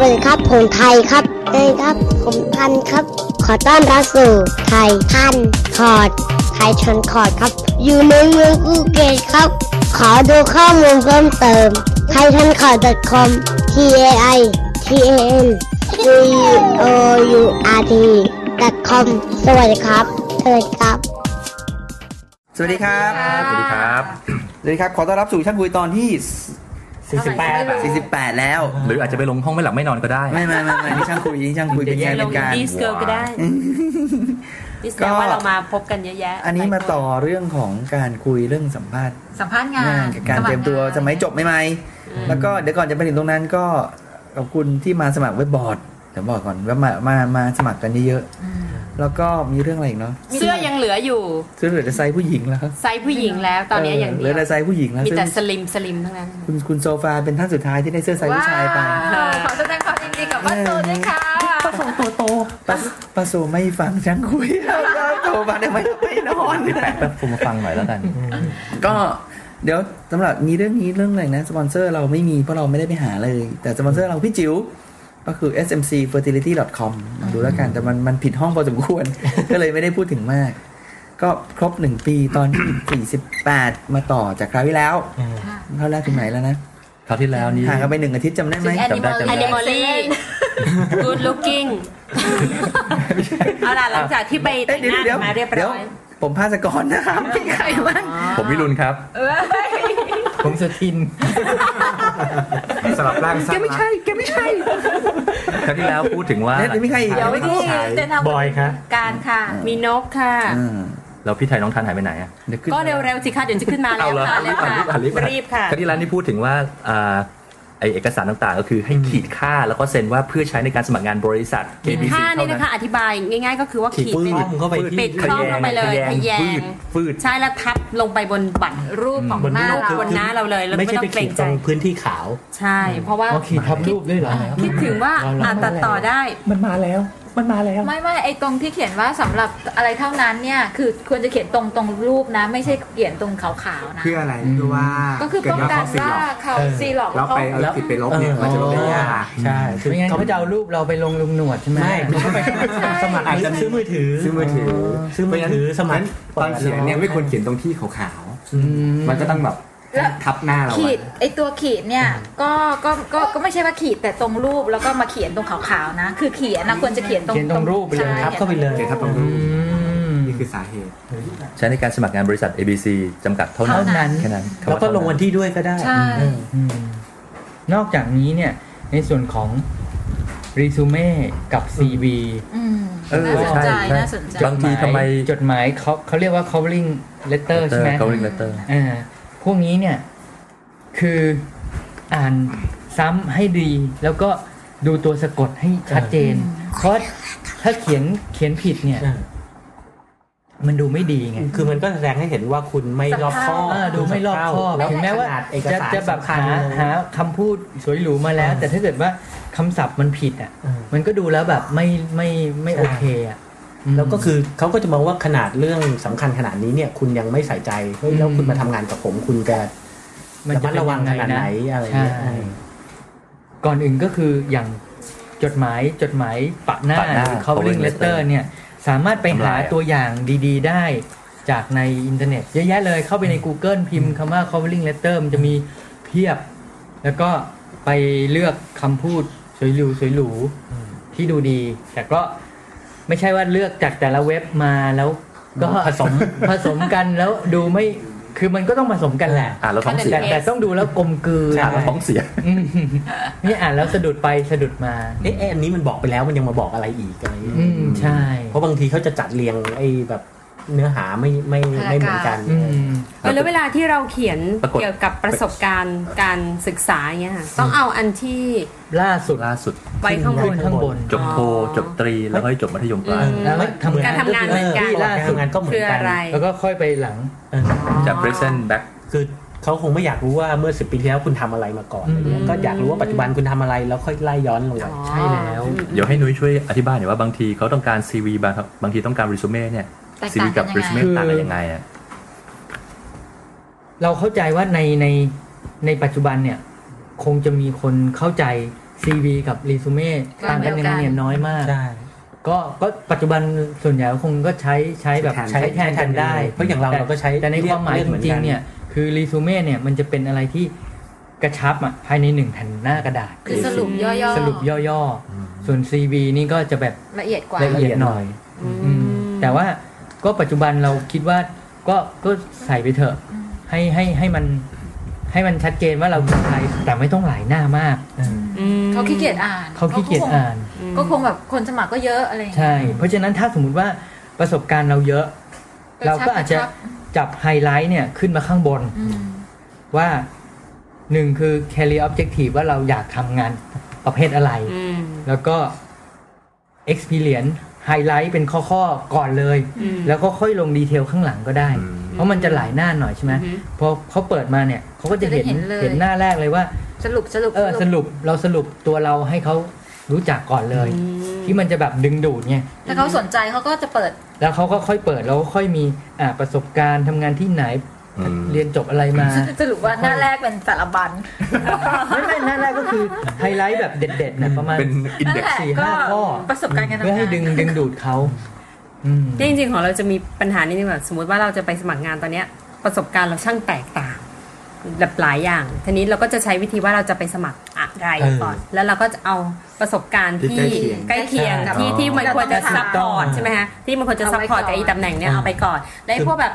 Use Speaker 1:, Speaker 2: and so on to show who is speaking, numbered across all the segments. Speaker 1: วัสดีครับ ผมไทยครับเอ้ยครับ ผมพันครับ ขอต้อนรับสู่ไทยพันคอร์ดไทยชนคอร์ดครับ อยู่เมืองเมืองภูเก็ตครับ ขอดูข้อมูลเพิ่มเติมไทยพันคอร์ด .com t a i t a n c o u r t .com สวัสดีครับสวัสดีครับ
Speaker 2: สวัสดีครับ
Speaker 3: สวัสดีครับ
Speaker 2: สวัสดีครับ ขอต้อนรับสู่ช่างคุยตอนที่
Speaker 3: 48
Speaker 2: 48 แล้ว
Speaker 3: หรืออาจจะไปลงห้องไม่หลับไม่นอนก็ได้
Speaker 2: ไม่ไม่ไม่ไม่นี่ช่างคุยนี่ช่างคุยเป็นไง
Speaker 4: ล
Speaker 2: เป็
Speaker 4: ง
Speaker 2: นการ
Speaker 4: ดิสเกิลก็ได้ดิสเกิลว่าเรามาพบกันเยอะแยะ
Speaker 2: อันนี้มาต่อเรื่องของการคุยเรื่องสัมภาษณ์
Speaker 5: สัมภาษณ์งาง
Speaker 2: าน
Speaker 5: น
Speaker 2: กับการเตรียมตัวสมัยจบใหม่ๆแล้วก็เดี๋ยวก่อนจะไปถึงตรงนั้นก็ขอบคุณที่มาสมัครเว็บบอร์ดเดี๋ยวบอกก่อนว่ามามามาสมัครกันเยอะๆแล้วก็มีเรื่องอะไรอีกเนาะ
Speaker 4: เสื้อยังเหลืออยู่
Speaker 2: ซื้อเหลือแต่ไซส์ผู้หญิงแล้วครับ
Speaker 4: ไซส์ผู้หญิงแล้วตอนนี้อย่าง
Speaker 2: เห
Speaker 4: เดี
Speaker 2: ลื
Speaker 4: ย
Speaker 2: อ
Speaker 4: ว
Speaker 2: แต่ไซส์ผู้หญิงแล้ว
Speaker 4: มี
Speaker 2: ซึ่ง
Speaker 4: แต่สลิมสลิมทั้งนั้น
Speaker 2: คุณคุณโซฟาเป็นท่านสุดท้ายที่ได้เสื้อไซส์ผู้ชายไป
Speaker 5: ว้าวขอแสดงความยินดีกับป้าโซด้วยค่ะ
Speaker 2: ป้าป้าโซไม่ฟังช่างคุย โทรมาได้ไหมไม่นอน
Speaker 3: แป๊บผมมาฟังหน่อยแล้วกัน
Speaker 2: ก็เดี๋ยวสำหรับนี้เรื่องนี้เรื่องอะไรนะสปอนเซอร์เราไม่มีเพราะเราไม่ได้ไปหาเลย แต่สปอนเซอร์เราพี่จิ๋วก็คือ smcfertility.com ลองดูแล้วกันแต่มันมันผิดห้องพอสมควร ก็เลยไม่ได้พูดถึงมาก ก็ครบหนึ่งปีตอน ที่ 48 มาต่อจากคราวที่แล้วเท่าแรกถึงไหนแล้วนะ
Speaker 3: คราวที่แล้วนี้
Speaker 2: ห่างกันไปหนึ่งอาทิตย์จำได้ไหม
Speaker 5: แอนิมอล
Speaker 3: จำได้
Speaker 4: a n i m a l l y good looking เอาล่ะหลังจากที่ไปแต่งหน้ามาเรียบร้อย
Speaker 2: ผมพาสกรนะครับเป็นใครบ้าง
Speaker 3: ผมวิรุณครับ
Speaker 5: เออเฮ้ย
Speaker 3: ผมสทิน
Speaker 6: สลับร่างส
Speaker 2: แก
Speaker 6: ร้าง
Speaker 2: ไม่
Speaker 6: รัก
Speaker 2: ใช่แกไม่ใช่
Speaker 3: คราวที่แล้วพูดถึงว่า
Speaker 2: เอ๊ะหรือมีใครอีก
Speaker 4: เดี๋ยวไม่ดี
Speaker 5: เดินทาง
Speaker 6: บอยครับ
Speaker 4: การค่ะ มีนกค่ะ
Speaker 2: อ่า
Speaker 3: เราพี่ไทยน้องทันหายไปไหนอะ
Speaker 2: เดี๋ยวขึ้น
Speaker 4: ก็เร็วๆสิค่ะเดี๋ยวจะขึ้นมาแล้ว
Speaker 3: หรอ
Speaker 4: ค่ะแล้วค่ะ
Speaker 3: อ่านรีบอ่าน
Speaker 4: รีบค่ะ
Speaker 3: คราวที่แล้วนี่พูดถึงว่าอ่าไอเอกสารต่างๆ ก็คือให้ขีดค่าแล้วก็เซ็นว่าเพื่อใช้ในการสมัครงานบริษัท ABC
Speaker 4: ค่า
Speaker 3: เท่า
Speaker 4: นี่
Speaker 3: นั้
Speaker 4: นะ
Speaker 3: น
Speaker 4: คะอธิบายง่าย ๆ ก็คือว่าขีดเป็น
Speaker 6: ป้อมเข้าไปที่
Speaker 4: ปิดช่องลงไปเลยทะแยง
Speaker 3: ฟืด
Speaker 4: ใช่แล้วทับลงไปบนบัตรรูปของ
Speaker 6: บน
Speaker 4: หน้า
Speaker 6: รูป
Speaker 4: เราบนหน้าเราเลยแล้ว
Speaker 6: ไม่
Speaker 4: ไม่
Speaker 6: ใช่
Speaker 4: ต้อ
Speaker 6: ไป
Speaker 4: งเกร
Speaker 6: ขีด
Speaker 4: ง
Speaker 6: ต
Speaker 4: ใจ
Speaker 6: รงพื้นที่ขาว
Speaker 4: ใช่ เพราะว่า
Speaker 7: อ๋อขีดทับรูปด้วยเหรอ
Speaker 4: คิดถึงว่าอ่านตัดต่อได้
Speaker 7: มันมาแล้ว มันมาแล้ว
Speaker 5: ไม่ไม่ไอตรงที่เขียนว่าสำหรับอะไรเท่านั้นเนี่ย คือควรจะเขียนตรงตรงรูปนะ ไม่ใช่เขียนตรงขาวๆนะ
Speaker 6: เพื่ออะไรเพื่อว่า
Speaker 5: ก็คือป้องกันว่าเขา
Speaker 7: เออ
Speaker 5: ซีหลอก
Speaker 6: แล้ว
Speaker 5: เขา
Speaker 6: ไปเอาติดไปลบเนี่ยมันจะลบได้ยาก
Speaker 7: ใช่คือ
Speaker 8: ไม่งั้น
Speaker 7: เขา
Speaker 8: เขา
Speaker 7: ไม่
Speaker 8: จะเอารูปเราไปลงลุงหนวดใช่ไหม
Speaker 7: ไม่เขาไปสมัคร
Speaker 6: อาจจะ
Speaker 7: ซื้อมือถือ
Speaker 6: ซื้อมือถือ
Speaker 7: ซื้อมือถือสมัคร
Speaker 6: ตอนเขียนเนี่ยไม่ควรเขียนตรงที่ขาวๆมันก็ต้องแบบทับหน้าเรา
Speaker 5: ขีดไอตัวขีดเนี่ยก็ก็ก็ก็ไม่ใช่ว่าขีดแต่ตรงรูปแล้วก็มาเขียนตรงขาวๆนะ คือเขียนนะควรจะเขียนตรง
Speaker 8: เขียนตรงรูปไปเลย
Speaker 5: ใช่
Speaker 7: ทับเข้าไปเลย
Speaker 6: เขียนทับตรงรูป
Speaker 8: อืม
Speaker 6: นี่คือสาเหตุ
Speaker 3: ใช้ในการสมัครงานบริษัท ABC จำกัดเท่านั้
Speaker 8: เท่าน นั้น
Speaker 3: แค่นั้นคำ
Speaker 7: แล้วก็ลงวันที่ด้วยก็ได้
Speaker 5: ใช่
Speaker 8: อืมนอกจากนี้เนี่ย ในส่วนของรีซูเม่กับ CV
Speaker 5: อืม
Speaker 3: เออ
Speaker 5: น่าสน
Speaker 3: ใช่
Speaker 5: ใจ
Speaker 3: ใช่
Speaker 5: น่าสนใจ
Speaker 3: บางทีทำไม
Speaker 8: จดหมายเขาเขาเรียกว่า covering letter ใช่ไหม
Speaker 3: covering letter
Speaker 8: อ่าพวกนี้เนี่ย คืออ่านซ้ำให้ดี แล้วก็ดูตัวสะกดให้ชัดเจน เพราะถ้าเขียนเขียนผิดเนี่ย
Speaker 7: อ่า
Speaker 8: มันดูไม่ดีไง
Speaker 7: คือมันก็แสดงให้เห็นว่าคุณไม่รอบคอบ
Speaker 8: เออดูไม่รอบคอบ
Speaker 7: แล้ว
Speaker 8: ถึงแม้ว่า
Speaker 7: ขนดเอก
Speaker 8: จะ
Speaker 7: สาร
Speaker 8: จะแบบ
Speaker 7: สำคัญ
Speaker 8: หา
Speaker 7: เลย
Speaker 8: หาคำพูดสวยหรูมาแล้ว
Speaker 7: เออ
Speaker 8: แต่ถ้าเกิดว่าคำศัพท์มันผิดอ่ะ
Speaker 7: เออ
Speaker 8: มันก็ดูแล้วแบบไม่ไม่ไม่โอเคอ่ะ
Speaker 7: แล้วก็คือเขาก็จะมองว่าขนาดเรื่องสำคัญขนาดนี้เนี่ย คุณยังไม่ใส่ใจเฮ้ยแล้วคุณมาทำงานกับผมคุณจะ
Speaker 8: มัน
Speaker 7: ระ
Speaker 8: จะ
Speaker 7: มัดระวังขนาดไหนอะไรเงี้ย
Speaker 8: ใช่ก่อนอื่นก็คืออย่างจดหมายจดหมายปะหน้า
Speaker 3: ปะหน้า
Speaker 8: หรือ
Speaker 3: covering
Speaker 8: covering
Speaker 3: letter
Speaker 8: letter เนี่ย สามารถไปหา
Speaker 3: ทำลายอะ
Speaker 8: ตัวอย่างดีๆ ได้จากในอินเทอร์เน็ต เยอะแยะเลยเข้าไปใน Google พิมพ์คำว่า covering letter มันจะมีเพียบ แล้วก็ไปเลือกคำพูดสวยหรูสวยหรูที่ดูดี แต่ก็ไม่ใช่ว่าเลือกจากแต่ละเว็บมาแล้ว ก็ผสม ผสมกันแล้วดูไม่คือมันก็ต้องผสมกันแหละ
Speaker 3: อ่านแล้วท้องเสีย
Speaker 8: แต่แต่ต้องดูแล้วกลมกลืน
Speaker 7: ใช่
Speaker 3: อ่านแล้วท้องเสีย
Speaker 8: อืมนี่อ่านแล้วสะดุดไปสะดุดมา
Speaker 7: เอ๊ะเอ๊ะอันนี้มันบอกไปแล้วมันยังมาบอกอะไรอีกอะไรเงี้ย
Speaker 8: อืมใช่
Speaker 7: เพราะบางทีเขาจะจัดเรียงไอ้แบบเนื้อหาไม่ไม่ไม่เหมือนกัน
Speaker 8: อืม
Speaker 4: แล้วเวลาที่เราเขียน
Speaker 3: ปรากฏ
Speaker 4: เกี่ยวกับประสบการณ์การศึกษาอย่างเงี้ยค่ะต้องเอาอันที่
Speaker 8: ล่าสุด
Speaker 3: ล่าสุด
Speaker 4: ไว้ข้างบ
Speaker 8: ขึ้
Speaker 4: น
Speaker 8: นข้างบน
Speaker 3: จบโทจบตรีแล้วก็ให้จบมัธยมปลาย
Speaker 4: อืม
Speaker 8: แล้วก็ทำงาน
Speaker 4: การทำงานเหมือนกัน
Speaker 8: ที่ล่าสุด
Speaker 7: ทำงานก็เหมือน
Speaker 4: คื
Speaker 7: กัน
Speaker 4: ออะไร
Speaker 8: แล้วก็ค่อยไปหลัง
Speaker 7: เออ
Speaker 3: จาก present back
Speaker 7: คือเขาคงไม่อยากรู้ว่าเมื่อสิบปีที่แล้วคุณทำอะไรมาก่อนอะไรเงี้ย
Speaker 4: อืม
Speaker 7: ก็อยากรู้ว่าปัจจุบันคุณทำอะไรแล้วค่อยไล่ย้อนลงไป
Speaker 4: อ๋อ
Speaker 8: ใช่แล้ว
Speaker 3: เดี๋ยวให้นุ้ยช่วยอธิบายหน่อยว่าบางทีเขาต้องการ CV บางบางทีต้องการ resume เนี่ย
Speaker 5: แตกต่าง
Speaker 3: CV กับ
Speaker 5: กันยังไง
Speaker 3: resume ต่างกันยังไงอ่ะ
Speaker 8: เราเข้าใจว่าในในในปัจจุบันเนี่ย คงจะมีคนเข้าใจ CV กับรีสูเม่ต่างกันยังไงเนี่ยน้อยมาก
Speaker 7: ใช่
Speaker 8: ก็ก็ปัจจุบันส่วนใหญ่ก็คงก็ใช้ใช้แบบ
Speaker 7: ใช้
Speaker 8: ใช้
Speaker 7: แทน
Speaker 8: แทนกันได้
Speaker 7: เพราะอย่างเรา
Speaker 8: แต่
Speaker 7: เราก็ใช้
Speaker 8: แต่ใน
Speaker 7: เรียก
Speaker 8: ความหมาย
Speaker 7: เรียก
Speaker 8: จ
Speaker 7: เหมือน
Speaker 8: ริ
Speaker 7: กั
Speaker 8: ง
Speaker 7: น
Speaker 8: ๆเนี่ยคือรีซูเม่เนี่ยมันจะเป็นอะไรที่กระชับอะภายในหนึ่งแผ่นหน้ากระดาษ
Speaker 4: คือสรุปย่อๆ
Speaker 8: สรุปย่อๆ ส่วน CV นี่ก็จะแบบ
Speaker 5: ละเอียดกว่า
Speaker 8: ละเอียดหน่อย
Speaker 4: อืม
Speaker 8: อืมแต่ว่าก็ปัจจุบันเราคิดว่าก็ก็ใส่ไปเถอะให้ให้ให้มันให้มันชัดเจนว่าเราคือใครแต่ไม่ต้องหลายหน้ามาก
Speaker 5: เขาขี้เกียจอ่าน
Speaker 8: เขาขี้เกียจอ่าน
Speaker 5: ก็คงก็คงแบบคนสมัครก็เยอะอะไรอย่างเงี้ย
Speaker 8: ใช่ เพราะฉะนั้นถ้าสมมุติว่าประสบการณ์เราเยอะ
Speaker 5: กระชับ
Speaker 8: เราก็อาจจะ
Speaker 5: กระชับ
Speaker 8: จับไฮไลท์เนี่ยขึ้นมาข้างบน
Speaker 5: อืม
Speaker 8: ว่าหนึ่งคือ career objective ว่าเราอยากทำงานประเภทอะไร แล้วก็ experience ไฮไลท์เป็นข้อๆ ก่อนเลย
Speaker 4: อืม
Speaker 8: แล้วก็ค่อยลงดีเทลข้างหลังก็ได้
Speaker 3: อืม
Speaker 8: เพราะมันจะหลายหน้าหน่อยใช่ไหม
Speaker 4: อือฮึ
Speaker 8: พอเขาเปิดมาเนี่ยเขาก็จะเห็นเห็นหน้าแรกเลยว่า
Speaker 5: สรุปสรุป
Speaker 8: เออสรุปเราสรุปตัวเราให้เขารู้จักก่อนเลย ที่มันจะแบบดึงดูดไง
Speaker 5: ถ้าเขาสนใจเขาก็จะเปิด
Speaker 8: แล้วเขาก็ค่อยเปิดแล้วก็ค่อยมีอ่าประสบการณ์ทำงานที่ไหน
Speaker 3: อืม
Speaker 8: เรียนจบอะไรมา
Speaker 5: สรุปว่าหน้าแรกเป็นสารบัญ
Speaker 8: ไม่ไม่หน้าแรกก็คือไฮไลท์แบบเด็ดๆนะประมาณ
Speaker 6: เป็นอิน
Speaker 5: นั่น
Speaker 6: เด็ก
Speaker 5: แหละ
Speaker 8: สี่
Speaker 5: ก็
Speaker 8: ห้าข้อ
Speaker 5: ประสบการณ์การ
Speaker 8: เพื่อง
Speaker 5: ทำา
Speaker 8: ให้
Speaker 5: น
Speaker 8: ดึงดึงดูดเขาอืม
Speaker 4: จริงจริงๆ ของเราจะมีปัญหานิดนึงแบบสมมติว่าเราจะไปสมัครงานตอนเนี้ยประสบการณ์เราช่างแตกต่างแบบหลายอย่าง ทีนี้เราก็จะใช้วิธีว่าเราจะไปสมัครอะไรก่อน แล้วเราก็จะเอาประสบการณ์ที่ใกล้เคียง
Speaker 8: ใช่
Speaker 4: ที่ที่มันควรจะ
Speaker 5: เราต้อง
Speaker 4: ซัพพอร์ต
Speaker 8: ทำ
Speaker 4: ใช่ไหมฮะที่มันควรจะ
Speaker 5: เอา
Speaker 4: ซัพ
Speaker 5: ไว้
Speaker 4: พอร์ตกั
Speaker 5: ก่อน
Speaker 4: บไอ้ตำแหน่งเนี้ย
Speaker 8: อ่า
Speaker 4: เอาไปก่อนแล้วไอ้พวกแบบ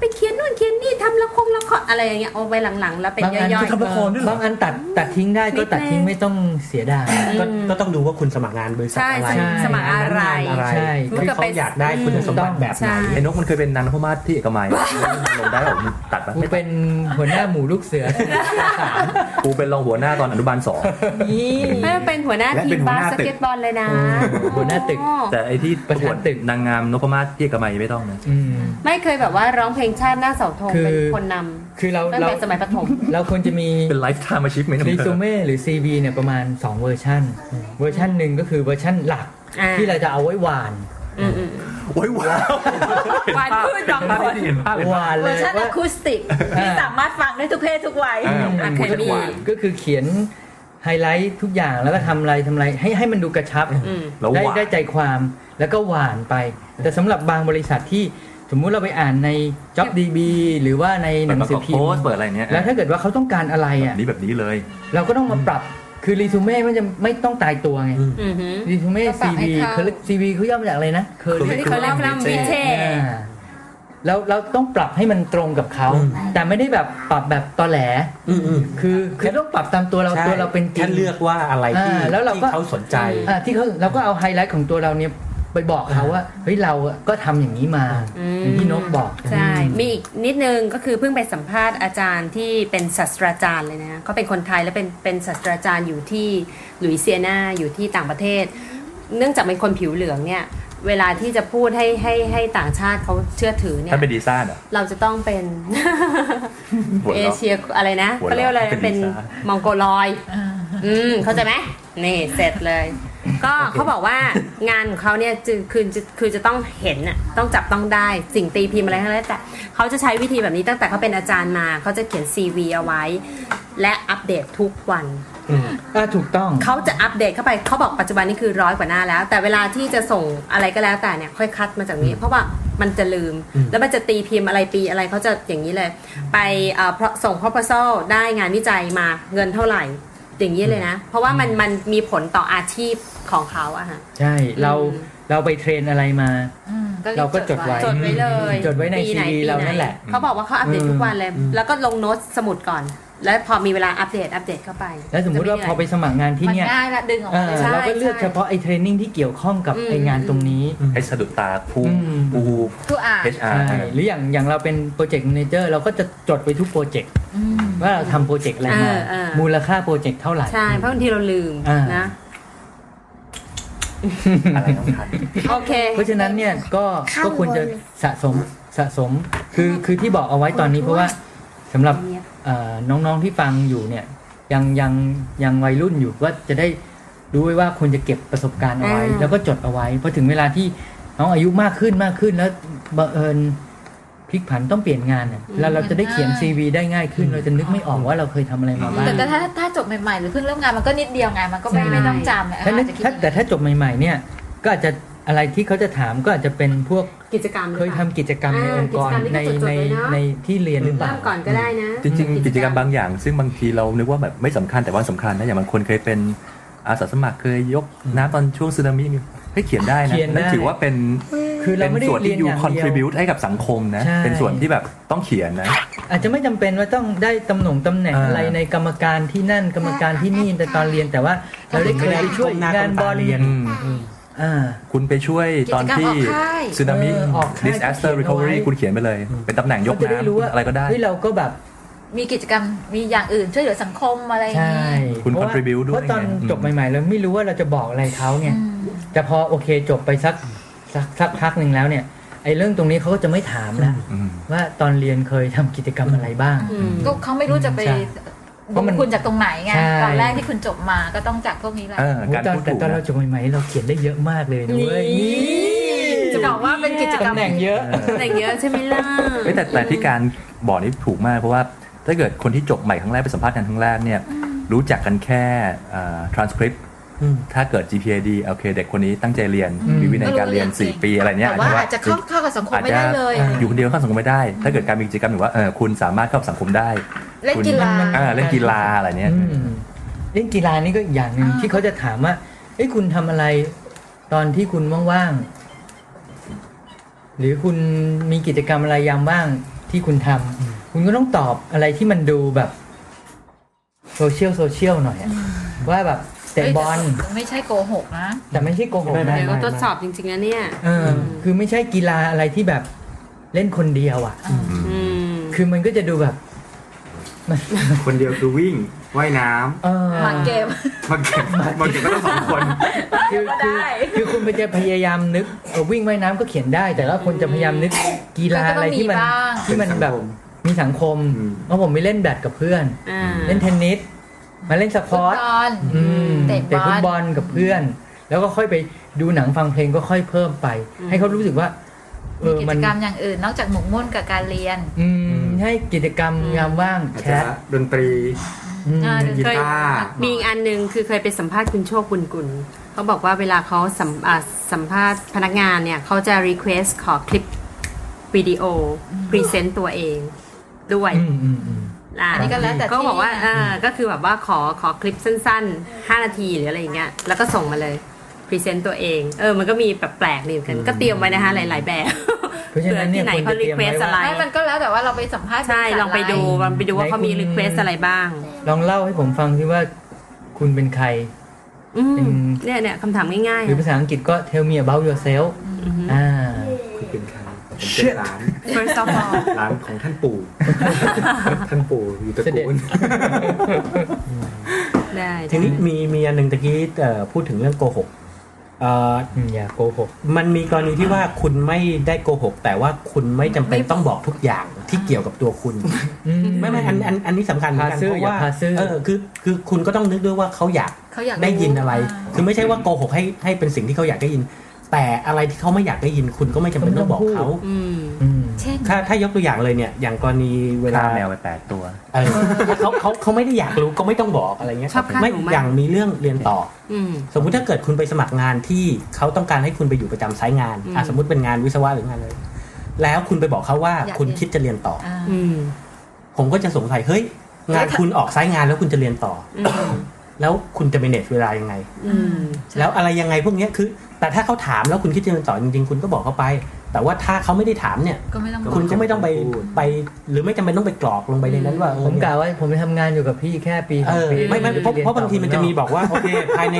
Speaker 4: ไปเขียนนู่นเขียนนี่ทำละครละครอะไรอย่างเงี้ยเอาไปหลังๆ แล้วเป็น
Speaker 8: บาง
Speaker 4: ย่
Speaker 8: อั
Speaker 4: อย
Speaker 8: น
Speaker 4: ๆ
Speaker 8: บางอันบางอันตัดตัดทิ้งได้ก็ตัดทิ้งไม่ต้องเสียดาย
Speaker 7: ก็ก็ต้องดูว่าคุณสมัครงานบริษัทอะไร
Speaker 4: ใช่สมัครอะไร
Speaker 7: งานอะไร
Speaker 8: ใช่
Speaker 7: คือเขาอยากได้คุณสมบัติแบบไหน
Speaker 4: ใช่
Speaker 6: ไอ้นกมันเคยเป็นนางนพมาศที่เอกมัย
Speaker 3: ลงได้หรอตัดปะ
Speaker 8: กู
Speaker 3: ไม่ตัด
Speaker 8: เป็นหัวหน้าหมูลูกเสือ
Speaker 3: กูเป็นรองหัวหน้าตอนอนุบาลสอง
Speaker 4: ไม่ว่าเป็นหัวหน้า
Speaker 6: และ
Speaker 4: ที
Speaker 6: เป็น
Speaker 4: ม
Speaker 6: หัว
Speaker 4: บา
Speaker 6: ห
Speaker 4: ส
Speaker 6: น้า
Speaker 4: ส
Speaker 6: ตึ
Speaker 4: เก็ต
Speaker 6: ก
Speaker 4: บอลเลยนะ
Speaker 8: หัวหน้าตึก
Speaker 4: อ๋อ
Speaker 3: แต่ไอที่
Speaker 8: ประธานตึก
Speaker 3: นางงามนพมาศที่เอกมัยไม่ต้องนะ
Speaker 8: อืม
Speaker 4: ไม่เคยแบบว่าร้องเพลงชาติหน้าเสาธง
Speaker 8: คือ
Speaker 4: เป็นคนน
Speaker 8: คือเรา
Speaker 4: ำตั้ง
Speaker 8: เรา
Speaker 4: แต่สมัยประถม
Speaker 8: เราควรจะมี
Speaker 3: เป็นไลฟ์ไทม์อาชีพไหมนะ
Speaker 8: รี
Speaker 3: เธ
Speaker 8: ซู
Speaker 3: อ
Speaker 8: เม่หรือ CV เนี่ยประมาณ 2 เวอร์ชันเวอร์ชันหนึ่งก็คือเวอร์ชันหลัก
Speaker 4: อ่า
Speaker 8: ที่เราจะเอาไว้หวาน
Speaker 4: อืมอืม
Speaker 3: โอ้ยว้าว
Speaker 4: หวานพืชร้องคน
Speaker 3: เห็นภาพเลย
Speaker 8: หวาน
Speaker 5: เว
Speaker 8: เล
Speaker 5: อย ร์ชันอะ
Speaker 8: ว่า
Speaker 5: คูสติก
Speaker 8: อ่า
Speaker 5: ที่สามารถฟังได้ทุกเพศทุกวัย
Speaker 6: อ่า
Speaker 4: อะ
Speaker 6: เป็น
Speaker 4: เค
Speaker 6: ห
Speaker 4: ย
Speaker 6: มูจักร
Speaker 4: มี
Speaker 6: วาล
Speaker 8: ก็คือเขียนไฮไลท์ทุกอย่างแล้วก็ทำอะไรทำอะไรให้ให้มันดูกระชับ
Speaker 4: อืม
Speaker 3: แล้ว
Speaker 8: ได้
Speaker 3: หวาน
Speaker 8: ได้ใจความแล้วก็หวานไป แต่สำหรับบางบริษัทที่สมมุติเราไปอ่านใน JobDB หรือว่าในห
Speaker 3: เปิด
Speaker 8: นัง
Speaker 3: ประ
Speaker 8: สื
Speaker 3: ก
Speaker 8: อ
Speaker 3: อบ
Speaker 8: พิม
Speaker 3: โพ
Speaker 8: พ์
Speaker 3: สต์เปิดอะไรเนี้ย
Speaker 8: แล้วถ้าเกิดว่าเขาต้องการอะไร
Speaker 3: แบ
Speaker 8: อ่ะ
Speaker 3: บนี้แบบนี้เลย
Speaker 8: เราก็ต้องมาปรับคือรีซูเม่มันจะไม่ต้องตายตัวไง
Speaker 4: อือหือ
Speaker 8: รีซูเม่
Speaker 5: ก็ปรับ
Speaker 8: CV
Speaker 5: ให้เข้า
Speaker 8: คือ CV เขาย่อมาจากอะไรนะ
Speaker 4: Curriculum Vitae
Speaker 8: แล้วเราต้องปรับให้มันตรงกับเขา
Speaker 7: อืม
Speaker 8: แต่ไม่ได้แบบปรับแบบตอแหล
Speaker 7: อืมอืม
Speaker 8: คือคือต้องปรับตามตัวเรา
Speaker 7: ใช่
Speaker 8: ตัวเราเป็นจริ
Speaker 7: แค่
Speaker 8: ง
Speaker 7: เลือกว่าอะไรที่
Speaker 8: อ่าแล้วเราก็
Speaker 7: ที่เขาสนใจ
Speaker 8: อ่าที่เขาเราก็เอาไฮไลท์ของตัวเราเนี่ยไปบอกเขาว่าเฮ้ยเราอะก็ทำอย่างนี้มา
Speaker 4: อืม
Speaker 8: อย่างที่นกบอก
Speaker 4: ใช่ มีอีกนิดนึงก็คือเพิ่งไปสัมภาษณ์อาจารย์ที่เป็นศาสตราจารย์เลยนะเขาเป็นคนไทยและเป็นเป็นศาสตราจารย์อยู่ที่ลุยเซียนาอยู่ที่ต่างประเทศ เนื่องจากเป็นคนผิวเหลืองเนี่ย เวลาที่จะพูดให้ให้ให้ต่างชาติเขาเชื่อถือเนี่ย
Speaker 3: ถ้าเป็นดีซ่าเหรอ
Speaker 4: เราจะต้องเป็น
Speaker 3: หัว
Speaker 4: เอ
Speaker 3: เราะ
Speaker 4: เชียอะไรนะ
Speaker 3: หัว
Speaker 4: เขา
Speaker 3: เราะ
Speaker 4: เรียกว่าอะไร
Speaker 3: เป็น
Speaker 4: เป็น
Speaker 3: ลิซ่า
Speaker 4: มองโกลอยด์อืมเข้าใจไหมนี่เสร็จเลย ก็เขาบอกว่างานของเขาเนี่ยจะคือจะคือจะต้องเห็นน่ะต้องจับต้องได้สิ่งตีพิมพ์อะไรทั้งนั้นแต่เขาจะใช้วิธีแบบนี้ตั้งแต่เขาเป็นอาจารย์มาเขาจะเขียน CV เอาไว้ และอัปเดตทุกวัน
Speaker 8: อ่าถูกต้อง
Speaker 4: เขาจะอัปเดตเข้าไปเขาบอกปัจจุบันนี่คือร้อยกว่าหน้าแล้ว แต่เวลาที่จะส่งอะไรก็แล้วแต่เนี่ยค่อยคัดมาจากนี้ เพราะว่ามันจะลืม แล้วมันจะตีพิมพ์อะไรปีอะไรเขาจะอย่างนี้เลย ไปเอ่อ pro- ส่ง proposal ได้งานวิจัยมาเงินเท่าไหร่ อย่างนี้เลยนะ เพราะว่ามันมันมีผลต่ออาชีพของเขาอะฮะ
Speaker 8: ใช่เรา
Speaker 4: อืม
Speaker 8: เราไปเทรนอะไรมา
Speaker 5: อืมรีบ
Speaker 8: เราก็จดไว้
Speaker 4: จดไว้เลย
Speaker 8: จดไว้ใน
Speaker 4: ปีห
Speaker 8: CV เรานั่นแหละ
Speaker 4: เขาบอกว่าเขาอัปเดตทุกวันเลย แล้วก็ลงโน้ตสมุดก่อน แล้วพอมีเวลาอัปเดตอัปเดตเข้าไป
Speaker 8: แล้วสมมุติว่าพอไปสมัครงานที่
Speaker 5: มัน
Speaker 8: เนี่ย
Speaker 5: ง่ายละดึงออก
Speaker 8: เออ
Speaker 5: มาเลยใช่
Speaker 8: เราก็เลือกเฉพาะไอ้เทรนนิ่งที่เกี่ยวข้องกับไอ้งานตรงนี้
Speaker 3: ให้สะดุดตาผู้
Speaker 8: อืม
Speaker 3: ผู้
Speaker 5: ทุกอ่าน
Speaker 3: HR
Speaker 8: ใช่หรืออย่างอย่างเราเป็นโปรเจกต์ a ม a เจอร์เราก็จะจดไปทุกโปรเจกต์ว่าเราทำโปรเจกต์อะไรมา มูลค่าโปรเจกต์เท่าไหร่
Speaker 4: ใช่เพราะบางทีเราลืม
Speaker 8: อ่าน
Speaker 4: นะ
Speaker 3: อะไรต้องทัน
Speaker 4: โอเค
Speaker 8: เพราะฉะนั้นเนี่ยก็
Speaker 1: ข้างบน
Speaker 8: ก็ควรจะสะสมสะสมคือคือที่บอกเอาไว้ตอนนี้เพราะว่าสำหรับเอ่อน้องๆที่ฟังอยู่เนี่ยยังยังยังวัยรุ่นอยู่ก็จะได้รู้ไว้ว่าควรจะเก็บประสบการณ์เอาไว้
Speaker 4: อ่า
Speaker 8: แล้วก็จดเอาไว้พอถึงเวลาที่น้องอายุมากขึ้นมากขึ้นแล้วบังเอิญ พลิกผันต้องเปลี่ยนงานเนี่ยแล้วเราจะได้เขียน CV ได้ง่ายขึ้น เราจะนึกไม่ออกว่าเราเคยทำอะไรมาบ้าง
Speaker 5: แต่ก็ถ้าถ้าจบใหม่ๆ หรือเพิ่งเริ่มงานมันก็นิดเดียวไงมันก็ไม่
Speaker 4: ใช่
Speaker 5: ไม่ต้องจำอะ
Speaker 8: ถ้านึก
Speaker 5: อจจะคิด
Speaker 8: ถ้าแต่ถ้าจบใหม่ ๆ เนี่ย ก็อาจจะอะไรที่เขาจะถามก็อาจจะเป็นพวก
Speaker 4: กิจกรรมหรือ
Speaker 8: เค
Speaker 4: ป
Speaker 8: ย
Speaker 4: ล่า
Speaker 8: ทำกิจกรรมในองค์กร
Speaker 4: อ่ากิจกรรมที่เขาจดๆ
Speaker 8: ในใน
Speaker 4: ไว้เนอะ
Speaker 8: ในที่เรียนหรือเปล่า
Speaker 4: เริ่มก่อนก็ได้นะ
Speaker 3: จริงๆ
Speaker 4: กิ
Speaker 3: กิ
Speaker 4: จ
Speaker 3: จ
Speaker 4: ก
Speaker 3: ก
Speaker 4: ร
Speaker 3: ร
Speaker 4: ร
Speaker 3: ร
Speaker 4: ม
Speaker 3: มบางอย่าง ซึ่งบางทีเรานึกว่าแบบไม่สำคัญแต่ว่าสำคัญนะอย่างบางคนเคยเป็นอาสาสมัครเคยยกน้ำตอนช่วงสึนามิให้ยเขียนได้นะ
Speaker 8: เขียนได้
Speaker 3: นั่นถือว่าเป็น
Speaker 8: คือเรา
Speaker 3: เป็น
Speaker 8: ไม่ได้
Speaker 3: ส่วน
Speaker 8: เรีย
Speaker 3: ที่
Speaker 8: น
Speaker 3: อยู่
Speaker 8: อย่างเดียว
Speaker 3: contribute ให้กับสังคมนะ
Speaker 8: ใช่
Speaker 3: เป็นส่วนที่แบบต้องเขียนนะ
Speaker 8: อาจจะไม่จำเป็นว่าต้องได้ตำแหน่งตำแหน่ง
Speaker 3: อ่า
Speaker 8: อะไรในกรรมการที่นั่นกรรมการที่นี่แต่ตอนเรียนแต่ว่าเราได้เคยไปช่วยงานบริเวณ
Speaker 3: อืม
Speaker 8: อ่า
Speaker 3: คุณไปช่วย
Speaker 5: กิ
Speaker 3: ตอ
Speaker 5: จ
Speaker 3: น
Speaker 5: กรรม
Speaker 3: ที่
Speaker 5: ออกค่าย
Speaker 3: สึนามิ
Speaker 8: เออออกค่าย
Speaker 3: disaster recovery คุณเขียนไปเลย เป็นตำแหน่งยก
Speaker 8: เขาจะได้รู้ว่า
Speaker 3: น้ำอะไรก็ได้
Speaker 8: เฮ้ยเราก็แบบ
Speaker 5: มีกิจกรรมมีอย่างอื่นช่วยเหลือสังคมอะไรอย่าง
Speaker 8: ใช่
Speaker 5: นี้
Speaker 3: คุณ
Speaker 8: เพราะว่า
Speaker 3: contribute ด้วย
Speaker 8: เพราะตอน
Speaker 3: ไง
Speaker 8: จบใหม่ๆเราไม่รู้ว่าเราจะบอกอะไรเขาไง
Speaker 5: อืม
Speaker 8: แต่พอโอเคจบไปสักสักสักพักหนึ่งแล้วเนี่ยไอ้เรื่องตรงนี้เขาก็จะไม่ถามแล้ว
Speaker 3: อืม
Speaker 8: ว่าตอนเรียนเคยทำกิจกรรมอะไรบ้าง
Speaker 4: อืม
Speaker 5: ก็เขาไม่รู้จะไป
Speaker 8: ใช่เพ
Speaker 5: ดู
Speaker 8: ราะมัน
Speaker 5: คุณจากตรงไหนไง
Speaker 8: ใช่
Speaker 5: ตอนแรกที่คุณจบมาก็ต้องจากพวกนี้แหละ
Speaker 3: เออ
Speaker 8: โอ้โห
Speaker 3: การ
Speaker 8: ตอน
Speaker 3: พูด
Speaker 8: แต่
Speaker 3: ถูก
Speaker 8: ตอนเรา
Speaker 3: นะ
Speaker 8: จบใหม่ๆเราเขียนได้เยอะมากเลยนะเว้ย
Speaker 4: นี่
Speaker 5: จะบอกว่าเป็นกิจกรร
Speaker 8: ตำ
Speaker 5: ม
Speaker 8: แหน่งเยอะ
Speaker 4: แต่งเยอะใช่ไหมล่ะ
Speaker 3: เฮ้ยแต่แต่ที่การบอกนี่ถูกมากเพราะว่าถ้าเกิดคนที่จบใหม่ครั้งแรกไปสัมภาษณ์งานครั้งแรกเนี่ยรู้จักกันแค่อ่า transcript ถ้าเกิด GPA ดีโอเคเด็กคนนี้ตั้งใจเรียน
Speaker 8: อืม
Speaker 3: มีวินัยการเรียน 4 ปีอะไรเนี่ย
Speaker 5: แต่ว่าอาจจะเข้า
Speaker 3: อ
Speaker 5: เข้ากับสังคมา
Speaker 3: จ
Speaker 5: ไม่
Speaker 3: จะ
Speaker 5: ได้เลย
Speaker 3: อยู่คนเดียวเข้าสังคมไม่ได้ ถ้าเกิดการมีกิจกรรมหรือว่าเออคุณสามารถเข้าสังคมได้
Speaker 5: เล่นกีฬา
Speaker 3: อ่าเล่นกีฬาอะไรเนี่ย
Speaker 8: อืมเล่นกีฬานี่ก็อีกอย่างหนึ่ง
Speaker 5: อ่า
Speaker 8: ที่เขาจะถามว่าเอ้ยคุณทำอะไร ตอนที่คุณว่างๆ หรือคุณมีกิจกรรมอะไรยามว่างที่คุณทำคุณก็ต้องตอบอะไรที่มันดูแบบโซเชียลโซเชียลหน่อยอะว่าแบบเตะบอล
Speaker 5: ไม่ใช่โกหกนะ
Speaker 8: แต่ไม่ใช่โกหก
Speaker 7: ไม่ไม่
Speaker 8: นะ
Speaker 4: เดี๋ยวก็ทดสอบจริงๆนะเนี่ย
Speaker 8: เอออคือไม่ใช่กีฬาอะไรที่แบบเล่นคนเดียวอ่ะ
Speaker 4: อืม
Speaker 8: คือมันก็จะดูแบบ
Speaker 6: คนเดียวคือวิ่งว่ายน้
Speaker 8: เออ
Speaker 5: หมากเกม
Speaker 6: ำมาเก็บมาเก็บก็ต้องสองคน
Speaker 8: คือคือคือคุณจะพยายามนึกเออวิ่งว่ายน้ำก็เขียนได้ แต่ว่าคนจะพยายามนึกกีฬาอะไรที่มัน
Speaker 5: มันก็ต้องมีบ้าง
Speaker 8: ที่มัน
Speaker 6: เป็นสังคม
Speaker 8: แบบมีสังคม
Speaker 6: อืม
Speaker 8: เพราะผมไปเล่นแบดกับเพื่อน
Speaker 4: อ่า
Speaker 8: เล่นเทนนิสมาเล่นสป
Speaker 5: ฟุต
Speaker 8: อร์ต
Speaker 5: บอล
Speaker 8: อืม
Speaker 5: เตะบอล
Speaker 8: เตะฟุตบอลกับเพื่อน แล้วก็ค่อยไปดูหนังฟังเพลงก็ค่อยเพิ่มไป ให้เขารู้สึกว่าเอ
Speaker 5: มี
Speaker 8: อ
Speaker 5: กิ
Speaker 8: มั
Speaker 5: จ
Speaker 8: น
Speaker 5: กรรมอย่างอื่น นอกจากหมกมุ่นกับการเรียน
Speaker 8: อืมให้กิจกรรมงามว่าง
Speaker 6: อาจ
Speaker 8: แช
Speaker 6: จะ
Speaker 8: ท
Speaker 6: ดนตรี
Speaker 8: อืม
Speaker 5: อ่า
Speaker 6: เล่นกีตาร์
Speaker 4: มีอีกอันหนึ่งคือเคยไปสัมภาษณ์คุณโชคบุญกุลเขาบอกว่าเวลาเขาสัมอ่าสัมภาษณ์พนักงานเนี่ยเขาจะรีเควสขอคลิปวิดีโอพรีเซนต์ตัวเองด้วย
Speaker 8: อืมอืมอืม
Speaker 4: ะ
Speaker 5: อันนี้ก็แล้วแต่
Speaker 4: ก็บอกว่า
Speaker 5: ที่
Speaker 4: เออก็คือแบบว่าขอขอคลิปสั้นๆ 5 นาทีหรืออะไรอย่างเงี้ยแล้วก็ส่งมาเลยพรีเซนต์ตัวเอง เออมันก็มีแบบแปลกๆดีเหมือนกันก็เตรียมไว้นะคะหลาย ๆ แบบ
Speaker 8: เพราะฉะนั้นเนี่ย
Speaker 4: ผื่อที่ไหนเขารีเควสอะไร
Speaker 5: ไม่มันก็แล้วแต่ว่าเราไปสัมภาษณ์
Speaker 4: ใช่ลองไปดูลองไปดูว่าเขามี
Speaker 8: ไหนคุณ
Speaker 4: รีเควสอะไรบ้าง
Speaker 8: ลองเล่าให้ผมฟังที่ว่าคุณเป็นใคร
Speaker 4: อืม
Speaker 8: เป็น
Speaker 4: เนี่ยเนี่ยคำถามง่าย
Speaker 8: ห
Speaker 4: ๆ
Speaker 8: รือ
Speaker 4: อะ
Speaker 8: ภาษาอังกฤษก็ tell me about yourself อ่า
Speaker 6: คุณเป็นใครผมเป็นร้าน
Speaker 4: first of all
Speaker 6: ร้านของท่าน ปู่ ท่านปู่อยู่ตระ
Speaker 8: เสด็
Speaker 6: กูล
Speaker 8: จ
Speaker 4: ได้
Speaker 7: ทีนี้
Speaker 4: ได้
Speaker 7: มีมีอันหนึ่งตะกี้เอ่อพูดถึงเรื่องโกหกเอ่อ
Speaker 8: อืมอย่าโกหก
Speaker 7: มันมีกรณีที่ว่าคุณไม่ได้โกหก แต่ว่าคุณไม่จำเป็นต้องบอกทุกอย่างที่เกี่ยวกับตัวคุณ ไม่ไม่อันอันอันนี้สำคัญเหมือนกัน
Speaker 8: พาซื่อ
Speaker 7: เพราะว่า
Speaker 8: อย่าพาซื่อ
Speaker 7: เออคือคือคุณก็ต้องนึกด้วยว่าเขาอยาก
Speaker 5: เขาอยาก
Speaker 7: ได้ยินอะไร คือไม่ใช่ว่าโกหกให้ให้เป็นสิ่งที่เขาอยากได้ยิน แต่อะไรที่เขาไม่อยากได้ยิน คุณก็ไม่จำเป็นต้องบอกเขา
Speaker 4: อืม
Speaker 8: อืม
Speaker 5: เช่น
Speaker 7: ถ้าถ้ายกตัวอย่างเลยเนี่ย อย่างกรณีเวลา
Speaker 3: ฆ่าแมวไปแปดตัว
Speaker 7: เออเขาเขาเขาไม่ได้อยากรู้ก็ไม่ต้องบอกอะไรเงี้ย
Speaker 4: ชอบฆ่า
Speaker 7: ไม่
Speaker 4: หนูมาก
Speaker 7: อย่างมีเรื่องเรียนต่อ
Speaker 4: อืม
Speaker 7: สมมุติถ้าเกิดคุณไปสมัครงานที่เขาต้องการให้คุณไปอยู่ประจำสายงานอ่ะ
Speaker 4: อืม
Speaker 7: สมมติเป็นงานวิศวะหรืองานอะไรแล้วคุณไปบอกเขาว่า
Speaker 5: อยาก
Speaker 7: คุณ
Speaker 5: เรียน
Speaker 7: คิดจะเรียนต่อ
Speaker 5: อ่า
Speaker 4: อืม
Speaker 7: ผมก็จะสงสัยเฮ้ยงาน
Speaker 5: แล้วถ้า
Speaker 7: คุณออกสายงานแล้วคุณจะเรียนต่อ
Speaker 4: อืม
Speaker 7: แล้วคุณจะ manage เวลายังไง
Speaker 4: อืม
Speaker 7: แล้วอะไรยังไงพวกเนี้ยคือ แต่ถ้าเขาถามแล้วคุณคิดจะเดินต่อจริงๆ คุณก็บอกเขาไป แต่ว่าถ้าเขาไม่ได้ถามเนี่ย
Speaker 5: ก็ไม่ต้อง
Speaker 6: ก็
Speaker 7: คุณก็ไม่ต้องไป
Speaker 6: พูด
Speaker 7: ไป หรือไม่จำเป็นต้องไปกรอกลงไปในนั้นว่าเอ
Speaker 8: ผ
Speaker 7: อ
Speaker 8: ม
Speaker 7: เนี่ย
Speaker 8: กล่าวว่าผมไปทำงานอยู่กับพี่แค่ปีส
Speaker 7: เอ
Speaker 8: อง
Speaker 7: อ
Speaker 8: ปี
Speaker 7: ไม่ไม่เพราะเพราะบางทีมันจะมี
Speaker 8: บอก
Speaker 7: บอก ว่าโอเคภายใน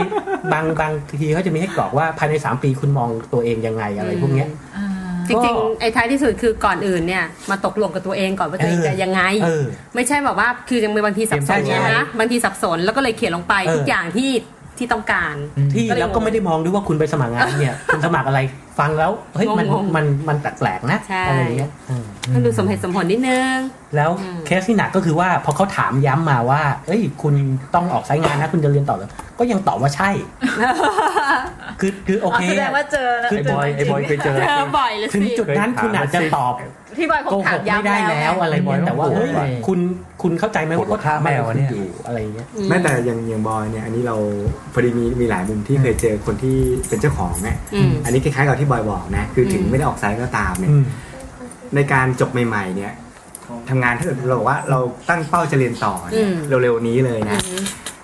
Speaker 7: บางบางทีเขาจะมีให้กรอกว่าภายใน 3 ปีคุณมองตัวเองยังไงอะไรพวกเนี้ย
Speaker 5: อ่า
Speaker 4: จริงๆ ไอ้ท้ายที่สุดคือก่อนอื่นเนี่ย มาตกลงกับตัวเองก่อนว่าตัวเองจะยังไง
Speaker 7: เออ
Speaker 4: ไม่ใช่แบบว่าคือยังมีบางทีสับสน
Speaker 7: เตรียมใจ
Speaker 4: นะ บางทีสับสนแล้วก็เลยเขียนลงไป
Speaker 7: เออ
Speaker 4: ทุกอย่างที่ที่ต้องการ
Speaker 7: ที่
Speaker 4: ก็เลย
Speaker 7: แล้วก็ไม่ได้มองด้วยว่าคุณไปสมัครงานเนี่ยคุณสมัครอะไรฟังแล้วเฮ้ยมัน
Speaker 4: งงๆ
Speaker 7: มันมันแปลกๆนะ
Speaker 4: ใช่
Speaker 7: อะไรอย่างเงี้ยเออ
Speaker 4: ก็ดูสมเหตุสมผลนิดนึง
Speaker 7: แล้ว
Speaker 4: อืม
Speaker 7: เคสที่หนักก็คือว่าพอเขาถามย้ำมาว่า เอ้ย คุณต้องออกสายงานนะ คุณจะเรียนต่อเหรอก็ยังตอบว่าใช่ คือคือโอเค
Speaker 5: แสดงว่าเจอนะ
Speaker 3: ไอ้บอยไอ้บอยเคยเจอ
Speaker 4: เจอบ่อยเลย
Speaker 7: ถึง
Speaker 4: สิ
Speaker 7: จุดนั้นคุณอาจจะตอบ
Speaker 4: ที่บอยคง
Speaker 7: โก
Speaker 4: ถาม
Speaker 7: หกไม่
Speaker 4: ย้ำ
Speaker 7: ได้
Speaker 4: แล้วไง
Speaker 7: แล้วอะไรเนี่ยแต่ว่าเฮ้ยคุณคุณเข้าใจไหมว่า
Speaker 3: โกรธฆ่าแมวอะเนี่ย
Speaker 7: อยู่อะไรเงี้ย
Speaker 6: แม้แต่อย่างอย่างบอยเนี่ยอันนี้เราพอดีมีมีหลายมุมที่เคยเจอคนที่เป็นเจ้าของเนี่ย
Speaker 4: อืม
Speaker 6: อันนี้คล้ายๆกับที่บอยบอกนะคือถึงไม่ได้ออกไซต์ก็ตามเนี่ย ในการจบใหม่ๆเนี่ยทำงานถ้าเกิดเราบอกว่าเราตั้งเป้าจะเรียนต่อเนี่ย
Speaker 4: อืม
Speaker 6: เร็วๆนี้เลยนะ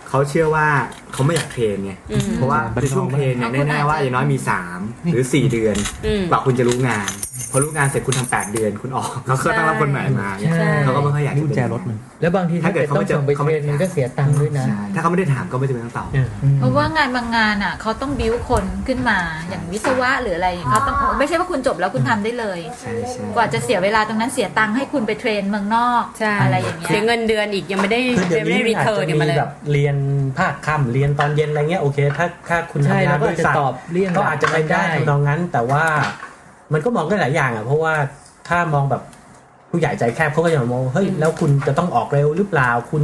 Speaker 6: เขาเชื่อว่าเขาไม่อยากเทรนไง
Speaker 4: อืม
Speaker 6: เพราะว่าในช่วงเทรนเนี่ย
Speaker 4: เอาคุณ
Speaker 6: แน่
Speaker 4: อาจ
Speaker 6: ๆ
Speaker 4: จะ
Speaker 6: ว่าอย่างน้อยมีสามหรือสี่เดือน
Speaker 4: อืม
Speaker 6: กว่าคุณจะรู้งานพอรู้งานเสร็จคุณทำแปดเดือนคุณออก แล้วก็ต้องรับคนใหม่มาเนี่ย
Speaker 8: ใช่
Speaker 6: เขาก็ไม่ค่อยอยาก
Speaker 3: นี่
Speaker 6: จะ
Speaker 3: กุญ
Speaker 6: เป็น
Speaker 3: แจรถมัน
Speaker 8: แล้วบางทีถ้า
Speaker 6: ถ้าเกิ
Speaker 8: เกิด
Speaker 6: ด
Speaker 8: ต้องส่งไป
Speaker 6: เขา
Speaker 8: เทรน
Speaker 6: ไม่จะ
Speaker 8: มันก็เสียตังค์ด้วยนะ
Speaker 6: ใช่ถ้าเขาไม่ได้ถามก็ไม่จำเป็นต้องตอบ
Speaker 5: เพราะว่างานบางงานอ่ะเขาต้องบิ้วคนขึ้นมาอย่างวิศวะหรืออะไรเขาต้องไม่ใช่ว่าคุณจบแล้วคุณทำได้เลย
Speaker 6: ใช่ใช่
Speaker 5: กว่าจะเสียเวลาตรงนั้นเสียตังค์ให้คุณไปเทรนเมืองนอก
Speaker 4: ใช่
Speaker 5: อะไรอย่างเงี้
Speaker 4: เสีย
Speaker 5: ย
Speaker 4: เงินเดือนอีกยังไม่ได้
Speaker 7: คือเดี๋ย
Speaker 4: ยัง
Speaker 7: ว
Speaker 4: ไม่ได้
Speaker 7: นี้มัน
Speaker 4: รี
Speaker 7: อาจ
Speaker 4: เทิร์น
Speaker 7: จะ
Speaker 4: มา
Speaker 7: มี
Speaker 4: เลย
Speaker 7: แบบเรียนภาคค่ำเรียนตอนเย็นอะไรเงี้ยโอเค ถ้าถ้าคุณ
Speaker 8: ใช่
Speaker 7: ทำงา
Speaker 8: แล้
Speaker 7: น
Speaker 8: วก็
Speaker 7: ด้วย
Speaker 8: จะ
Speaker 7: สัต
Speaker 8: ตอบ
Speaker 7: ว์
Speaker 8: เลี่ยง
Speaker 7: ก็อาจจะเป็นได้ตรงนั้น แต่ว่ามันก็มองได้หลายอย่างอ่ะเพราะว่าถ้ามองแบบผู้ใหญ่ใจแคบเขาก็จะมองเฮ้ยแล้วคุณจะต้องออกเร็วหรือเปล่าคุณ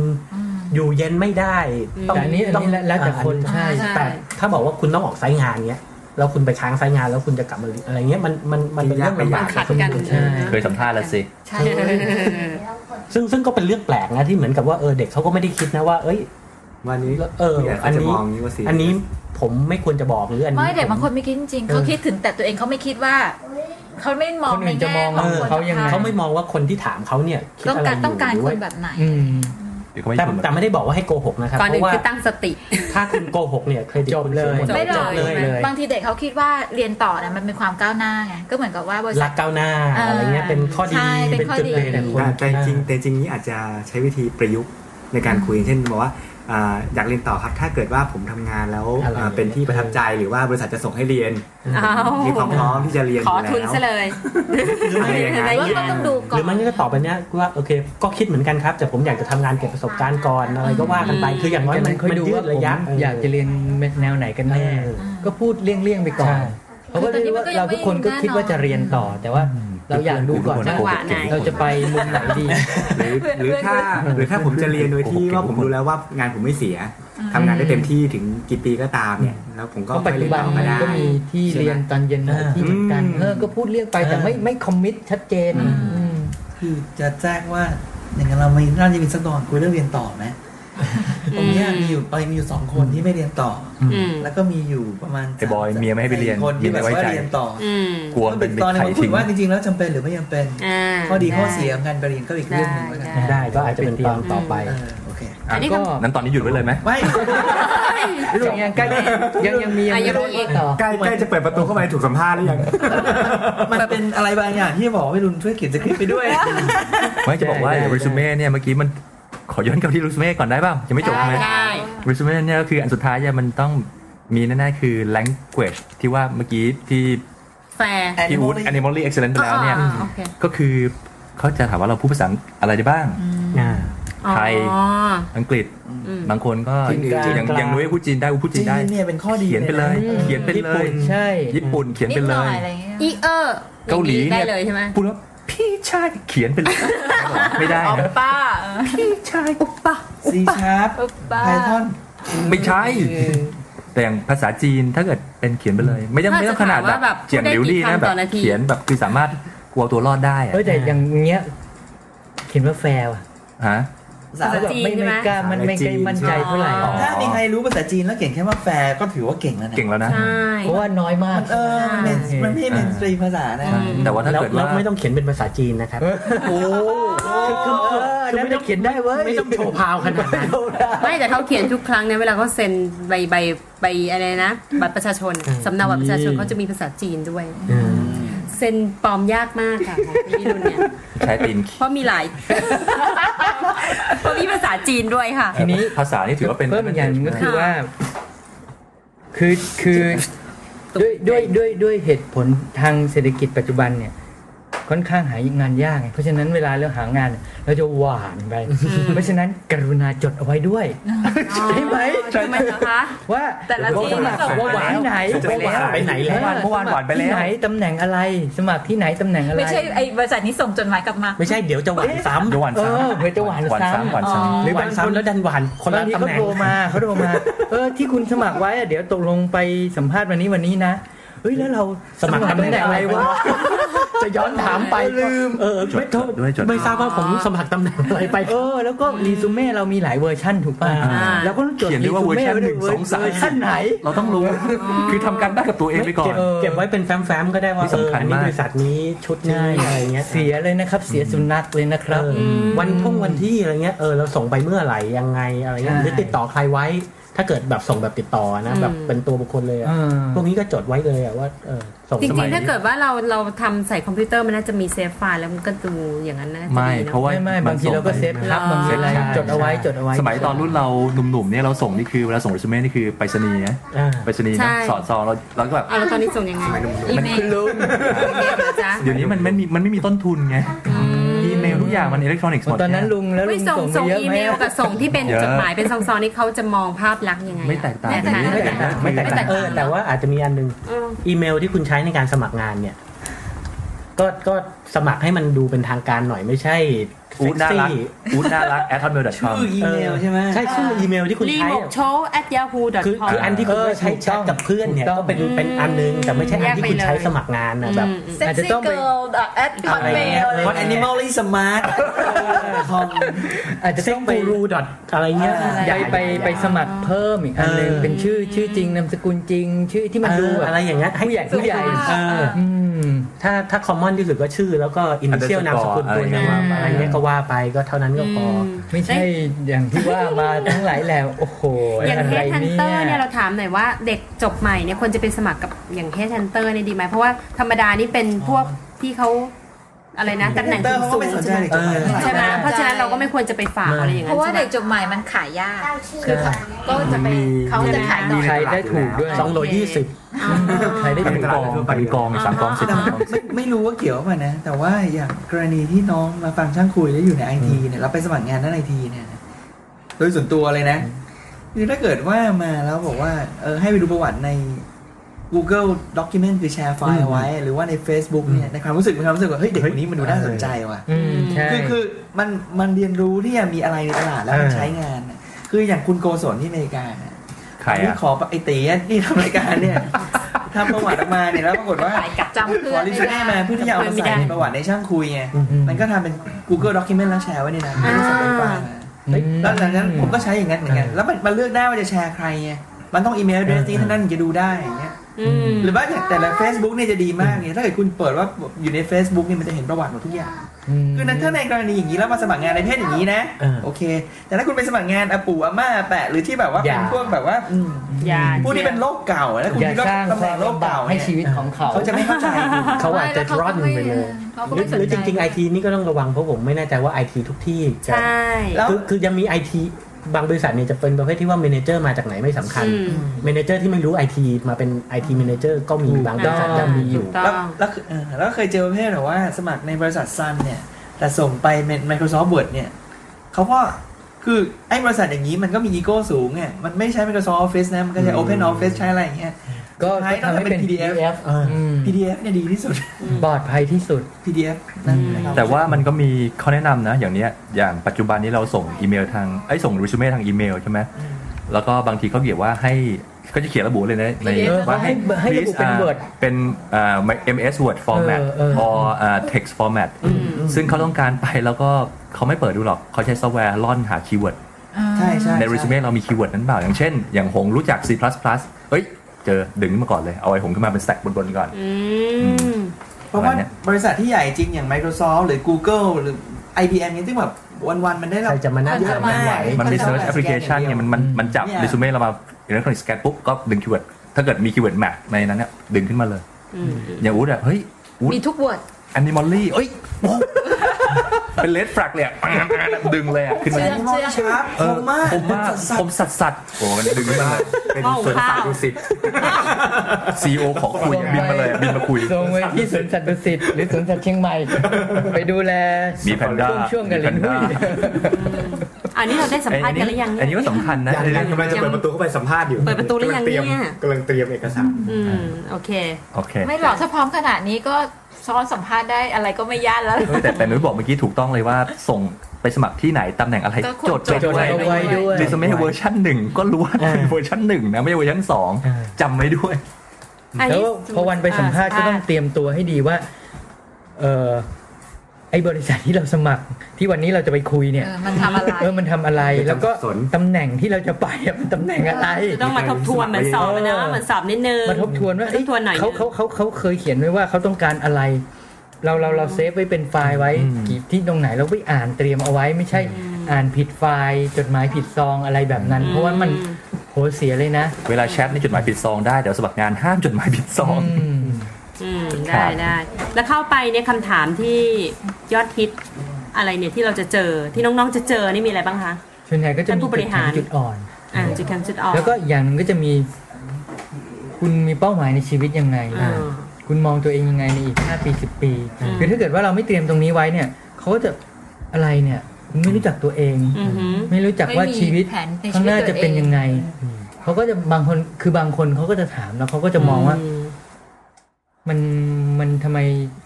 Speaker 7: อยู่เย็นไม่ได้
Speaker 8: แต่อันนี้อันนี้แล้วแต่คนใช่
Speaker 4: ใช่
Speaker 7: แต่ถ้าบอกว่าคุณต้องออกไซต์งานเงี้ยแล้วคุณไปค้างไซต์งานแล้วคุณจะกลับมาอะไรเงี้ยมันมันมันเป็นเรื่องลำบาก
Speaker 4: ขัดกัน
Speaker 7: สำหรับค
Speaker 8: ใช่
Speaker 3: เคยสัมภาษณ์แล้วสิ
Speaker 4: ใช่
Speaker 7: ซึ่งซึ่งก็เป็นเรื่องแปลกนะที่เหมือนกับว่าเออเด็กเขาก็ไม่ได้คิดนะว่าเอ้ย
Speaker 6: วันนี้
Speaker 7: เออ
Speaker 6: ผู้ใหญ่
Speaker 7: อั
Speaker 6: เขา
Speaker 7: น
Speaker 6: จะ
Speaker 7: นี้
Speaker 6: มองอย่างนี้ว่าสิ
Speaker 7: อันนี้ผมไม่ควรจะบอกหรืออันนี้
Speaker 5: ไม่เด็ก
Speaker 7: ผ
Speaker 5: บางคนไม่คิดจริงๆ
Speaker 7: เออ
Speaker 5: เขาคิดถึงแต่ตัวเองเขาไม่คิดว่า เขาไม่มอง
Speaker 8: คนอื่
Speaker 5: ใน
Speaker 8: นจะ
Speaker 5: แง่
Speaker 8: มอง
Speaker 5: ขอ
Speaker 8: เออ
Speaker 5: งคน
Speaker 8: เขายังไง
Speaker 7: เขาไม่มองว่าคนที่ถามเขาเนี่ยคิด
Speaker 5: ต้อง
Speaker 7: อะไร
Speaker 5: กา
Speaker 7: อ
Speaker 5: ร
Speaker 7: ยู่
Speaker 5: ต้องการ
Speaker 7: หรือ
Speaker 5: ค
Speaker 7: ว่าน
Speaker 5: แบบไหน
Speaker 8: อืม
Speaker 3: เดี๋ยวเขาไม่
Speaker 7: แต่
Speaker 3: ทำหรอก
Speaker 7: แต่ไม่ได้บอกว่าให้โกหกนะครับ
Speaker 4: ก่อน
Speaker 7: เพ
Speaker 4: อื่น
Speaker 7: ราะว่า
Speaker 4: คือตั้งสติ
Speaker 7: ถ้าคุณโกหกเนี่ยเครดิต
Speaker 8: จบ
Speaker 7: คุณ
Speaker 8: เลย
Speaker 7: สีหมด
Speaker 4: ไม่
Speaker 5: ไม่
Speaker 4: ห
Speaker 5: ห
Speaker 4: ร
Speaker 5: ร
Speaker 4: อ
Speaker 5: อก ก
Speaker 8: เลย
Speaker 5: บางทีเด็กเขาคิดว่าเรียนต่อเนี่ยมันเป็นความก้าวหน้าไงก็เหมือนกับว่าบริษั
Speaker 7: รั
Speaker 5: ท
Speaker 7: กก้าวหน้า
Speaker 5: เอออ
Speaker 7: อะไรเงี้ยเป็นข้อดี
Speaker 5: ใช่เป็น
Speaker 7: เป็น
Speaker 5: ข้อ
Speaker 7: จุด
Speaker 5: ดี
Speaker 7: เด่น
Speaker 8: แต่คน
Speaker 6: แต่จริงๆแต่จริงนี้อาจจะใช้วิธีประยุกต์ในการคุยเช่นบอกว่าอ่าอยากเรียนต่อครับถ้าเกิดว่าผมทำงานแล้ว
Speaker 7: อะไร
Speaker 6: อ่าเป็นที่ประทับใจหรือว่าบริษัทจะส่งให้เรียน
Speaker 4: อ้าว
Speaker 6: มีความพร้อมที่จะเรียน
Speaker 4: ขอ
Speaker 6: อยู่แล้
Speaker 4: ทุ
Speaker 6: ว
Speaker 4: นซะเลย
Speaker 6: อะไรอย่าง
Speaker 5: ห
Speaker 6: นั้
Speaker 5: รือ
Speaker 6: น
Speaker 5: ว่าเขาต้องดู
Speaker 7: ห
Speaker 5: ก่อ
Speaker 7: รื
Speaker 5: น
Speaker 7: อไมันก็ตอบไปเนี้ยว่าโอเค ก็คิดเหมือนกันครับแต่ผมอยากจะทำงานเก็บประสบการณ์ก่อนอะไรก็ว่ากันไปคืออย่างน้อย
Speaker 8: จาก
Speaker 7: มั
Speaker 8: นั้นนค่อย
Speaker 7: มัน
Speaker 8: ดู
Speaker 7: ยืด
Speaker 8: ว่าผ
Speaker 7: ระ
Speaker 8: ม
Speaker 7: ยะ
Speaker 8: อยากจะเรียนแนวไหนกันแน่
Speaker 7: เออ
Speaker 8: ก็พูดเลี่ยงๆไปก่อน
Speaker 7: ใช่
Speaker 8: เพราะว่าเราทุกคนก็คิดว่าจะเรียนต่อ แต่ว่าเราอยากดูก่อน
Speaker 4: จั
Speaker 8: ว่าง
Speaker 4: หวะไหน
Speaker 8: เราจะไปมุมไหนดี
Speaker 6: หรือหรือถ้าหรือถ้าผมจะเรียนโดยที่ว่าผมรู้แล้วว่างานผมไม่เสียทำงานได้เต็มที่ถึงกี่ปีก็ตามเนี่ยแล้วผม
Speaker 8: เพ
Speaker 6: ก็
Speaker 8: ราะปัจ
Speaker 6: ไป
Speaker 8: จุ
Speaker 6: เรียน
Speaker 8: บัน
Speaker 6: ต่อมา
Speaker 8: มัน
Speaker 6: ได้
Speaker 8: ก็มีที่เรียนตอนเย็นหลายที่เหมือนกัน
Speaker 6: อืม
Speaker 8: เออก็พูดเลี่ยงไปแต่ไม่ไม่คอมมิตชัดเจนอืม
Speaker 2: คือจะแจ้งว่าอย่างนั้นเราไม่น่าจะมีสักตอนคุยเรื่องเรียนต่อไหมตรงเนี้ยมีอยู่ไปมีอยู่สองคนที่ไม่เรียนต่ออ
Speaker 4: อืม
Speaker 2: แล้วก็มีอยู่ประมาณ
Speaker 3: ไอ้บอย
Speaker 2: สา
Speaker 3: เมียไม่ให้ไปเรียน
Speaker 2: คนที่แบบ
Speaker 3: เมียไม่ไว้
Speaker 2: ว่า
Speaker 3: ใจ
Speaker 2: เรียนต่ออก
Speaker 4: อืม
Speaker 3: กลัวเป็น
Speaker 2: ตอนห
Speaker 3: ไข่
Speaker 2: นี้คุ
Speaker 3: ทิ้
Speaker 2: ย
Speaker 3: ง
Speaker 2: ว่าจริงๆแล้วจำเป็นหรือไม่จำเป็น
Speaker 4: อ่า
Speaker 2: ข้อดีข้อเสียของการไปเรียนก็อีกเรื่องหนึ่งแล้วกัน
Speaker 4: ได้
Speaker 7: ได้ก็อาจจะเป็นตอนต่อไป
Speaker 2: เออโอเค
Speaker 4: อันนี้ก็
Speaker 3: นั้นตอนนี้หยุดไว้เลยไหม
Speaker 2: ไม่
Speaker 8: รู้สึกยังใกล้ยังยังมี
Speaker 4: อ่ะยังมีอีก
Speaker 8: ต่อ
Speaker 6: ใกล้ใกล้จะเปิดประตูเข้าไปถูกสัมภาษณ์หรือยัง
Speaker 2: มันเป็นอะไรบางอย่างที่บอกไม่รุนช่วยเขียนสคริปต์ไปด้วย
Speaker 3: ไม่จะบอกว่า
Speaker 2: ได้ได้
Speaker 3: เรซูเม่เนี่ยเมื่อกี้มันขอย้อนกลับที่เรซูเม่ก่อนได้เปล่ายังไม่จบใช่ไหม
Speaker 4: ได้
Speaker 3: เรซูเม่เนี่ยก็คืออันสุดท้ายเนี่ยมันต้องมีแน่ๆคือ language ที่ว่าเมื่อกี้ที่
Speaker 4: แฟร์
Speaker 3: ที่วูด animally excellent ไปแล้วเนี่ย
Speaker 4: อ๋อโอเค
Speaker 3: ก็คือเขาจะถามว่าเราพูดภาษาอะไรได้บ้าง ไทย
Speaker 4: อ๋อ
Speaker 3: อังกฤษ
Speaker 4: อืม
Speaker 3: บางคนก็
Speaker 6: จีนกลาง
Speaker 3: อย่างอย่างนุ้ยพูดจีนได้กูพูดจี
Speaker 2: จี
Speaker 3: นได้
Speaker 2: นเนี่ยเป็นข้อดี
Speaker 3: เขียนไปเลย เขียนไป
Speaker 7: ญี่
Speaker 3: เล
Speaker 7: ปุ่
Speaker 3: ย
Speaker 7: น
Speaker 8: ใช่
Speaker 3: ญี่ปุ่นเขียน
Speaker 5: นิ
Speaker 3: ไป
Speaker 5: ดห
Speaker 3: เล
Speaker 5: น่อย
Speaker 3: ย
Speaker 5: อะไรเงี้ย
Speaker 4: อีเออ
Speaker 3: เกาหลี
Speaker 4: ได้
Speaker 3: เนี่ย
Speaker 4: เลยใช่ไหม
Speaker 3: พูดว่าพี่ชายเขียนไปเลย ไม่ได้นะ
Speaker 5: ป้า
Speaker 3: พี่ชาย
Speaker 2: ซีชาร์ป
Speaker 5: ป้า
Speaker 2: ไพทอน
Speaker 3: ไม่ใช่ แต่อย่างภาษาจีนถ้าเกิดเป็นเขียนไปเลย ไม่ต้องไม่ต้องขนาดแบบเจียงหลิวลี่นะแบบเขียนแบบคือสามารถกลัวตัวรอดได้อะ
Speaker 8: เฮ้ยแต่อย่างเงี้ยเขียนว่าแฟร์ว่ะ
Speaker 3: ฮะ
Speaker 2: ภาษา
Speaker 8: แล้วแบบไม่ไม่กล้ามันไม่ใกล้มั่นใจเท่าไหร่
Speaker 3: อ๋อ
Speaker 2: ถ้ามีใครรู้ภาษาจีนแล้วเก่งแค่ว่าแฟร์ก็ถือว่าเก่งแล้วนะ
Speaker 3: เก่งแล้วนะ
Speaker 4: ใช่
Speaker 8: เพราะว่าน้อยมาก
Speaker 2: มันเออมันเป็นมันไม่เป็นตรีภาษานะ
Speaker 3: ใช่แต่ว่าถ้า
Speaker 7: แล้ว
Speaker 3: เกิดว่า
Speaker 7: แล้วไม่ต้องเขียนเป็นภาษาจีนนะครับ
Speaker 8: โอ้คือ
Speaker 7: เอ
Speaker 8: คือ
Speaker 7: อ
Speaker 8: คือไม่ต้องเขียนได้เว้ย
Speaker 7: ไม่ต้องโชว์พาวขนาดนั้น
Speaker 4: ไม่แต่เขาเขียนทุกครั้งนะเวลาเขาเซ็นใบใบใบอะไรนะบัตรประชาชน
Speaker 7: อืม
Speaker 4: สำเนาบัตรประชาชนเขาจะมีภาษาจีนด้วย เซ็นปลอมยากมากค่ะของพี่รุ่นเนี่ย
Speaker 3: ใช้ตีน
Speaker 4: เพราะมีหลาย เพราะมีภาษาจีนด้วยค่ะ
Speaker 8: ทีนี้
Speaker 3: ภาษานี่ถือว่าเป็น
Speaker 8: เพิ่มอีกอย่างหนึ่งก็คือ
Speaker 4: ค่ะ
Speaker 8: ว่า คือคือด้วยด้วยด้วยด้วยเหตุผลทางเศรษฐกิจปัจจุบันเนี่ย ค่อนข้างหางานยากไงเพราะฉะนั้นเวลาเราหางานเนี่ยเราจะหวานไป เพราะฉะนั้นกรุณาจดเอาไว้ด้วย ใช่ไหม
Speaker 4: ใช่ไหมนะคะ
Speaker 8: ว่า
Speaker 4: แต่ละที่
Speaker 8: สมัครว่าหวานที่ไหน
Speaker 7: จะไปแล้วไปไหนแล้ว
Speaker 8: ออ
Speaker 3: เมื่อวานหวานไปแล้ว
Speaker 8: ที่ไหนตำแหน่งอะไร สมัครที่ไหนตำแหน่งอะไร
Speaker 5: ไม่ใช่ไอ้บริษัทนี้ส่งจดหมายกลับมา
Speaker 7: ไม่ใช่เดี๋ยวจะหวานซ้ำ
Speaker 3: เดี๋ยวหวาน
Speaker 8: เอ
Speaker 3: ซ้
Speaker 8: อเพื่อจะหวาน
Speaker 3: ำหวานซ้ำห
Speaker 8: ซ้ำ
Speaker 3: วานซ้ำ
Speaker 7: หรือหวานซ้ำแล้วดันหวานคน
Speaker 8: บา
Speaker 7: ละ
Speaker 8: งที
Speaker 7: ตำ
Speaker 8: เขา
Speaker 7: แหน่ง
Speaker 8: โทรมาเขาโทรมา เออที่คุณสมัครไว้อะเดี๋ยวตกลงไปสัมภาษณ์วันนี้วันนี้นะ
Speaker 7: เฮ้ยแล้วเราสมัครตำแหน่งอะไรวะ จะย้อนถามไปลืม เออไม่โทษ
Speaker 3: จดด้วยจด
Speaker 7: ไม่ทราบว่าผมสมัครตำแหน่งอะไรไป
Speaker 8: เออ แล้วก็รีซูเม่เรามีหลายเวอร์ชั่นถูกป่ะ
Speaker 7: อ่า
Speaker 8: เราก็ต้องจด
Speaker 3: เขียนเรียกว่าเวอร์ชันหนึ่งสองสาม
Speaker 8: เวอร์ชันไหน
Speaker 3: เราต้องรู้ คือทำการได้านกับตัวเองไปก่อน
Speaker 7: เก็บเก็บไว้เป็นแฟ้มๆก็ได้ว่า
Speaker 3: นี่
Speaker 7: เออ
Speaker 3: สำคัญ
Speaker 7: อันนี้
Speaker 3: มาก
Speaker 7: บริษัทนี้ชุดนี้
Speaker 8: ใช่
Speaker 7: อะไรเงี้ย
Speaker 8: เสียเลยนะครับ เสียสุนัขเลยนะครับ
Speaker 7: เออวันท่องวันที่อะไรเงี้ยเออเราส่งไปเมื่อไหร่ยังไงอะไรเงี้ย
Speaker 8: ใช่
Speaker 7: หรือติดต่อใครไว้ ถ้าเกิดแบบส่งแบบติดต่อนะแบบเป็นตัวบุคคลเลยอะ
Speaker 8: เออ
Speaker 7: พวกนี้ก็จดไว้เลยอะว่าเออส่ง
Speaker 4: จ
Speaker 7: สมั
Speaker 4: ริ
Speaker 7: ย
Speaker 4: งๆ ถ้าเกิดว่าเราเราทำใส่คอมพิวเตอร์มันน่าจะมีเซฟไฟล์แล้วมันก็ดูอย่างนั้นนะ
Speaker 3: ไม่ เพราะว่า
Speaker 8: ไม่ไม่
Speaker 3: น
Speaker 8: บางทีเราก็เซฟ
Speaker 3: ส่งไป
Speaker 8: รับบางทีอะไรจดเอาไว้จดเอาไว้
Speaker 3: สมัยตอนรุ่นเราหนุ่มๆเนี่ยเราส่งนี่คือเวลาส่งเรซูเม่นี่คือไปรษณีย์นะ
Speaker 7: อ่า
Speaker 3: ไปรษณีย์นะสอดซองเราเราก็แบบ
Speaker 4: เอาแล้วตอนนี้ส่งยังไง
Speaker 6: สมัยหนุ่ม
Speaker 4: อีเมลลุงจ้ะ
Speaker 3: เดี๋ยวนี้มันไม่มีมันไม่มีต้นทุนไง
Speaker 4: อืม
Speaker 3: อีเมลทุกอย่างมันอิเล็กทรอนิกส์หมด
Speaker 8: ตอนนั้น
Speaker 3: เย
Speaker 8: ลุงแล้ว ลุ
Speaker 4: ไม่
Speaker 8: ง
Speaker 4: ส่ง
Speaker 8: ส่ง
Speaker 4: ส่ง
Speaker 8: ไปเยอะ
Speaker 4: อี
Speaker 8: ไหม
Speaker 4: เมลกับส่งที่เป็น
Speaker 3: เยอะ
Speaker 4: จดหมายเป็นซองๆนี่เขาจะมองภาพลักษณ์ยังไงอะ
Speaker 3: ไม่แตกต่าง
Speaker 4: แตกต่าง
Speaker 3: เดี๋ยวนี้
Speaker 4: แตกต่าง
Speaker 3: ไม่แตก
Speaker 4: ไม่แต
Speaker 3: ต่าง
Speaker 4: ก
Speaker 7: เออแต่ว่าอาจจะมีอันหนึง
Speaker 4: เออ
Speaker 7: อีเมลที่คุณใช้ในการสมัครงานเนี่ย ก็ก็สมัครให้มันดูเป็นทางการหน่อยไม่ใช่
Speaker 3: อูด
Speaker 7: เซ็ก
Speaker 3: น่ารัก
Speaker 7: ซี่
Speaker 3: อูดน่ารัก at hotmail com
Speaker 7: เออใช่ชื่ออีเมลที่คุณ
Speaker 4: รี
Speaker 7: ใช้
Speaker 4: โมก
Speaker 7: อะ
Speaker 4: โชว์ at yahoo
Speaker 7: คือคืออันที่คุณไว้ใช้แชทกับเพื่อนเนี่ย
Speaker 8: ถูกต้
Speaker 7: ก็
Speaker 8: อง
Speaker 7: เป็นเป็นอันหนึงแต่ไม่ใช่อันที่คุณใช้สมัครงานนะแบบ
Speaker 5: เซ็ก
Speaker 8: อาจจะ
Speaker 5: ซี่
Speaker 8: ต้องไป
Speaker 5: เกิร์ลแอดคอนเมล
Speaker 7: อะไรเงี้ย
Speaker 5: อะไร
Speaker 6: ๆ What animal is smart
Speaker 8: อาจจะ
Speaker 7: เซ็
Speaker 8: ต้
Speaker 7: ก
Speaker 8: องไป
Speaker 7: กูรูดอทอะไรเงี้ย
Speaker 8: ไปไปไปสมัค
Speaker 7: ร
Speaker 8: รเพิ่มอีกอันหนึง
Speaker 7: เออ
Speaker 8: เป็นชื่อชื่อจริงนามสกุลจริง ชื่อที่มันดูแบบ
Speaker 7: อะไรอย่างเงี้ย
Speaker 8: ผู้ใหญ่ผู้ใหญ่
Speaker 7: เออ
Speaker 8: อืม
Speaker 7: ถ้าถ้าคอมมอนที่สุดก็ชื่อ แล้วก็อินเชียลนามสกุลตัวเนี่ยอะไรเงี้ยก็ว่าไปก็เท่านั้นก็พออ
Speaker 8: ไม่ใช่อย่างที่ว่ามาทั้งหลายแหล้วโอ้โห
Speaker 4: อย่างเฮ
Speaker 8: ไร
Speaker 4: ดฮัน
Speaker 8: เนี่
Speaker 4: เตอร์เนี่ย
Speaker 8: ย
Speaker 4: เราถามหน่อยว่าเด็กจบใหม่เนี่ยควรจะไปสมัครกับอย่างเฮดฮันเตอร์เนี่ยดีไหมเพราะว่าธรรมดานี่เป็นพวกที่เขาอะไรนะตำแหน่ง
Speaker 6: เตอร์เขาก็
Speaker 4: สูง
Speaker 6: ไม่สน
Speaker 4: ๆ
Speaker 6: ใจ
Speaker 4: ใช่ไหมใช่ไห
Speaker 6: เด็กจบใหม่เท่าไหร่
Speaker 4: มเพราะฉะนั้นเราก็ไม่ควรจะไปฝากอะไรอย่าง
Speaker 5: เพ
Speaker 4: นั้น
Speaker 5: ราะว่า
Speaker 4: ใช่ไหม
Speaker 5: เด็กจบใหม่มันขายยาก
Speaker 8: ใช่
Speaker 5: คือก็จะไป
Speaker 6: มี
Speaker 5: เขาจะขายต่อ
Speaker 8: ใครได้ถูกด้วย
Speaker 7: สองร้อยยี่สิบ
Speaker 8: ใครได้
Speaker 3: เป็
Speaker 8: ถู
Speaker 3: น
Speaker 8: ก
Speaker 3: กองเป็นกองสามกองสิบ
Speaker 4: อ่า
Speaker 3: กองสิบ
Speaker 2: ไม่ไม่รู้ว่าเกี่ยวป่ะนะ แต่ว่าอย่างกรณีที่น้องมาฟังช่างคุยแล้วอยู่ในไอทีเนี่ยเราไปสมัครงานด้านไอทีเนี่ยนะโดยส่วนตัวเลยนะคือถ้าเกิดว่ามาแล้วบอกว่าเออให้ไปดูประวัติใน Google Document คือแชร์ไฟล์เอาไว้ หรือว่าใน Facebook เนี่ยในความรู้สึกมีความรู้สึกว่าเฮ้ยเด็กคนนี้มันดูน่าสนใจว่ะ
Speaker 8: อืมใช่
Speaker 2: คือคือมันมันเรียนรู้ที่จะมีอะไรในตลาดแล้วมัน
Speaker 7: เออ
Speaker 2: ใช้งานน่ะคืออย่างคุณโกศลที่อเมริกาน่ะ
Speaker 3: ใคร
Speaker 2: นี่
Speaker 3: อ่ะ
Speaker 2: ขอไอเตียที่ทำรายการเนี่ย ทำประวัติออกมาเนี่ยแล้วปรากฏว่า
Speaker 4: จำเพื่
Speaker 2: ข
Speaker 4: อ
Speaker 2: อน รีเซนเน่มาเพื่อที่จะเอามาใส่ในประวัติในช่างคุยไงมันก็ทำเป็น Google Document แล้วแชร์ไว้ในนั้นไม่ได้ใส่ในไฟล์มา
Speaker 8: อืม
Speaker 2: แล้วหลังจากนั้นผมก็ใช้อย่างนั้นเหมือนกันแล้วมันมันเลือกได้ว่าจะแชร์ใครไงมันต้องอีเมลเดรสที่ท่านนั้นถึงจะดูได้อย่างเงี้ย
Speaker 4: อืม
Speaker 2: หรือว่าอย่างแต่ละ Facebook เนี่ยจะดีมากเนี่ยถ้าเกิดคุณเปิดว่าอยู่ใน Facebook เนี่ยมันจะเห็นประวัติหมดทุกอย่าง
Speaker 8: ม
Speaker 2: คือนั้นถ้าในกรณีอย่างนี้แล้วมาสมัครงานในเพศอย่างนี้นะ
Speaker 7: เออ
Speaker 2: โอเค แต่ถ้าคุณไปสมัครงานอาปู่อาม่าอาแปะหรือที่แบบว่า
Speaker 7: อ
Speaker 2: เป็
Speaker 7: ย่า
Speaker 2: นพวกแบบว่าอืม
Speaker 4: อย่า
Speaker 2: ผู้ที่เป็นโรคเก่าแล้วคุณ
Speaker 8: อย่า
Speaker 2: คิดว่า
Speaker 8: สร้าง
Speaker 2: ตำ
Speaker 8: ค
Speaker 2: แหน่
Speaker 8: วาง ม
Speaker 2: โรค
Speaker 8: ลำบา
Speaker 2: เก่าก
Speaker 8: ให้
Speaker 2: เนี่ย
Speaker 8: ชีวิตของเขา
Speaker 2: เขาจะไม่เข้าใจคุณ
Speaker 7: เขาอาจจะร่อนไปเลย
Speaker 5: เขาก็
Speaker 7: ห
Speaker 5: ไม่
Speaker 7: รือ
Speaker 5: สน
Speaker 7: ห
Speaker 5: ใจ
Speaker 7: รือจริงๆไอทีนี่ก็ต้องระวังเพราะผมไม่แน่ใจว่าไอทีทุกที่จะ
Speaker 4: ใช่
Speaker 2: แล้ว
Speaker 7: คือคือยังมีไอทีบางบริษัทเนี่ยจะเป็นประเภทที่ว่าเมนเจอร์มาจากไหนไม่สำคัญ
Speaker 4: อืม
Speaker 7: เมนเจอร์ที่ไม่รู้ไอทีมาเป็นไอทีเมนเจอร์ก็มีบางบริษัทยังมีอยู่
Speaker 4: ถูกต้
Speaker 2: แล้วแล้ว
Speaker 4: อง
Speaker 2: เออแล้วเคยเจอประเภทแบบว่าสมัครในบริษัทซันเนี่ย แต่ส่งไป Microsoft Word เนี่ยเขาก็คือไอ้บริษัทอย่างนี้มันก็มีอีโก้สูงไงมันไม่ใช้ Microsoft Office นะมันก็ใช้ Open Office ใช้อะไรอย่างเงี้ย
Speaker 8: ก็
Speaker 2: ใช้
Speaker 8: ก็ทำให้
Speaker 2: ต้อง
Speaker 8: เป็น
Speaker 2: เป็น PDF
Speaker 8: PDF
Speaker 7: เออ
Speaker 8: อืม
Speaker 2: PDF เนี่ยดีที่สุด
Speaker 8: ปลอดภัยที่สุด
Speaker 2: PDF นั่นนะครับ
Speaker 3: แต่ว่ามันก็มีข้อแนะนำนะ อย่างเนี้ยอย่างปัจจุบันนี้เราส่งอีเมลทางไอ้ยส่งรีซูเม่ทางอีเมลใช่ไหมแล้วก็บางทีเขาเขียนว่าให้เขาจะเขียนระบุเลยนะใน
Speaker 8: เออ
Speaker 3: ว่าให้
Speaker 8: ให้ระบุเป็น
Speaker 3: please,
Speaker 8: Word
Speaker 3: อ่าเป็นอ่า MS Word format
Speaker 8: เออเออ
Speaker 3: or อ่า text format ซึ่งเขาต้องการไปแล้วก็เขาไม่เปิดดูหรอกเขาใช้ซอฟต์แวร์ล่อนหาคีย์เวิร์ด
Speaker 2: ใช่ใช่
Speaker 3: ใน
Speaker 2: ช่
Speaker 3: รีสูเม่เรามีคีย์เวิร์ดนั้นเปล่า อย่างเช่น อย่างหงรู้จัก C++ เอ้ย เจอดึงขึ้นมาก่อนเลย เอาไอ้หงขึ้นมาเป็น stack บนๆก่อน
Speaker 4: อืม
Speaker 2: เพราะว่า
Speaker 3: อะไรเนี่ย
Speaker 2: บริษัทที่ใหญ่จริงอย่าง Microsoft หรือ Google หรือ IBM เนี่ยซึ่งแบบวันๆมันได้รับ
Speaker 7: ใครจะมานั่ง
Speaker 5: คนจะ
Speaker 7: ทำงานไหว
Speaker 2: มา
Speaker 3: มันไม่ search application เนี่ยมันมันมันจับ
Speaker 2: เนี่ย
Speaker 3: รีสูเม่เรามาอิเล็กทรอนิกส์แกนปุ๊บ ก็ดึงคีย์เวิร์ด ถ้าเกิดมีคีย์เวิร์ดแมทในนั้นเนี่ยดึงขึ้นมาเลย
Speaker 4: อืม
Speaker 3: อย่างอู๊ดอะเฮ้ย อู๊ด
Speaker 5: มีทุกเวิร์ด
Speaker 3: แอนิมอลลี่เอ้ยโอ้เป็นเลดแฟลกเลยอะดึงเลยอะขึ้นมา
Speaker 5: เชื่อเชื่อ
Speaker 2: ชาร์ปคมมาก
Speaker 3: ผมมาก
Speaker 2: สัต
Speaker 3: ผ
Speaker 2: ว์
Speaker 3: มสัตว์สัตว์โอ้มันดึงขึ้นมา
Speaker 6: เป็นสวนสัตว์ดุสิต
Speaker 3: ซีโอขอคุยบินมาเลยบินมาคุย
Speaker 8: ส่งไปที่สวนสัตว์ดุสิตหรือสวนสัตว์เชียงใหม่ ไปดูแล
Speaker 3: มีแพนด้า
Speaker 8: ช่วงๆกันเลย
Speaker 3: มีแพนด้า
Speaker 4: อันนี้เราได้สัมภาษณ์กันหรือยัง
Speaker 3: อันนี้
Speaker 4: เนี่ย
Speaker 3: ก็สำคัญนะ
Speaker 6: ยังยังกำลังจะเปิดประตูเข้าไปสัมภาษณ์อยู่
Speaker 4: เปิดประตูหรือยังเนี่ย
Speaker 6: กำลังเตรียมกำลังเตรียมเอกสาร
Speaker 4: อืมโอเค
Speaker 3: โอเค
Speaker 5: ไม่หรอกถ้าพร้อมขนาดนี้ก็ซ้อนสัมภาษณ์ได้อะไรก็ไม่ยากแล้ว
Speaker 3: เออแต่แต่นุ้ยบอกเมื่อกี้ถูกต้องเลยว่าส่งไปสมัครที่ไหน ตำแหน่งอะไร
Speaker 5: ก็ควร
Speaker 3: จดจด
Speaker 8: จด
Speaker 3: ไว้
Speaker 8: เอาไว้ด้วย
Speaker 3: รีสมัยเวอร์ชันหนึ่งก็รู้ว่าเป็นเวอร์ชันหนึ่งนะ ไม่ใช่เวอร์ชันสอง
Speaker 7: อ่า
Speaker 3: จำไว้ด้วย
Speaker 4: อัน
Speaker 8: แล้ว
Speaker 4: นี้
Speaker 8: พอวันไปสัมภาษณ์
Speaker 5: อ่า
Speaker 8: ก็ต้องเตรียมตัวให้ดีว่า เออไอ้บริษัทที่เราสมัคร ที่วันนี้เราจะไปคุยเนี่ย
Speaker 5: เออมันทำอะไร
Speaker 8: เออมันทำอะไร
Speaker 6: เป็น
Speaker 8: แล้วก็
Speaker 6: สับสน
Speaker 8: ตำแหน่งที่เราจะไป อะมันตำแหน่งอะไร
Speaker 4: จะต้องมาทบทวนเหมือนสอบอะเนอะเหมือนสอบนิดนึง
Speaker 8: มาทบทวนว่า
Speaker 4: ทบทวนหน่อย
Speaker 8: เอ๊ะเขาเขาเขาเคยเขียนไว้ว่าเขาต้องการอะไร เราเราเราเซฟไว้เป็นไฟล์ไว้
Speaker 3: อืม
Speaker 8: กี่ที่ตรงไหนเราไปอ่านเตรียมเอาไว้ไม่ใช่อ่านผิดไฟล์จดหมายผิดซองอะไรแบบนั้น เพราะว่ามันโหเสียเลยนะ
Speaker 3: เวลาแชทนี่จดหมายผิดซองได้เดี๋ยวสมัครงานห้ามจดหมายผิดซอง
Speaker 8: อืม
Speaker 4: อืมได้ได้แล้วเข้าไปเนี่ยคำถามที่ยอดฮิตอะไรเนี่ยที่เราจะเจอที่น้องๆจะเจอนี่มีอะไรบ้างคะ
Speaker 8: ส่วนใหญ่ก็จะ
Speaker 4: ท่า
Speaker 8: มี
Speaker 4: นผู้บริหาร
Speaker 8: จุดอ่อน
Speaker 4: อ่าจุดแข็งจุดอ่อน
Speaker 8: แล้วก็อีกอย่างหนึ่งก็จะมี คุณมีเป้าหมายในชีวิตยังไง
Speaker 4: อ่า
Speaker 8: คุณมองตัวเองยังไงในอีก 5 ปี 10 ปี
Speaker 4: อืม
Speaker 8: คือถ้าเกิดว่าเราไม่เตรียมตรงนี้ไว้เนี่ยเขาก็จะอะไรเนี่ยคุณไม่รู้จักตัวเอง
Speaker 4: อือหือ
Speaker 8: ไม่รู้จักว่าชีวิต
Speaker 5: ไม่มีแผนในชีวิต
Speaker 8: ข้างหน้าจะเป็นยังไง เขาก็จะบางคนคือบางคนเขาก็จะถามแล้วเขาก็จะมองว่ามันมันทำไม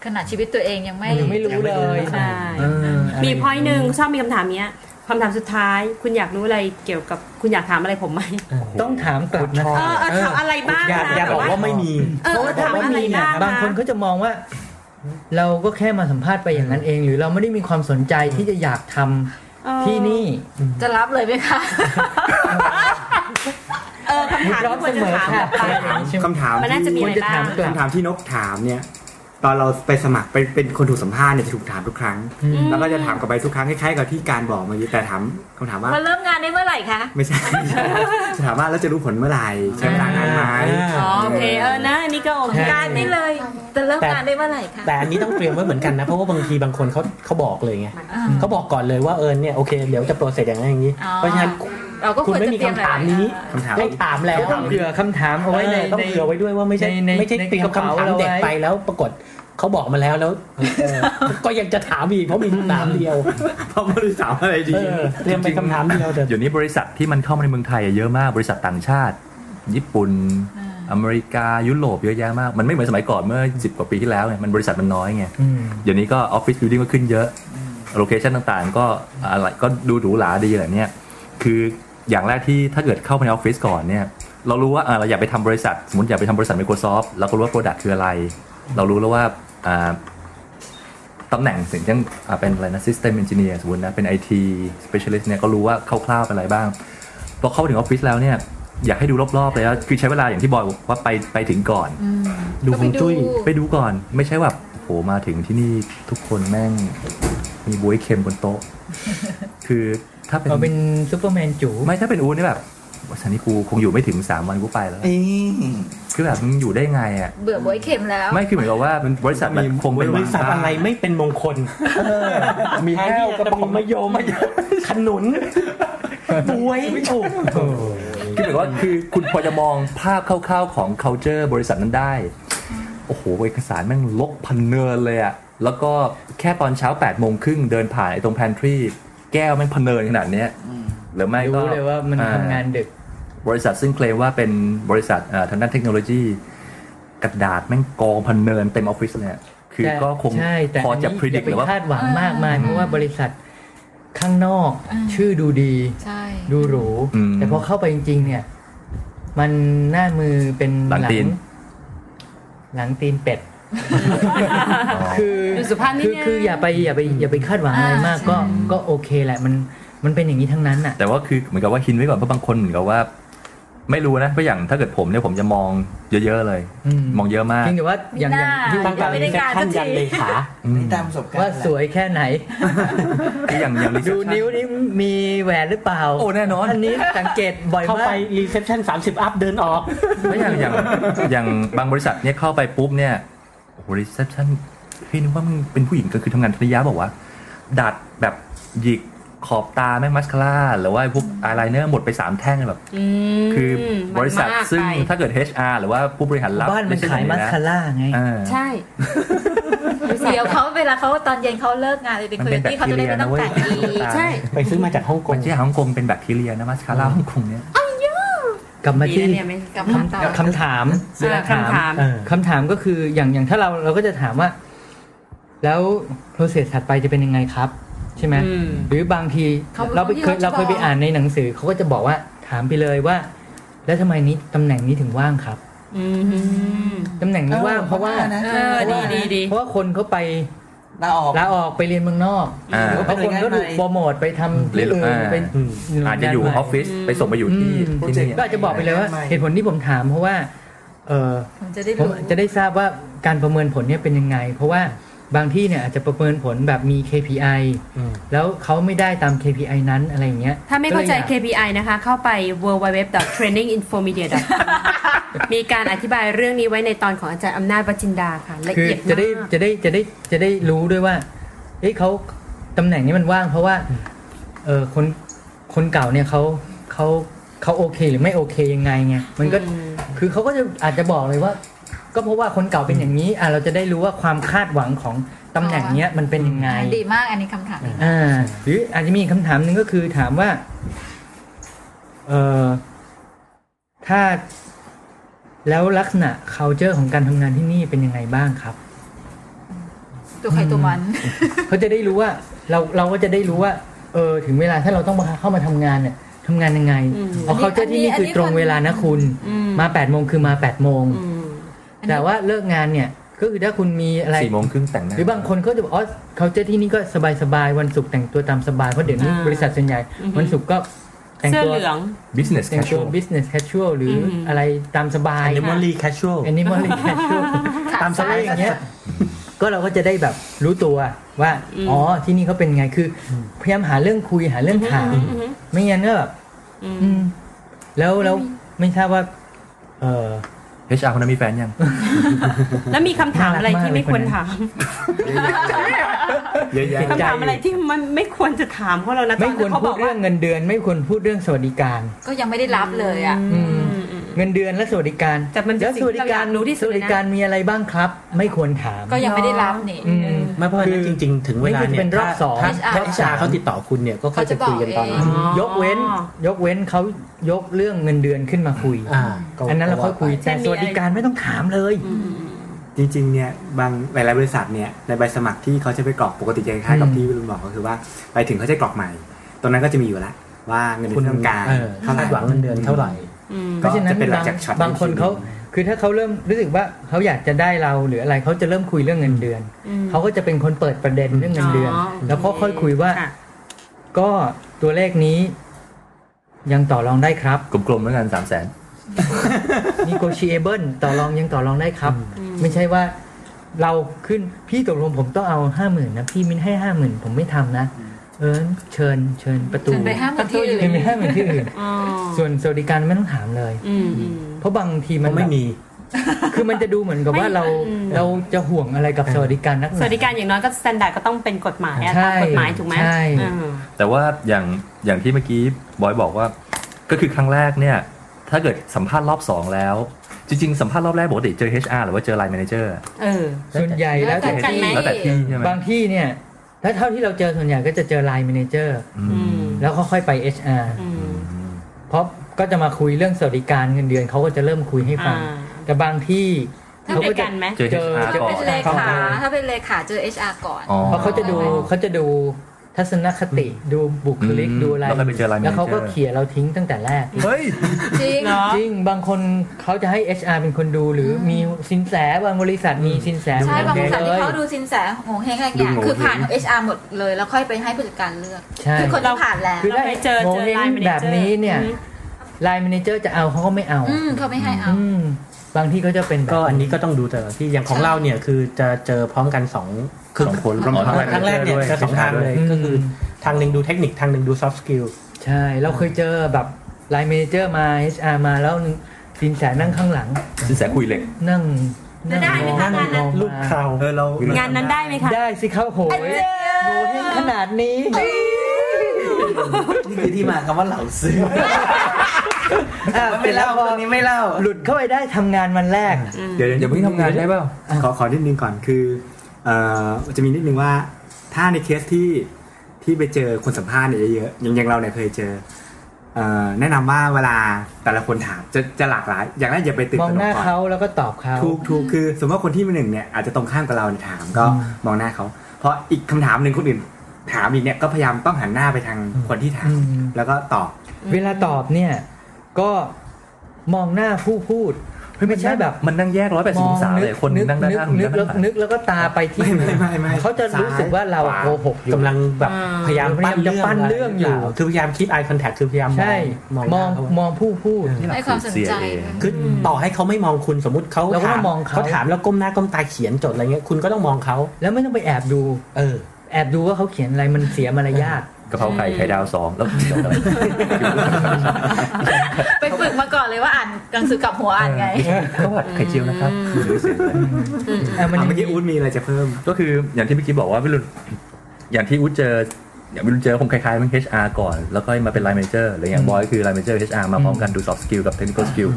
Speaker 5: ขนาดชีวิตตัวเองยังไม่
Speaker 8: มันยังไม่รู้เลย
Speaker 4: ใช่
Speaker 8: เอออะไร
Speaker 4: มีพอยหนึ่งชอบมีคำถามเนี้ยคำถามสุดท้าย คุณอยากรู้อะไรเกี่ยวกับคุณอยากถามอะไรผมไหม
Speaker 8: ต้องถามกลับนะ
Speaker 4: เออเออถามอะไรบ้าง
Speaker 7: อย่า
Speaker 4: นะ
Speaker 7: อย่า
Speaker 4: แต่
Speaker 7: บอก
Speaker 4: ว่า
Speaker 7: ว่าไม่มี
Speaker 4: เออเออถามอะไรบ้างะ
Speaker 8: บางคนเขาจะมองว่า เราก็แค่มาสัมภาษณ์ไปอย่างนั้นเอง หรือเราไม่ได้มีความสนใจที่จะอยากทำ
Speaker 4: เออ
Speaker 8: ที่นี่
Speaker 5: จะรับเลยไหมคะ
Speaker 4: เออคำถามที่ควรจะถามแบบไป
Speaker 6: คำถาม
Speaker 4: มันน่าจะมี
Speaker 6: ที่
Speaker 4: อะไรบ้าง
Speaker 8: กลับ
Speaker 6: คำถามที่นกถามเนี่ย ตอนเราไปสมัครเป็นเป็นคนถูกสัมภาษณ์เนี่ยจะถูกถามทุกครั้ง แล้วก็จะถามกลับไปทุกครั้งคล้ายๆกับที่การบอกเมื่อกี้แต่ถามคำถามว่า
Speaker 5: มาเริ่มงานได้เมื่อไหร่คะ
Speaker 6: ไม่ ใช่ จะถามว่าแล้วจะรู้ผลเมื่อไหร่ใช้เวลานานไหม
Speaker 4: อ๋อโอเคเออนะอันนี่ก็โอเค
Speaker 5: การนี้เลยจะเริ่มงานได้เมื่อไหร่คะ
Speaker 7: แต่อันนี้ต้องเตรียมไว้เหมือนกันนะ เพราะว่าบางทีบางคนเขาเขาบอกเลยไง
Speaker 5: อ่า
Speaker 7: เขาบอกก่อนเลยว่าเออเนี่ยโอเคเดี๋ยวจะโปรเซสอย่างนั้นอย่างนี้
Speaker 5: อ๋อ
Speaker 7: เพราะฉะนั้น
Speaker 5: เราก็
Speaker 7: คุ
Speaker 5: ค
Speaker 7: ณ
Speaker 5: วร
Speaker 7: ไม่
Speaker 5: จะ
Speaker 7: มี
Speaker 5: เตรียม
Speaker 7: คำ
Speaker 5: หลย
Speaker 7: ถาม
Speaker 5: ๆ
Speaker 7: นี้
Speaker 6: คำถาม
Speaker 7: ต้องถามแล้ว
Speaker 8: ก็ต้องเผื่อคำถามเอาไว้ใน
Speaker 7: ต้อง
Speaker 8: ใน
Speaker 7: เผื่อไว้ด้วยว่าไม่ใช่
Speaker 8: ใน
Speaker 7: ไม่ใช่
Speaker 8: ใน
Speaker 7: เตรียมคำถาม
Speaker 8: ในกระเป๋าเราไว้
Speaker 7: เด็กไปแล้วปรากฏเขาบอกมาแล้วแล้วเออก็ยังจะถามอีกเพราะมีคำถามเดียว
Speaker 6: เพราะไม่รู้ถามอะไรดี
Speaker 7: เออเตรียมไปคำถามเดียวแต่
Speaker 3: เดี๋ยวนี้บริษัทที่มันเข้ามาในเมืองไทยอะเยอะมากบริษัทต่างชาติ ญี่ปุ่น อเมริกายุโรปเยอะแยะมาก มันไม่เหมือนสมัยก่อนเมื่อ 10 กว่าปีที่แล้วไงมันบริษัทมันน้อยไง
Speaker 8: อืม
Speaker 3: เดี๋ยวนี้ก็ออฟฟิศบิ l ดิ้งก็ขึ้นเยอะโลเคชันต่างๆ ก็อะไรก็ดูหรูหราดีอย่างเนี้ยคืออย่างแรกที่ถ้าเกิดเข้าไปในออฟฟิศก่อนเนี่ยเรารู้ว่าอ่ะเราอยากไปทำบริษัท สมมติอยากไปทำบริษัท Microsoft เราก็รู้ว่าโปรดักต์คืออะไร เรารู้แล้วว่าอ่า ตำแหน่งสิ่งที่อ่าเป็นอะไรนะ system engineer สมมตินะ เป็น IT specialist เนี่ยก็รู้ว่าคร่าวๆเป็นอะไรบ้าง พอเข้าถึงออฟฟิศแล้วเนี่ย อยากให้ดูรอบๆเลยว่าคือใช้เวลาอย่างที่บอยบอกว่าไปไปถึงก่อน
Speaker 7: ดูฮวงจุ้ย
Speaker 3: ไปดูก่อนไม่ใช่แบบโหมาถึงที่นี่ทุกคนแม่ง มีบวยเค็มบนโต๊ะ คือถ้าเป็น
Speaker 8: เราเป็นซูเปอร์แมนจู๋
Speaker 3: ไม่ถ้าเป็นอูนี่แบบสันนี่กูคงอยู่ไม่ถึง 3 วันกูไปแล้ว
Speaker 2: เอ้ย
Speaker 3: คือแบบมึงอยู่ได้ไงอ่ะ
Speaker 5: เบื่อบวยเข็มแล้ว
Speaker 3: ไม่คือเหมือนกับว่าบริษัทมันคงเป็น
Speaker 7: บริษัทอะไรไม่เป็นมงคล
Speaker 3: มี
Speaker 7: แทน
Speaker 3: แห้ว
Speaker 7: ที่
Speaker 3: กระ
Speaker 7: จะ
Speaker 3: ป๋
Speaker 7: มี
Speaker 3: อง
Speaker 7: มะยมขนุนบวยโอ้โห
Speaker 3: คือหมายความว่าคือคุณพอจะมองภาพคร่าวๆของ culture บริษัทนั้นได้ โอ้โห เอกสารแม่งลกพันเนินเลยอะแล้วก็แค่ตอนเช้า8ปดโมงครึ่งเดินผ่านไอ้ตรง pantry แก้วแม่งพันเนินขนาดเนี้ยหรือไม่ก็
Speaker 8: รู้เลยว่ามัน
Speaker 3: อ่
Speaker 8: ทำงานดึก
Speaker 3: บริษัทซึ่งเคลมว่าเป็นบริษัทเอ่อทางด้านเทคโนโลยี กระดาษแม่งกองพันเนินเต็มออฟฟิศเนี่ยคือ
Speaker 8: แต่
Speaker 3: ก็คง
Speaker 8: ใช่แต่
Speaker 3: พอจะ
Speaker 8: นนี้
Speaker 3: พิจิต
Speaker 8: ย่
Speaker 3: รหรือว่า
Speaker 8: ไปคาดหวังมากมายเพราะว่าบริษัทข้างนอก
Speaker 5: อืม
Speaker 8: ชื่อดูดี
Speaker 5: ใช่
Speaker 8: ดูหรู
Speaker 3: อืม
Speaker 8: แต่พอเข้าไปจริง ๆ เนี่ย มันหน้ามือเป็น
Speaker 3: หลังตีน
Speaker 8: หลังตีนเป็ด คือ
Speaker 4: ดูสุภาพนิด
Speaker 8: คือ
Speaker 4: นึง
Speaker 8: คืออย่าไปอย่าไปอย่าไปคาดหวังอะไรมากก็ก็โอเคแหละมันมันเป็นอย่างนี้ทั้งนั้นอ่ะ
Speaker 3: แต่ว่าคือเหมือนกับว่าหินไว้ก่อนเพราะบางคนเหมือนกับว่า ไม่รู้นะเพราะอย่างถ้าเกิดผมเนี่ยผมจะมองเยอะๆเลย
Speaker 8: อืม
Speaker 3: มองเยอะมาก
Speaker 8: เพียงแต่ว่าอย่างอย่างที่
Speaker 7: ตั้งแต่
Speaker 5: ไม่ได้การ
Speaker 7: ขั้
Speaker 5: สั
Speaker 7: น
Speaker 5: ก
Speaker 7: ยันเล
Speaker 5: ที
Speaker 7: ขา
Speaker 3: อืม
Speaker 2: นี่ตามประสบการณ์
Speaker 8: ว่าสวยแค่ไหน
Speaker 3: คืออย่างอย่าง reception
Speaker 8: ดูนิ้วนี่มีแหวนหรือเปล่า
Speaker 3: โอ้แน่นอน
Speaker 8: อันนี้สังเกตบ่อย
Speaker 7: เข้า
Speaker 8: มา
Speaker 7: ไป
Speaker 8: ก
Speaker 7: รีเซพชัน30 อัพเดินออก
Speaker 3: เพราะอย่างอย่างอย่างบางบริษัทเนี่ยเข้าไปปุ๊บเนี่ยโอ้โหรีเซพชันพี่นึกว่ามึงเป็นผู้หญิงก็คือทำงานทัยะบอกว่าวะดัดแบบหยิกขอบตาแม่งมัสคาร่าหรือว่าพวกอายไลเนอร์หมดไปสามแท่งเลยแบบ
Speaker 4: ม
Speaker 3: คือบริษัท
Speaker 4: มันมาก
Speaker 3: ซึ่ง
Speaker 4: ไป
Speaker 3: ถ้าเกิด HR หรือว่าผู้บริหารรับ
Speaker 8: บ้านมันขายมัสคาร่าไง
Speaker 3: เออ
Speaker 4: ใช่
Speaker 5: เดี๋ยวเขาเวลาเขาตอนเย็นเขาเลิกงานเลยไปคุยกับที่เขาจะได้ไม่ต้องแต่งอีก
Speaker 3: มันเป็นแบคทีเรียนะเว้ย
Speaker 4: ใช่
Speaker 7: ไปซื้อมาจากฮ่องก
Speaker 3: มั
Speaker 7: ง
Speaker 3: นที่ฮ่องกงเป็นแบคทีเรียนะมัสคาร่าฮ่องกงเนี่ย
Speaker 8: กลับมา
Speaker 4: ดี
Speaker 8: ที่
Speaker 4: นะเนี่ยไม่กลับมาต่อ
Speaker 8: คำถาม
Speaker 4: เออคำถาม
Speaker 7: เออ
Speaker 8: คำถามก็คืออย่างอย่างถ้าเราเราก็จะถามว่า แล้วโปรเซสถัดไปจะเป็นยังไงครับ ใช่ไหม
Speaker 4: อืม
Speaker 8: หรือบางที
Speaker 5: เขา
Speaker 8: เราไปเคย
Speaker 5: เขาจะบอก
Speaker 8: เราเคยไปอ่านในหนังสือเขาก็จะบอกว่าถามไปเลยว่า แล้วทำไมนี้ตำแหน่งนี้ถึงว่างครับ
Speaker 4: อืม
Speaker 8: ตำแหน่งนี้ว่างเพราะว่า
Speaker 2: นะ
Speaker 4: เออดีดีดี
Speaker 8: เพราะว่าคนเขาไป
Speaker 2: ลาออก
Speaker 8: ลาออกไปเรียนเมืองนอก
Speaker 3: อ่า
Speaker 8: หรือว่าคนก็ถูกโปรโมทไปทำที่อื่น
Speaker 3: อ่า
Speaker 8: ไป
Speaker 7: อืม
Speaker 3: อาจจะอยู่ออฟฟิศ
Speaker 4: อืม
Speaker 3: ไปส่งไปอยู่ที่
Speaker 8: อืม
Speaker 3: ที่นี่
Speaker 8: ก็อาจจะบอกไปเลยว่า
Speaker 2: ใหม่
Speaker 8: เหตุผลที่ผมถามเพราะว่า เออ
Speaker 5: มันจะได้
Speaker 8: ผม
Speaker 5: รู้
Speaker 8: จะได้ทราบว่าการประเมินผลเนี่ยเป็นยังไง เพราะว่าบางที่เนี่ยอาจจะประเมินผลแบบมี KPI
Speaker 7: อืม
Speaker 8: แล้วเขาไม่ได้ตาม KPI นั้นอะไรอย่างเงี้ย
Speaker 4: ถ้าไม่เข้าใจ
Speaker 8: ก็ลยอยก
Speaker 4: KPI นะคะ เข้าไป www.traininginfomedia. มีการอธิบายเรื่องนี้ไว้ในตอนของอาจารย์อำนาจวจินดาค่ะ ละ
Speaker 8: คือ
Speaker 4: เอียด
Speaker 8: จะได้
Speaker 4: มาก
Speaker 8: จะได้จะได้จะได้รู้ด้วยว่าเอ้ยเขาตำแหน่งนี้มันว่าง เพราะว่าเออคนคนเก่าเนี่ยเขาเขาเขาโอเคหรือไม่โอเคยังไงไงมันก็
Speaker 4: อืม
Speaker 8: คือเขาก็จะอาจจะบอกเลยว่า ก็เพราะว่าคนเก่าเป็นอย่างนี้อ่ะเราจะได้รู้ว่าความคาดหวังของตำแหน่งเนี้ยมันเป็นยังไง
Speaker 5: ดีมากอันนี้คำถามนี้
Speaker 8: อ่าหรืออาจจะมีคำถามหนึ่งก็คือถามว่า เออถ้าแล้วลักษณะ culture ของการทำงานที่นี่เป็นยังไงบ้างครับ
Speaker 5: ตัวใครตัวมัน
Speaker 8: เขาจะได้รู้ว่าเราเราก็จะได้รู้ว่า เออ ถึงเวลาถ้าเราต้องมาเข้ามาทำงานเนี่ยทำงานยังไง
Speaker 4: อืม
Speaker 8: เอา culture ที่นี่
Speaker 5: อันนี้
Speaker 8: คือตรงเวลานะคุณ
Speaker 4: อืม
Speaker 8: มาแปดโมงคือมาแปดโมง
Speaker 4: อืม
Speaker 5: อันนี้
Speaker 8: แต่ว่าเลิกงานเนี่ย ก็คือถ้าคุณมีอะไร
Speaker 3: สี่โมงครึ่งแต่งหน้า
Speaker 8: หรือบางคนเขาจะบอกอ๋อเขาเจอที่นี่ก็สบายสบายๆวันศุกร์แต่งตัวตามสบายเพราะเดี๋ยวนี้
Speaker 4: อ่า
Speaker 8: บริษัทส่วนใหญ่
Speaker 4: อือฮึ
Speaker 8: วันศุกร์ก็แต่ง
Speaker 4: เสื้อ
Speaker 8: ตัว
Speaker 4: เหลือง
Speaker 3: บิสเนสแค
Speaker 8: แต่ง
Speaker 3: ชช
Speaker 8: ตัว
Speaker 3: วล
Speaker 8: business casual หรืออ
Speaker 4: ม
Speaker 8: อะไรตามสบาย
Speaker 7: Animally casual
Speaker 8: animal casual ตามสบายอย่างเงี้ยก็เราก็จะได้แบบรู้ตัวว่า
Speaker 4: อืม
Speaker 8: อ๋อที่นี่เขาเป็นไงคืออพยายามหาเรื่องคุยหาเรื่องถาม
Speaker 4: อืม
Speaker 8: ไม่งั้นก็แบบ
Speaker 4: อืม
Speaker 8: อืม แล้วแล้วไม่ทราบว่า เออ
Speaker 3: HR คนนั้นมีแฟนยัง
Speaker 4: แล้วมีคำถามอะไรที่ไม่ควรถาม
Speaker 3: เยอะแยะ
Speaker 4: คำถามอะไรที่มันไม่ควรจะถามเพราะเรานะตอน
Speaker 8: ไม่ควร
Speaker 4: เขา
Speaker 8: พู
Speaker 4: บ
Speaker 8: ด
Speaker 4: อก
Speaker 8: เรื่องเงินเดือน ไม่ควรพูดเรื่องสวัสดิการ
Speaker 5: ก็ยังไม่ได้รับเลยอ่ะ
Speaker 4: อืมอืม
Speaker 8: เงินเดือนและสวัสดิการ
Speaker 4: แต่มันเป็น
Speaker 8: แล้ว
Speaker 4: สิ่
Speaker 8: ส
Speaker 4: ง
Speaker 8: วัส
Speaker 4: ที่
Speaker 8: ดิ
Speaker 4: เราอ
Speaker 8: กา
Speaker 4: ยารกรู้ที่สุด
Speaker 8: ส
Speaker 4: เลยนะ
Speaker 8: วัสดิการมีอะไรบ้างครับ ไม่ควรถาม
Speaker 5: ก็ยังไม่ได้รับนี่
Speaker 8: อืม
Speaker 7: ไม่เพราะฉะนั้นจริง ๆ ถึงเวลา
Speaker 8: นี่คือ
Speaker 7: เนี่ย
Speaker 8: เป็นรอบสอง
Speaker 7: ถ้าถ้า
Speaker 5: HR
Speaker 7: HR เขาติดต่อคุณเนี่ยก็ค่อยจะคุยกันตอนนั้น
Speaker 5: เขาจะบอกเอง
Speaker 8: ยกเว้น ยกเว้นเขายกเรื่องเงินเดือนขึ้นมาคุย
Speaker 7: อ่า
Speaker 8: อันนั้นเราค่อยคุย
Speaker 4: ใช่
Speaker 8: แต่
Speaker 4: มีอะไร
Speaker 8: สวัสดิการไม่ต้องถามเลย
Speaker 4: อืม
Speaker 6: จริงๆ เนี่ยบางหลายๆบริษัทเนี่ยในใบสมัครที่เขาจะไปกรอกปกติจะคล้ายๆกับ
Speaker 8: อืม
Speaker 6: ที่วิรุณบอกก็คือว่าไปถึงเขาจะกรอกใหม่ ตรงนั้นก็จะมีอยู่แล้วว่าเงินเดื
Speaker 7: คุ
Speaker 6: อ
Speaker 7: ณ
Speaker 6: นต้องการ
Speaker 7: เออ
Speaker 6: เท่าไห
Speaker 7: คา
Speaker 6: ร่
Speaker 7: ดหวังเงินเดือนเท่าไหร่
Speaker 4: อืม
Speaker 8: เพราะฉะนั้น
Speaker 6: จะเป็นหลั
Speaker 8: บาง ง
Speaker 6: จากช็อต
Speaker 8: บางคน
Speaker 6: นี้
Speaker 8: เขาคือถ้าเขาเริ่มรู้สึกว่าเขาอยากจะได้เราหรืออะไรเขาจะเริ่มคุยเรื่องเงินเดือน
Speaker 4: อืม
Speaker 8: เขาก็จะเป็นคนเปิดประเด็นเรื่องเงินเดือน แล้วก็ค่อยคุยว่า
Speaker 4: ค่ะ
Speaker 8: ก็ตัวเลขนี้ ยังต่อรองได้ ครับ
Speaker 3: กลมๆแล้วกันสามแสน
Speaker 8: negotiable ต่อรองยังต่อรองได้ครับ ไม่ใช่ว่าเราขึ้นพี่ตกลงผมต้องเอาห้าหมื่นนะพี่มิ้นให้ห้าหมื่นผมไม่ทำนะ เออเชิญเชิญประตู
Speaker 5: เชิญไปห้าหมื่นที่อื่น
Speaker 8: เชิญไปห้าหมื่นที่อื่น
Speaker 4: อ๋อ
Speaker 8: ส่วนสวัสดิการไม่ต้องถามเลย
Speaker 4: อืมอืม
Speaker 8: เพราะบางทีมัน
Speaker 7: ก็ไม่มี
Speaker 8: แบบ คือมันจะดูเหมือนกับว่าเรา
Speaker 4: อืม
Speaker 8: เราจะห่วงอะไรกับสวัสดิการนักหน
Speaker 4: สวัสดิการอย่างน้อยก็สแตนดาร์ดก็ต้องเป็นกฎหมายอะตา
Speaker 8: ใช่
Speaker 4: มกฎหมายถูกไหม
Speaker 8: ใช่
Speaker 4: อืม
Speaker 3: แต่ว่าอย่างอย่างที่เมื่อกี้บอยบอกว่า ก็คือครั้งแรกเนี่ย ถ้าเกิดสัมภาษณ์รอบสองแล้ว จริงๆ สัมภาษณ์รอบแรกปกติเจอ HR หรือว่าเจอ Line Manager
Speaker 4: เออ
Speaker 8: ส่วนใหญ่แล้วแต่
Speaker 4: แล้วแต่
Speaker 8: ที่
Speaker 4: ไหม
Speaker 3: แล้วแต่ที่ใช่ไหม
Speaker 8: บางที่เนี่ย ถ้าเท่าที่เราเจอส่วนใหญ่ก็จะเจอไลน์แมเนเจอร์
Speaker 3: อื
Speaker 4: อื
Speaker 3: ม
Speaker 4: ม
Speaker 8: แล้วก็ค่อยไป HR
Speaker 4: อืม
Speaker 8: เพราะก็จะมาคุยเรื่องสวัสดิการเงินเดือนเขาก็จะเริ่มคุยให้ฟัง
Speaker 4: อ่า
Speaker 8: แต่บางที่
Speaker 4: ถ้า
Speaker 8: เขา
Speaker 4: เป็น
Speaker 8: ก็จะ
Speaker 4: กันไหม
Speaker 3: เจอ
Speaker 8: เจอ
Speaker 3: HR ก่อ
Speaker 5: เป็น นเล
Speaker 8: เข้า
Speaker 5: ขา
Speaker 8: มา
Speaker 5: ถ้าเป็นเลขาเจอ HR ก่อน
Speaker 3: อ๋อ
Speaker 8: เพราะเขาจะดู
Speaker 5: อ๋อ
Speaker 8: เขาจะดูทัศนคติดูบุคลิก
Speaker 3: อืม
Speaker 8: ดูอะไร
Speaker 3: แล้วก็ไปเจอ line
Speaker 8: แล้วเขาก็
Speaker 3: manager
Speaker 8: เขี่ยเราทิ้งตั้งแต่แรก
Speaker 3: เฮ้ย
Speaker 5: จริง
Speaker 4: เนาะ
Speaker 8: จริง บางคนเขาจะให้ HR เป็นคนดูหรืออมีสินแสบางบริษัทมีสินแส
Speaker 5: ใช่ บางบริษัท
Speaker 8: เล
Speaker 5: ที่
Speaker 8: ย
Speaker 5: เขาดูสินแสโงเฮงอะไรอย่างเงี้ยคือผ่าน HR หมดเลย แล้วค่อยไปให้ผู้จัดการเลือก
Speaker 8: ใช่
Speaker 5: คือคนที่ผ่านแล้ว
Speaker 8: คือ
Speaker 4: เรา
Speaker 8: ถ้า
Speaker 4: ไปเจอ
Speaker 8: โม
Speaker 4: เจอ
Speaker 8: เฮง
Speaker 4: ไลน์ manager
Speaker 8: แบบนี้เนี่ย
Speaker 4: อืม
Speaker 8: ไลน์แมเนเจอร์จะเอาเขาก็ไม่เอา
Speaker 5: อืมเขาไม่ให้เอา
Speaker 8: อืมบางที่เขาจะเป็นแบบ
Speaker 7: ก็อันนี้ก็ต้องดูแต่ละที่อย่างของเราเนี่ยคือจะเจอพร้อมกันสองคือ
Speaker 3: สองคน
Speaker 7: พร้อม
Speaker 3: อ๋อ
Speaker 7: ครั้งแรกเนี่ย
Speaker 3: ด้วย
Speaker 7: จะสองทางเลย
Speaker 8: อืม
Speaker 7: ก็คือทางหนึ่งดูเทคนิคทางหนึ่งดู soft skill
Speaker 8: ใช่ เราเคยเจอแบบไลน์แมเนเจอร์มา HR มาแล้วสินแสนั่งข้างหลัง
Speaker 3: สินแสคุยเหล็ก
Speaker 8: นั่ง
Speaker 4: จะได้ไหมคะงานนั้น
Speaker 7: ลูกคราว
Speaker 6: เออเรา
Speaker 4: งานนั้นได้ไหมคะ
Speaker 8: ได้สิครับโหยโมเฮงขนาดนี้
Speaker 2: นี่คือที่มาคำว่าเหล่าซื้อ
Speaker 8: อ่ะ
Speaker 2: มันไม่เล่า
Speaker 8: สร็จ
Speaker 2: ต
Speaker 8: แว
Speaker 2: อนนี้ไม่เล่า
Speaker 8: พอหลุดเข้าไปได้ทำงานวันแรก
Speaker 6: เดี๋ยว
Speaker 3: อย่าเพิ่งทำงานได้เปล่า
Speaker 6: ขอขอนิดนึงก่อนคือเอ่อจะมีนิดนึงว่าถ้าในเคสที่ที่ไปเจอคนสัมภาษณ์เนี่ยเยอะๆอย่างอย่างเราเนี่ยเคยเจอเอ่อแนะนำว่าเวลาแต่ละคนถามจะจะหลากหลาย อย่างแรกอย่าไปตื่น
Speaker 8: มอง
Speaker 6: ต
Speaker 8: ห
Speaker 6: ระหน
Speaker 8: น้าก
Speaker 6: ก่อน
Speaker 8: เขาแล้วก็ตอบเขา
Speaker 6: ถูกถูกคือสมมติว่าคนที่มาหนึ่งเนี่ยอาจจะตรงข้ามกับเราเนี่ยถามก็
Speaker 8: อืม
Speaker 6: มองหน้าเขา เพราะอีกคำถามหนึ่งคนอื่น ถามอีกเนี่ยก็พยายามต้องหันหน้าไปทางคนที่ถาม
Speaker 8: อืม
Speaker 6: แล้วก็ตอบ
Speaker 8: เวลาตอบเนี่ย ก็มองหน้าผู้พูด
Speaker 3: เฮ้ยไม่ใช่
Speaker 8: มันนั่ง
Speaker 3: แบบมันนั่งแยกร้อยแปดสิบองศาเลยคนนั่งด้านหน้าคน
Speaker 8: นึ
Speaker 3: นั่
Speaker 8: ก
Speaker 3: ง
Speaker 8: แล้
Speaker 3: ด้าห
Speaker 8: วน
Speaker 3: ลัง
Speaker 8: นึกแล้วก็ตาไปที่
Speaker 6: ไม่ไม่ไม่ไม่
Speaker 8: เขาจะรู้สึกว่าเรา
Speaker 6: ซ้ย
Speaker 8: โกหกอยู่
Speaker 7: กำลังแบบ
Speaker 4: อ่า
Speaker 7: พยายาม
Speaker 8: พยายามจะปั้นเรื่องอยู่
Speaker 7: ะไรหรืเปล่าคือพยายามคีบ eye contact คือพยายาม
Speaker 8: ใช่
Speaker 7: มอง
Speaker 8: มอ
Speaker 7: หน้า
Speaker 8: ง
Speaker 7: เขา
Speaker 8: มองผู้พูด
Speaker 5: ให้ความสนใจ
Speaker 3: CIA
Speaker 7: คือต่อให้เขาไม่มองคุณสมมติเขา
Speaker 8: เราก็ต้
Speaker 7: ถา
Speaker 8: อ
Speaker 7: ม
Speaker 8: งมองเขา
Speaker 7: เขาถามแล้วก้มหน้าก้มตาเขียนจดอะไรเงี้ยคุณก็ต้องมองเขา
Speaker 8: แล้วไม่ต้องไปแอบดู
Speaker 7: เออ
Speaker 8: แอบดูว่าเขาเขียนอะไรมันเสียมารยาท
Speaker 3: กะเพราไข่ไข่ดาวสองแล้วเดี๋ยวอะไร
Speaker 5: ไปฝึกมาก่อนเลยว่าอ่านหนังสือกลับหัวอ่านไง
Speaker 3: ข้าวผัดไข่เจียวนะครับ
Speaker 8: อ่ะมันยั
Speaker 6: อ่ะ
Speaker 8: ง
Speaker 6: เมื่อกี้อู๊ดมีอะไรจะเพิ่ม
Speaker 3: ก็คืออย่างที่เมื่อกี้บอกว่าพี่รุนอย่างที่อุ้เจออย่างพี่รุนเจอคงคล้ายๆมัน HR ก่อน แล้วก็มาเป็นไลน์แมเนเจอร์อะไรอย่างบอยคือไลน์แมเนเจอร์ HR มาพร้อมกันดู soft skill กับ technical skill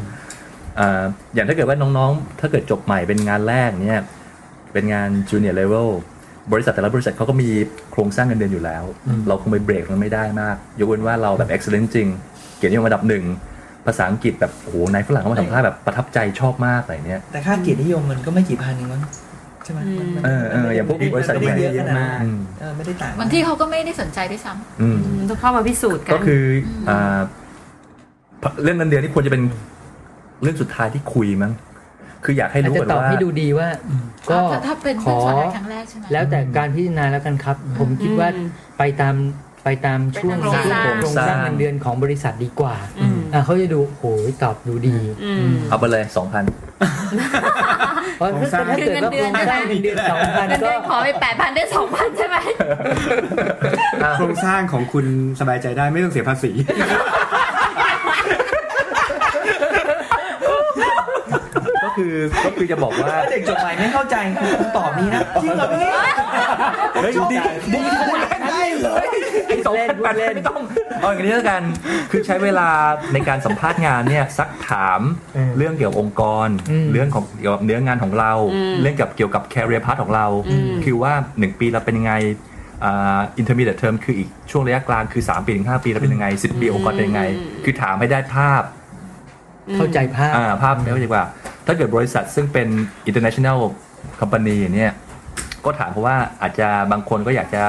Speaker 3: อ่าอย่างถ้าเกิดว่าน้องๆ ถ้าเกิดจบใหม่เป็นงานแรกเนี่ย เป็นงาน junior level บริษัทแต่ละบริษัทเขาก็มีโครงสร้างเงินเดือนอยู่แล้ว เราคงไปเบรกมันไม่ได้มาก ยกเว้นว่าเราแบบ excellent จริง เกียรตินิยมระดับหนึ่งภาษาอังกฤษแบบโอ้โหนายฝรั่งเขามาสัมภาษณ์แบบประทับใจชอบมากอะไรเนี่ย
Speaker 9: แต่ค่าเกียรตินิยมมันก็ไม่กี่พันเองมั้งใช่ไหมมันมัน
Speaker 3: เออเอออย่างพวกบริษัท
Speaker 9: ไม่ได้เยอะขนาด
Speaker 6: ใหญ่
Speaker 9: นั้น
Speaker 3: อืม
Speaker 9: เออไม่ได้ต่าง
Speaker 5: บางที่เขาก็ไม่ได้สนใจด้วยซ้
Speaker 3: อืม
Speaker 4: ต้องเข้ามาพิสูจน์กัน
Speaker 3: ก็คืออ่าเรื่องเงินเดือนนี่ควรจะเป็นเรื่องสุดท้ายที่คุยมั้ง คืออยากให้
Speaker 8: อาจ
Speaker 3: รู้
Speaker 8: จะ
Speaker 3: ก่อน
Speaker 8: ตอบ
Speaker 3: ว่า
Speaker 8: ให้ดูดีว่า
Speaker 5: ำ
Speaker 8: ก็
Speaker 5: ถ้าถ้าเป็น
Speaker 8: ข
Speaker 5: เพื่อน
Speaker 8: อ
Speaker 5: สอนครั้งแรกใช่ไหม
Speaker 8: แล้วแต่การพิจารณาแล้วกันครับ ผมคิดว่า
Speaker 4: อืม
Speaker 8: ไปตามไปตามช่วง
Speaker 5: ไปตามโครงส
Speaker 8: โคร
Speaker 5: ร้าง
Speaker 8: งสร้างเงินเดือนของบริษัทดีกว่า
Speaker 4: อืม
Speaker 8: อ่ะเขาจะดูโหยตอบดูดี
Speaker 4: อืม
Speaker 3: เอาไปเลยสองพัน
Speaker 8: เพราะถ้าถ้าเกิดว่าโครงสร้างเงินเดือนสองพัน
Speaker 5: เงิน
Speaker 8: ก็
Speaker 5: เดือนขอไปแปดพันได้สองพันใช่ไหม
Speaker 6: โครงสร้างของคุณสบายใจได้ไม่ต้องเสียภาษี
Speaker 3: ก็คือก็คือจะบอกว่า
Speaker 9: ถ้าเด็กจบใหม่ไม่เข้าใจคุณตอบนี้นะจริงเหรอพี่
Speaker 3: เฮ้ยดีดี
Speaker 9: ได้เหรอ
Speaker 3: ไอ้สองพัน
Speaker 8: เล่น
Speaker 3: ไม่ต้องเอาอย่างนี้แล้วกัน คือใช้เวลาในการสัมภาษณ์งานเนี่ยซักถาม
Speaker 7: เออ
Speaker 3: เรื่องเกี่ยวกับองค์กร
Speaker 8: อืม
Speaker 3: เรื่องของเกี่ยวกับเนื้องานของเรา
Speaker 4: อืม
Speaker 3: เรื่องกับเกี่ยวกับ career path ของเรา
Speaker 4: อืม
Speaker 3: คือว่า 1 ปีเราเป็นยังไงอ่า intermediate term คืออีกช่วงระยะกลางคือ 3 ปีถึง 5 ปีเราเป็นยังไง 10 ปีองค์กรเป็นยังไง คือถามให้ได้ภาพ
Speaker 8: เข้าใจภาพ
Speaker 3: อ่าภาพไม่ว่าจะว่า ถ้าเกิดบริษัทซึ่งเป็น international company เนี่ย ก็ถามเขาว่าอาจจะบางคนก็อยากจะ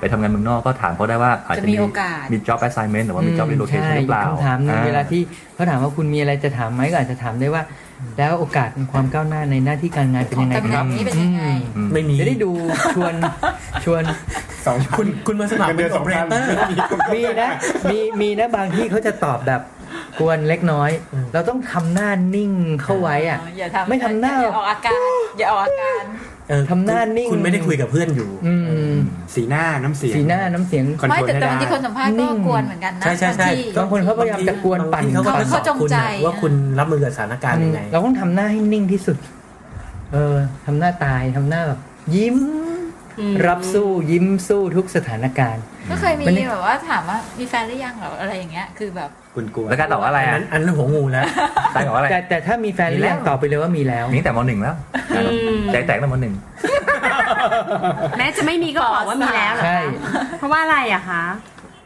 Speaker 3: ไปทำงานเมืองนอกก็ถามเขาได้ว่าอาจจะ
Speaker 5: จะมีโอกาส
Speaker 3: มี job assignment หรือว่ามี job relocation
Speaker 8: ใช่
Speaker 3: หรือเปล่า
Speaker 8: คำถามหนึง
Speaker 3: อ่
Speaker 8: เวลาที่เขาถามว่าคุณมีอะไรจะถามไหมก็อาจจะถามได้ว่า แล้วโอกาสในความก้าวหน้าในหน้าที่การงานเป็น
Speaker 5: ของ
Speaker 8: ยังไง
Speaker 5: ตำ
Speaker 8: ค
Speaker 5: แหน่
Speaker 8: รั
Speaker 5: ง
Speaker 8: บ
Speaker 5: นี้เป็นยังไง
Speaker 3: อืม
Speaker 7: ไม่มี
Speaker 8: จะได้ดู ชวนชวน
Speaker 6: สอง
Speaker 9: คุณคุณมาสมัคร
Speaker 6: เงิน
Speaker 9: เป็
Speaker 6: เดือน น
Speaker 9: โอ
Speaker 6: สอง
Speaker 9: เปอเร
Speaker 6: พัน
Speaker 9: เตอร์
Speaker 8: มีนะมีมีนะบางที่เขาจะตอบแบบกวนเล็กน้อย เราต้องทำหน้านิ่งเข้าไว้อ่ะ
Speaker 5: อย่าทำ
Speaker 8: ไม่ทำหน้า
Speaker 5: อย่าออกอาการ อย่าออกอาการ
Speaker 7: เออ
Speaker 8: ทำหน้านิ่ง
Speaker 7: คุณไม่ได้คุยกับเพื่อนอยู่
Speaker 8: อืม
Speaker 6: สีหน้าน้ำเสียง
Speaker 8: สีหน้าน้ำเสียง
Speaker 6: control
Speaker 5: ไม่แต่แต่บางที
Speaker 6: ให้ได้
Speaker 5: คนสัมภาษณ์ก็กวนเหมือนกันนะ
Speaker 7: ใช่ใช่ใช่
Speaker 5: บางที่
Speaker 8: บางคนเขาพยายามจะกวนปั่น
Speaker 7: บางทีเขาก็
Speaker 8: ปั่น
Speaker 7: สอบคุณนะว่าคุณรับมือกับสถานการณ์ยังไง
Speaker 8: เราต้องทำหน้าให้นิ่งที่สุด เออทำหน้าตายทำหน้าแบบยิ้ม
Speaker 4: อืม
Speaker 8: รับสู้ยิ้มสู้ทุกสถานการณ์
Speaker 5: ก็เคย
Speaker 8: มันนี่
Speaker 5: มีแบบว่าถามว่ามีแฟนหรือยังเหรออะไรอย่างเงี้ย คือแบบ
Speaker 6: กุนกวน
Speaker 3: แล้วการตอบว่าอะไรอ่ะ
Speaker 7: อันนั้นอันนั้นหัวงูแล้ว
Speaker 3: ตายบอกว่าอะไร
Speaker 8: แต่แต่ถ้ามีแฟนหรือยังตอบไปเลยว่ามีแล้ว
Speaker 3: มีตั้งแต่มหนึ่งแล้ว
Speaker 4: อืม
Speaker 3: ใจแตกตั้งแต่มหนึ่ง
Speaker 4: แม้จะไม่มีก็บอกว่ามีแล้วเหรอ
Speaker 8: ใช่
Speaker 4: เพราะว่าอะไรอะคะ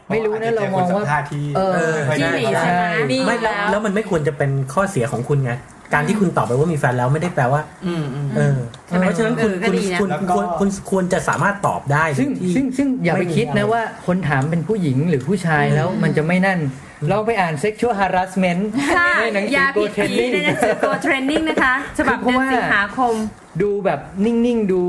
Speaker 8: ไม่รู้นะเรามองว่า
Speaker 6: ท่าษณ์ที่
Speaker 8: เออ
Speaker 6: ไม่
Speaker 4: ที่
Speaker 6: ได้
Speaker 4: หลี
Speaker 6: ใช่
Speaker 4: ใช่ไหม
Speaker 5: มี
Speaker 7: ไม่
Speaker 5: แล้
Speaker 7: แล้ว
Speaker 5: ว
Speaker 7: แล้วมันไม่ควรจะเป็นข้อเสียของคุณไง การที่คุณตอบไปว่ามีแฟนแล้วไม่ได้แปลว่า
Speaker 9: อืมอืม
Speaker 7: เออ
Speaker 4: ใช่ไหม
Speaker 7: เพราะฉะนั้นคุณ
Speaker 4: เออก็
Speaker 7: คุณ
Speaker 4: ดีนะ
Speaker 7: คุณควรคุณควรจะสามารถตอบได้
Speaker 8: ซึ่ง
Speaker 7: โดยที่
Speaker 8: ซึ่งซึ่งอย่าไป
Speaker 7: ไม่มี
Speaker 8: คิดนะ
Speaker 7: อะไร
Speaker 8: ว่าคนถามเป็นผู้หญิงหรือผู้ชายแล้วมันจะไม่นั่น ลองไปอ่าน sexual harassment
Speaker 4: ค่ะ
Speaker 8: ในหนังสื
Speaker 4: ยา
Speaker 8: อ Go
Speaker 4: ผิดผี
Speaker 8: Training
Speaker 4: ในหนังสือโกเทรนนิ่งนะคะ ฉบับเดือนสิงหาคม
Speaker 8: ดูแบบนิ่ง ๆ ดู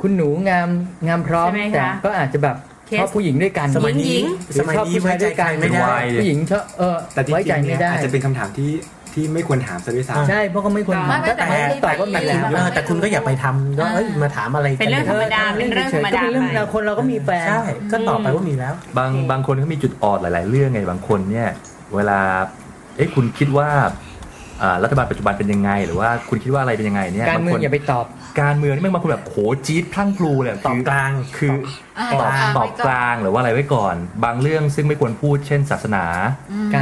Speaker 8: คุณหนูงามงามพร้อม
Speaker 4: ใช่ไหมคะ
Speaker 8: แต่ก็อาจจะแบบ
Speaker 4: เคส
Speaker 8: ชอบผู้หญิงด้วยกัน
Speaker 7: สมัย
Speaker 4: หญิ
Speaker 7: นี้
Speaker 4: ง
Speaker 8: หรือ
Speaker 7: สมัย
Speaker 8: ชอบ
Speaker 7: นี้
Speaker 8: ผู้
Speaker 7: ไว้
Speaker 8: ชาย
Speaker 7: ใจใคร
Speaker 8: ด้วยกัน
Speaker 7: ไม่ได้
Speaker 8: ผู้หญิงชอบเออ
Speaker 6: แต่จริ
Speaker 8: ไว้ใจ
Speaker 6: งๆ
Speaker 8: ไม่
Speaker 6: เนี่ย
Speaker 8: ได้
Speaker 6: อาจจะเป็นคำถามที่ที่ไม่ควรถามซะด้วยซ้ำ
Speaker 8: ใช่เพราะเขาไม่ควร
Speaker 5: ไม่
Speaker 8: ถาม
Speaker 5: ไม่แต่ไม่ได้
Speaker 8: ตอบก็มีแล้ว
Speaker 5: ไม่ได้
Speaker 7: เออแต่คุณก็อย่าไปทำก็เอ้ยมาถามอะไรกั
Speaker 4: เป็นเรื่องธรรมดา เป็นเรื่องธรรมดา
Speaker 8: ก็เป็นเรื่
Speaker 4: ไป
Speaker 8: องธรรมดาคนเราก็มีแฟน
Speaker 7: ใช่ ก็ตอบไปว่ามีแล้ว
Speaker 3: บางบางคนก็มีจุดอ่อนหลาย ๆ เรื่องไงบางคนเนี่ย เวลาเอ้คุณคิดว่าอ่ารัฐบาลปัจจุบันเป็นยังไง หรือว่าคุณคิดว่าอะไรเป็นยังไงเนี่ย
Speaker 8: การเมือ
Speaker 3: บ
Speaker 8: ง
Speaker 3: คน
Speaker 8: อย่าไปตอบ
Speaker 3: การเมืองนี่แม่งบางคนแบบโหจี๊ดพลั่งพลูเลย
Speaker 7: ตอบกลาง
Speaker 3: คือ
Speaker 5: อ่า
Speaker 3: ตอบ
Speaker 5: อ่า
Speaker 3: ตอบ
Speaker 5: ไว้ก่
Speaker 3: ก
Speaker 5: อน
Speaker 3: ลางหรือว่าอะไรไว้ก่อน บางเรื่องซึ่งไม่ควรพูด เช่น ศาสนา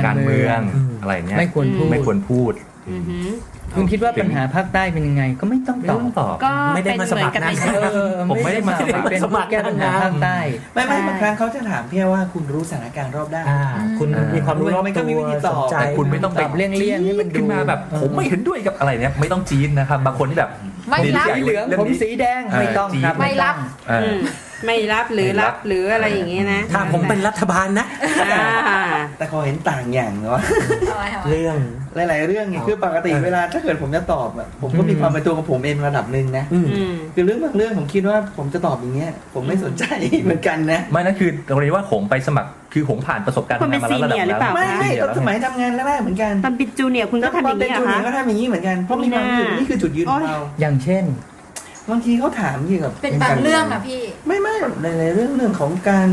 Speaker 3: การเมือง
Speaker 7: อืม
Speaker 3: อะไรเนี้ย
Speaker 8: ไม่ควรพูด
Speaker 3: ไม่ควรพูด
Speaker 4: อือหือ
Speaker 8: คุณคิดว่าปัญหาภาคใต้เป็นยังไง ก็ไม่ต้อง
Speaker 3: ไม่
Speaker 8: ตอบ
Speaker 3: ต้องตอบ
Speaker 4: ก็
Speaker 7: ไม่ได้
Speaker 4: เป็น
Speaker 7: มา
Speaker 4: เห
Speaker 7: ส
Speaker 4: มื
Speaker 7: มั
Speaker 4: อน
Speaker 7: คร
Speaker 4: กับเป็น
Speaker 7: นะ
Speaker 8: เออ
Speaker 3: ผมไม่ได้มาสมัคร
Speaker 8: เป็นผู้แก้ปัญหาภาคใต้
Speaker 9: ไม่ไม่
Speaker 4: ใช่
Speaker 9: บางครั้งเขาจะถามแค่ว่าคุณรู้สถานการณ์รอบด้าน
Speaker 7: อ่า คุณ
Speaker 3: อ่ามี
Speaker 7: มีความรู้รอบ
Speaker 9: มันก็
Speaker 7: ตั
Speaker 9: มีวิ
Speaker 7: ว
Speaker 9: ธีต
Speaker 7: ส
Speaker 9: อบ
Speaker 7: นใจ
Speaker 3: แต่คุณไม่ต้อง
Speaker 8: แบบเลี่ยงๆให้มันดู
Speaker 3: ขึ้นมาแบบผมไม่เห็นด้วยกับอะไรเนี้ยไม่ต้องจี๊ดนะครับบางคนที่แบบ
Speaker 5: ไม่รั
Speaker 3: ดี
Speaker 5: บ
Speaker 3: ใจ
Speaker 8: สีเหลือง
Speaker 3: รื่
Speaker 8: ผม
Speaker 3: นี้
Speaker 8: สีแดงไม่ต้องครับ
Speaker 5: ไม่รับ
Speaker 3: เออ
Speaker 4: ไม่รับหรือรับหรืออะไรอย่างเงี้ยนะ
Speaker 7: ถ้าผมเป็นรัฐบาลนะ
Speaker 4: อ่า
Speaker 2: แต่ขอเห็นต่างอย่างเนาะ
Speaker 5: อะไรเหรอ
Speaker 7: เรื่อง
Speaker 2: หลาย ๆ เรื่องไงคือปกติ
Speaker 7: เออ
Speaker 2: เวลาถ้าเกิดผมจะตอบอะผมก็มีความเป็นตัวของผมเองระดับหนึ่งนะ
Speaker 7: อืม
Speaker 4: อืม
Speaker 2: คือเรื่องบางเรื่องผมคิดว่าผมจะตอบอย่างเงี้ย ผมไม่สนใจ เหมือนกันนะ
Speaker 3: ไม่นั่นคือตรงนี้ว่าผมไปสมัครคือผมผ่านประสบการณ์
Speaker 4: คุณเป็น
Speaker 3: ทำงามาแล้ว
Speaker 4: senior หรือเปล่า
Speaker 2: ไม่ไม่ตอนสมัยทำงานแรกๆเหมือนกัน
Speaker 4: ตอนเป็นจูเนียร์คุณก็ทำอย่าง
Speaker 2: เป็นจู
Speaker 4: นี้ยเหรอ
Speaker 2: เนีย
Speaker 4: คะ
Speaker 2: ร์ก็ทำอย่างนี้เหมือนกันเพราะมีความยืนนี่คือจุดยืนของเรา
Speaker 8: อย่างเช่น
Speaker 2: บางทีเขาถามเกี่ยวกับ
Speaker 5: เป็นบางเรื่องอะพี่
Speaker 2: ไม่ไม่หลายๆเรื่องเรื่องของการ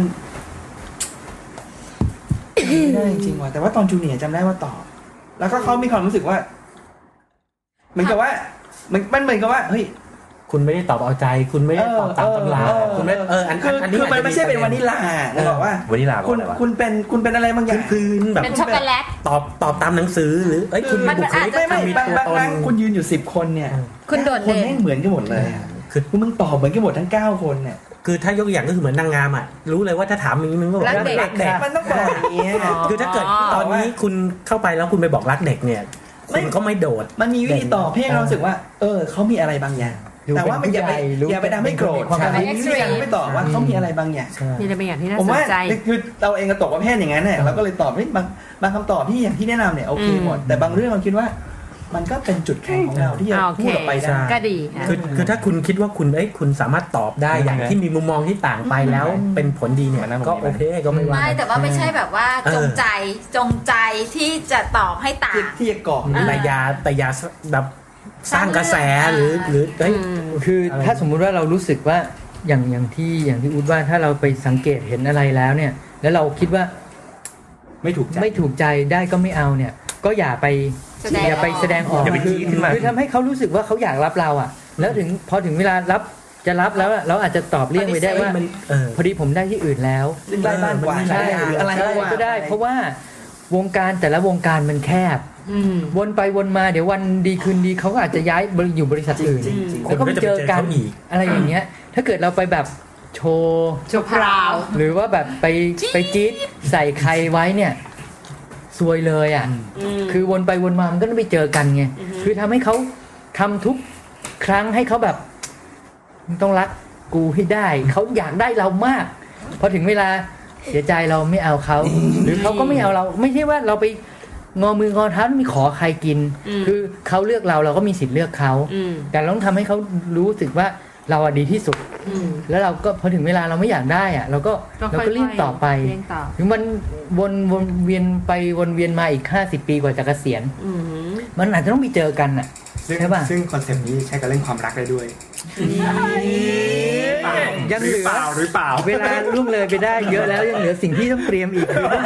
Speaker 2: ไม่ได้จริงว่ะแต่ว่าตอนจูเนียร์จำได้ว่าตอบแล้วก็เขามีความรู้สึกว่าเหมือนกับว่ามันมันเหมือนกับว่าเฮ้ย
Speaker 7: คุณไม่ได้ตอบเอาใจ คุณไม่ได้ตอบตามตำรา
Speaker 2: เออ
Speaker 7: คุณไม่เอออัน
Speaker 2: คือ
Speaker 7: อัน
Speaker 2: คื
Speaker 7: นี้
Speaker 2: อมันไม่ใช่เป็นวานิลลานะบอกว่า
Speaker 3: วันนี้ลาไป
Speaker 2: คุณ
Speaker 3: อะไรวะ
Speaker 2: คุณเป็นคุณเป็นอะไรบางอย่าง
Speaker 7: พื้นๆแบบ
Speaker 5: เป็นช็อกโกแลต
Speaker 7: ตอบตอบตามหนังสือหรือเอ้ยคุณ
Speaker 5: มัน
Speaker 7: บุค
Speaker 5: อาจ
Speaker 7: ลิก
Speaker 5: จะ
Speaker 2: ไม่ไม่
Speaker 7: มี
Speaker 2: บาง
Speaker 7: ตัว
Speaker 2: บาง
Speaker 7: ต
Speaker 2: ครั้
Speaker 7: น
Speaker 2: งคุณยืนอยู่สิบคนเนี่ย
Speaker 7: อืม
Speaker 5: คุณโดด
Speaker 2: คน
Speaker 5: เด่น
Speaker 2: แม่งเหมือนกันหมดเลยอะ
Speaker 7: คือ
Speaker 2: พวกมึงตอบเหมือนกันหมดทั้งเก้าคนเนี่ย
Speaker 7: คือถ้ายกตัวอย่างก็คือเหมือนนางงามอ่ะรู้เลยว่าถ้าถามอย่างนี้มันก็บอก
Speaker 5: รักเด็ก
Speaker 7: รักเด็ก
Speaker 2: มันต้องตอบอย่างเงี้ย
Speaker 7: คือถ้าเกิดตอนนี้คุณเข้าไปแล้วคุณไปบอกรักเด็กเนี่ย
Speaker 2: ไม่
Speaker 7: คุณก็ไม่โดด
Speaker 2: มันมีวิธีตอบให้เรารู้สึกว่า เออเขามีอะไรบางอย่าง
Speaker 8: ดูเป็น
Speaker 2: แต่ว่ามันอย่าไป
Speaker 8: ผู้ใหญ่รู้
Speaker 2: อย่าไปทำให้โกรธ
Speaker 8: เป็นความ
Speaker 2: ใช่
Speaker 5: เป็น
Speaker 2: มีวิธี
Speaker 5: extreme
Speaker 2: การไม่ตอบว่าเขามีอะไรบางอย่าง
Speaker 4: มีอะไรบางอย่างที่น่า
Speaker 2: ผม
Speaker 4: สน
Speaker 2: ว่า
Speaker 4: ใจ
Speaker 2: คือเราเองก็ตกประเภทอย่างนั้นเนี่ยเราก็เลยตอบเฮ้ยบางบางคำตอบที่อย่างที่แนะนำเนี่ยโอเค
Speaker 4: อืม
Speaker 2: หมดแต่บางเรื่องเราคิดว่า มันก็เป็นจุดแข็งของเราที่จะ
Speaker 4: อ่าโอ
Speaker 2: พู
Speaker 4: เค
Speaker 2: ดออกไปได้
Speaker 4: ก็ดีอ่ะ
Speaker 7: คือคือถ้าคุณคิดว่าคุณเอ้ยคุณสามารถตอบได้อย่างที่มีมุมมองที่ต่างไปแล้ว เป็นผลดีเนี่ย
Speaker 3: มันน่า
Speaker 7: ก็
Speaker 3: มองดีไห
Speaker 7: โอ
Speaker 3: ม
Speaker 7: เคก็ไม่ว่า
Speaker 5: ไม่
Speaker 7: กัน
Speaker 5: แต่ว่าไม่ใช่แบบว่า
Speaker 7: เออ
Speaker 5: จงใจจงใจที่จะตอบให้ต่าง
Speaker 2: ที่ที่จะกรอก
Speaker 5: อ่า
Speaker 7: แต่อยาแต่อยาแบบสร้างกระแสหรือหรือเอ้ย
Speaker 8: คือ
Speaker 7: อะไร
Speaker 8: ถ้าสมมุติว่าเรารู้สึกว่าอย่างอย่างที่อย่างที่อูดว่าถ้าเราไปสังเกตเห็นอะไรแล้วเนี่ย แล้วเราคิดว่า
Speaker 6: ไม่ถูกใจ
Speaker 8: ไม่ถูกใจได้ก็ไม่เอาเนี่ย ก็อย่าไป
Speaker 5: แสดงออก
Speaker 8: อย่าไปแสดงออก
Speaker 3: อย่าไป
Speaker 8: คือ
Speaker 3: จี้ขึ้นมา
Speaker 8: คือทำให้เขารู้สึกว่าเขาอยากรับเราอ่ะ แล้วถึงพอถึงเวลารับจะรับแล้วอะเราอาจจะตอบเลี่ยงไปได้ว่า
Speaker 7: มันเออ
Speaker 8: พอดีผมได้ที่อื่นแล้ว
Speaker 2: ซึ่งใกล้บ้านกว่า
Speaker 8: ใช่
Speaker 2: หรืออะไร
Speaker 8: ใช่
Speaker 2: ว่า
Speaker 8: ก็ได้ เพราะว่าวงการแต่ละวงการมันแคบ วนไปวนมาเดี๋ยววันดีคืนดีเขาก็อาจจะย้ายบริอยู่บริษัทอื่น
Speaker 2: จริงๆจริง
Speaker 7: ๆ
Speaker 8: แล้วก็ไปเจอกัน
Speaker 7: คนก็จะไปเจอเขาอีก
Speaker 8: อะไรอย่างเงี้ย ถ้าเกิดเราไปแบบโชว์
Speaker 4: โชว์พราว
Speaker 8: หรือว่าแบบไปไปจี๊ดใส่ใครไว้เนี่ยซวยเลยอ่ะ คือวนไปวนมามันก็ต้องไปเจอกันไง
Speaker 4: อือฮึ
Speaker 8: คือทำให้เขาทำทุกครั้งให้เขาแบบมึงต้องรักกูให้ได้ เขาอยากได้เรามาก พอถึงเวลาเสียใจเราไม่เอาเขา หรือเขาก็ไม่เอาเรา ไม่ใช่ว่าเราไปงอมืองอเท้าแล้วมีขอใครกิน คือเขาเลือกเราเราก็มีสิทธิ์เลือกเขา
Speaker 4: ม
Speaker 8: แต่เราต้องทำให้เขารู้สึกว่าเราอะดีที่สุด
Speaker 4: อืม
Speaker 8: แล้วเราก็พอถึงเวลาเราไม่อยากได้อะเราก็เราก็รีบต่อไป
Speaker 4: เรียนต่อ
Speaker 8: ถึงมันวนวนเวียนไปวนเวียนมาอีก 50 ปีกว่าจะเกษียณ
Speaker 4: อืม
Speaker 8: มันอาจจะต้องมีเจอกันอ่ะ
Speaker 6: ซึ่ง
Speaker 8: ใช่ป่ะ
Speaker 6: ซึ่งคอนเซปต์นี้ใช้กับเรื่องความรักได้ด้วย
Speaker 8: ยังเหลือ
Speaker 6: เปล่าหรือเปล่า
Speaker 8: เวลาล่วงเลยไปได้เยอะแล้วยังเหลือสิ่งที่ต้องเตรียมอีกคือเรื่อ